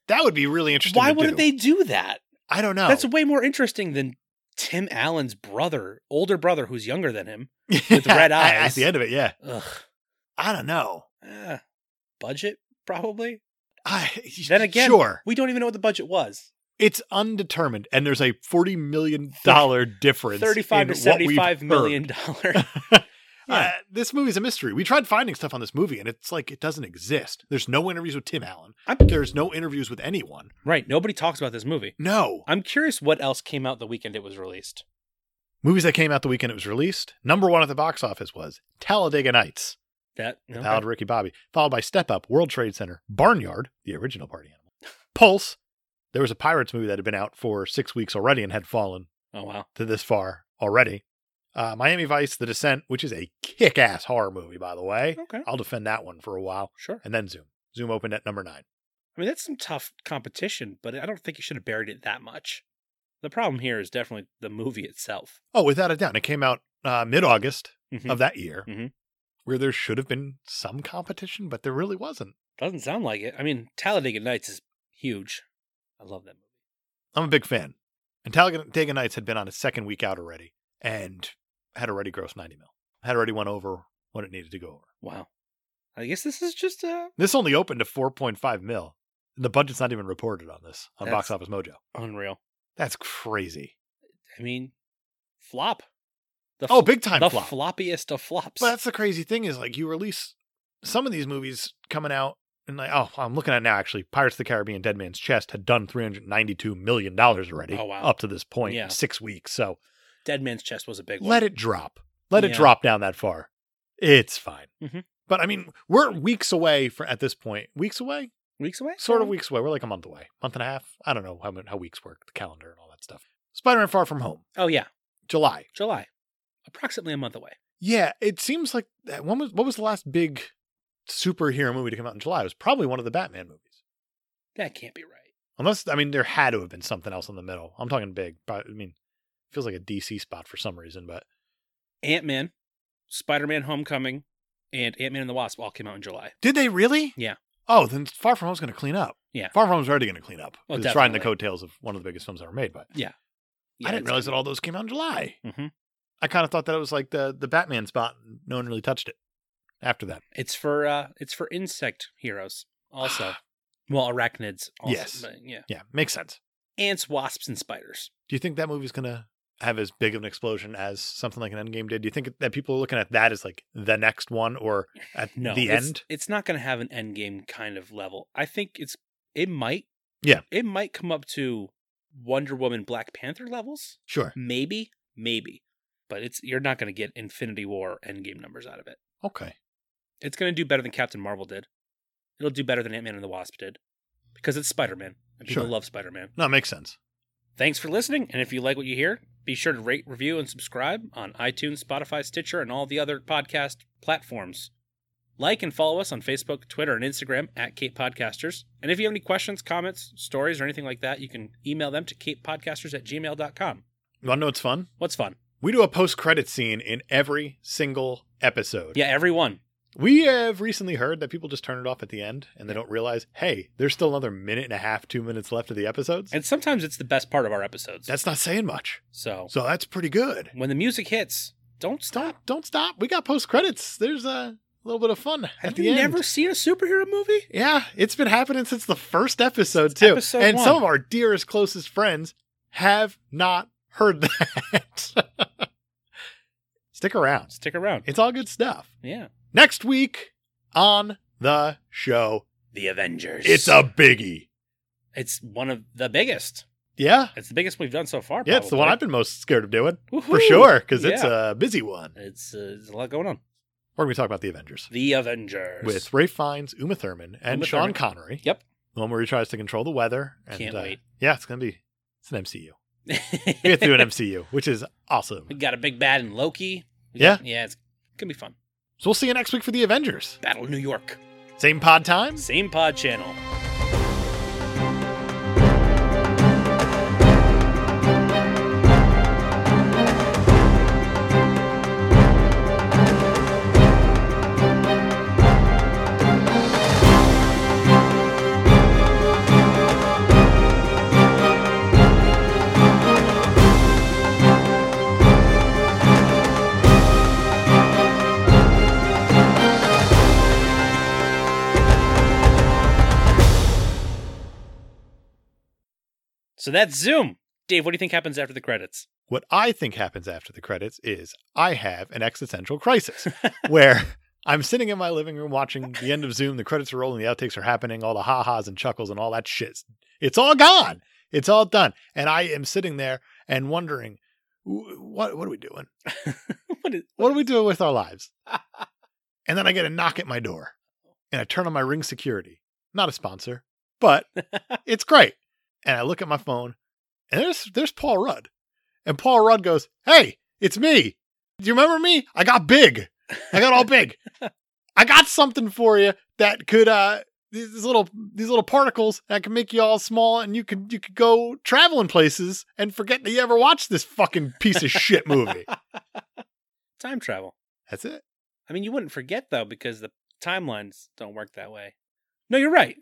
Speaker 1: That would be really interesting.
Speaker 2: Why
Speaker 1: to
Speaker 2: wouldn't
Speaker 1: do.
Speaker 2: they do that?
Speaker 1: I don't know. [LAUGHS]
Speaker 2: That's way more interesting than Tim Allen's brother, older brother who's younger than him. with
Speaker 1: Yeah,
Speaker 2: red
Speaker 1: at- At
Speaker 2: eyes.
Speaker 1: the end of it, yeah.
Speaker 2: Ugh.
Speaker 1: I don't know.
Speaker 2: Eh, budget, probably.
Speaker 1: I, [LAUGHS]
Speaker 2: Then again-
Speaker 1: sure,
Speaker 2: We don't even know what the budget was.
Speaker 1: it's undetermined, and there's a forty million dollar difference.
Speaker 2: Thirty-five
Speaker 1: in
Speaker 2: to
Speaker 1: what we've
Speaker 2: seventy-five
Speaker 1: [LAUGHS]
Speaker 2: million
Speaker 1: heard.
Speaker 2: dollar.
Speaker 1: Uh,
Speaker 2: Yeah.
Speaker 1: this movie's a mystery. We tried finding stuff on this movie, and it's like it doesn't exist. There's no interviews with Tim Allen.
Speaker 2: I'm-
Speaker 1: There's no interviews with anyone.
Speaker 2: right. Nobody talks about this movie.
Speaker 1: No
Speaker 2: I'm curious what else came out the weekend it was released.
Speaker 1: movies that came out the weekend it was released. Number one at the box office was Talladega Nights,
Speaker 2: That
Speaker 1: the
Speaker 2: okay.
Speaker 1: Ballad of Ricky Bobby, followed by Step Up, World Trade Center, Barnyard, the original Party Animal, Pulse. There was a Pirates movie that had been out for six weeks already and had fallen
Speaker 2: Oh wow.
Speaker 1: to this far already. Uh, Miami Vice, The Descent, which is a kick ass horror movie, by the way.
Speaker 2: Okay.
Speaker 1: I'll defend that one for a while.
Speaker 2: Sure.
Speaker 1: And then Zoom. Zoom opened at number nine.
Speaker 2: I mean, that's some tough competition, but I don't think you should have buried it that much. The problem here is definitely the movie itself.
Speaker 1: Oh, without a doubt. It came out uh, mid August
Speaker 2: Mhm.
Speaker 1: of that year,
Speaker 2: Mhm.
Speaker 1: where there should have been some competition, but there really wasn't.
Speaker 2: Doesn't sound like it. I mean, Talladega Nights is huge. I love that movie.
Speaker 1: I'm a big fan. And Talladega Nights had been on its second week out already and had already grossed 90 mil, had already went over what it needed to go over.
Speaker 2: Wow. I guess this is just uh,
Speaker 1: This only opened to 4.5 mil. And the budget's not even reported on this on
Speaker 2: That's-
Speaker 1: Box Office Mojo.
Speaker 2: unreal.
Speaker 1: That's crazy.
Speaker 2: I mean, flop. The
Speaker 1: oh,
Speaker 2: fl-
Speaker 1: big time
Speaker 2: the
Speaker 1: flop.
Speaker 2: floppiest of flops.
Speaker 1: But that's the crazy thing is like you release some of these movies coming out and like oh I'm looking at it now actually Pirates of the Caribbean Dead Man's Chest had done 392 million dollars already
Speaker 2: Oh, wow.
Speaker 1: up to this point
Speaker 2: Yeah.
Speaker 1: in 6 weeks. So
Speaker 2: Dead Man's Chest was a big one.
Speaker 1: let it drop. Let it
Speaker 2: Yeah.
Speaker 1: drop down that far. It's fine.
Speaker 2: Mhm.
Speaker 1: But I mean, we're weeks away for at this point. Weeks away?
Speaker 2: Weeks away?
Speaker 1: Sort of weeks away. We're like a month away. Month and a half. I don't know how mon- how weeks work, the calendar and all that stuff. Spider-Man Far From Home,
Speaker 2: Oh, yeah.
Speaker 1: July.
Speaker 2: July. Approximately a month away.
Speaker 1: Yeah, it seems like that. When was what was the last big superhero movie to come out in July? It was probably one of the Batman movies.
Speaker 2: That can't be right.
Speaker 1: Unless I mean, there had to have been something else in the middle. I'm talking big, but I mean, feels like a DC spot for some reason. But
Speaker 2: Ant Man, Spider Man Homecoming, and Ant Man and the Wasp all came out in July.
Speaker 1: did they really?
Speaker 2: Yeah.
Speaker 1: Oh, then Far From Home's going to clean up.
Speaker 2: Yeah.
Speaker 1: Far From Home's already going to clean up.
Speaker 2: Oh,
Speaker 1: 'cause it's riding the
Speaker 2: definitely.
Speaker 1: coattails of one of the biggest films ever made. But
Speaker 2: Yeah,
Speaker 1: I didn't realize that all those came out in July.
Speaker 2: hmm
Speaker 1: I kind of thought that it was like the the Batman spot. and No one really touched it after that.
Speaker 2: It's for uh, it's for insect
Speaker 1: [SIGHS]
Speaker 2: heroes also. well, arachnids. Also,
Speaker 1: Yes.
Speaker 2: but yeah.
Speaker 1: Yeah, makes sense.
Speaker 2: Ants, wasps, and spiders.
Speaker 1: Do you think that movie's gonna have as big of an explosion as something like an Endgame did? Do you think that people are looking at that as like the next one or at
Speaker 2: [LAUGHS] No,
Speaker 1: the
Speaker 2: it's-
Speaker 1: end?
Speaker 2: It's not going to have an end game kind of level. I think it's it might.
Speaker 1: Yeah.
Speaker 2: it might come up to Wonder Woman, Black Panther levels.
Speaker 1: Sure.
Speaker 2: Maybe, maybe, but it's you're not going to get Infinity War end game numbers out of it.
Speaker 1: Okay.
Speaker 2: It's going to do better than Captain Marvel did. It'll do better than Ant Man and the Wasp did because it's Spider Man And people
Speaker 1: Sure.
Speaker 2: love Spider Man.
Speaker 1: No, it makes sense.
Speaker 2: Thanks for listening. And if you like what you hear, be sure to rate, review, and subscribe on iTunes, Spotify, Stitcher, and all the other podcast platforms. Like and follow us on Facebook, Twitter, and Instagram at Cape Podcasters. And if you have any questions, comments, stories, or anything like that, you can email them to capepodcasters at gmail.com.
Speaker 1: You want to know what's fun?
Speaker 2: What's fun?
Speaker 1: We do a post credit scene in every single episode.
Speaker 2: Yeah, everyone.
Speaker 1: We have recently heard that people just turn it off at the end and they don't realize, hey, there's still another minute and a half, two minutes left of the episodes.
Speaker 2: And sometimes it's the best part of our episodes.
Speaker 1: That's not saying much.
Speaker 2: so
Speaker 1: So that's pretty good.
Speaker 2: when the music hits, don't
Speaker 1: Stop.
Speaker 2: stop.
Speaker 1: Don't stop. We got post credits. There's a little bit of fun at
Speaker 2: Have
Speaker 1: the
Speaker 2: you
Speaker 1: end.
Speaker 2: never seen a superhero movie?
Speaker 1: Yeah, it's been happening since the first episode too.
Speaker 2: episode
Speaker 1: and
Speaker 2: one.
Speaker 1: some of our dearest closest friends have not heard [LAUGHS] that. Stick around.
Speaker 2: Stick around.
Speaker 1: It's all good stuff.
Speaker 2: Yeah.
Speaker 1: Next week on the show,
Speaker 2: The Avengers.
Speaker 1: it's a biggie.
Speaker 2: It's one of the biggest.
Speaker 1: Yeah.
Speaker 2: It's the biggest we've done so far.
Speaker 1: Yeah, it's the one I've been most scared of doing.
Speaker 2: been
Speaker 1: For sure, because it's a busy one.
Speaker 2: it's, uh, there's a lot going on.
Speaker 1: We're going to talk about the Avengers
Speaker 2: The Avengers [LAUGHS]
Speaker 1: with Ray Fiennes, Uma Thurman, and
Speaker 2: Uma
Speaker 1: Sean
Speaker 2: Thurman.
Speaker 1: Connery.
Speaker 2: Yep.
Speaker 1: The one where he tries to control the weather. And,
Speaker 2: Can't
Speaker 1: uh,
Speaker 2: wait.
Speaker 1: Yeah, it's going to be, it's an MCU. we have to do an MCU, which is awesome.
Speaker 2: we got a big bad in Loki. We
Speaker 1: Yeah.
Speaker 2: got- yeah, it's gonna be fun.
Speaker 1: So we'll see you next week for the Avengers.
Speaker 2: Battle New York,
Speaker 1: Same pod time.
Speaker 2: same pod channel. So that's Zoom. Dave, what do you think happens after the credits? [LAUGHS]
Speaker 1: What I think happens after the credits is I have an existential crisis where I'm sitting in my living room watching the end of Zoom, the credits are rolling, the outtakes are happening, all the ha ha's and chuckles and all that shit. It's all gone. It's all done. And I am sitting there and wondering, "Wh- what, what are we doing?
Speaker 2: what is,
Speaker 1: What are we doing with our lives? And then I get a knock at my door and I turn on my ring security. Not a sponsor, but it's great. And I look at my phone and there's there's Paul Rudd. And Paul Rudd goes, Hey, it's me. Do you remember me? I got big. I got all big. I got something for you that could uh these these little these little particles that can make you all small and you could you could go traveling places and forget that you ever watched this fucking piece of shit movie.
Speaker 2: [LAUGHS] time travel?
Speaker 1: That's it.
Speaker 2: I mean, you wouldn't forget though because the timelines don't work that way. No, you're right.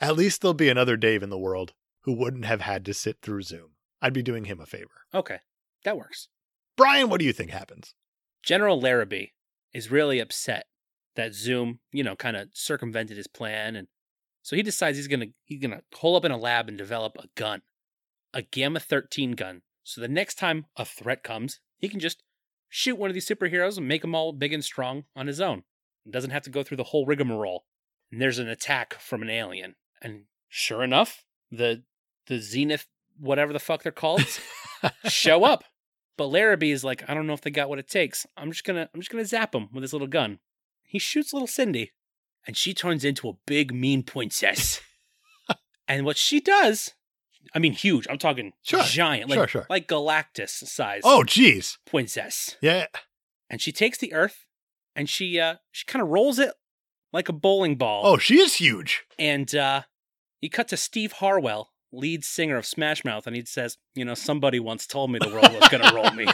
Speaker 1: At least there'll be another Dave in the world who wouldn't have had to sit through Zoom. I'd be doing him a favor.
Speaker 2: okay, that works.
Speaker 1: Brian, what do you think happens?
Speaker 2: General Larrabee is really upset that Zoom, you know, kind of circumvented his plan, and so he decides he's gonna he's gonna hole up in a lab and develop a gun, a Gamma thirteen gun. So the next time a threat comes, he can just shoot one of these superheroes and make them all big and strong on his own. He doesn't have to go through the whole rigmarole. And there's an attack from an alien, and sure enough, the the Zenith, whatever the fuck they're called,
Speaker 1: [LAUGHS]
Speaker 2: show up. But Larrabee is like, I don't know if they got what it takes. I'm just gonna, I'm just gonna zap him with his little gun. He shoots little Cindy, and she turns into a big
Speaker 1: [LAUGHS]
Speaker 2: mean princess. and what she does, I mean, huge. I'm talking
Speaker 1: Sure.
Speaker 2: giant, like
Speaker 1: Sure, sure.
Speaker 2: like Galactus size.
Speaker 1: oh, jeez.
Speaker 2: princess!
Speaker 1: Yeah.
Speaker 2: And she takes the Earth, and she, uh, she kind of rolls it like a bowling ball.
Speaker 1: Oh, she is huge.
Speaker 2: And uh, you cut to Steve Harwell, lead singer of Smash Mouth, and he says, You know, somebody once told me the world was going to roll me.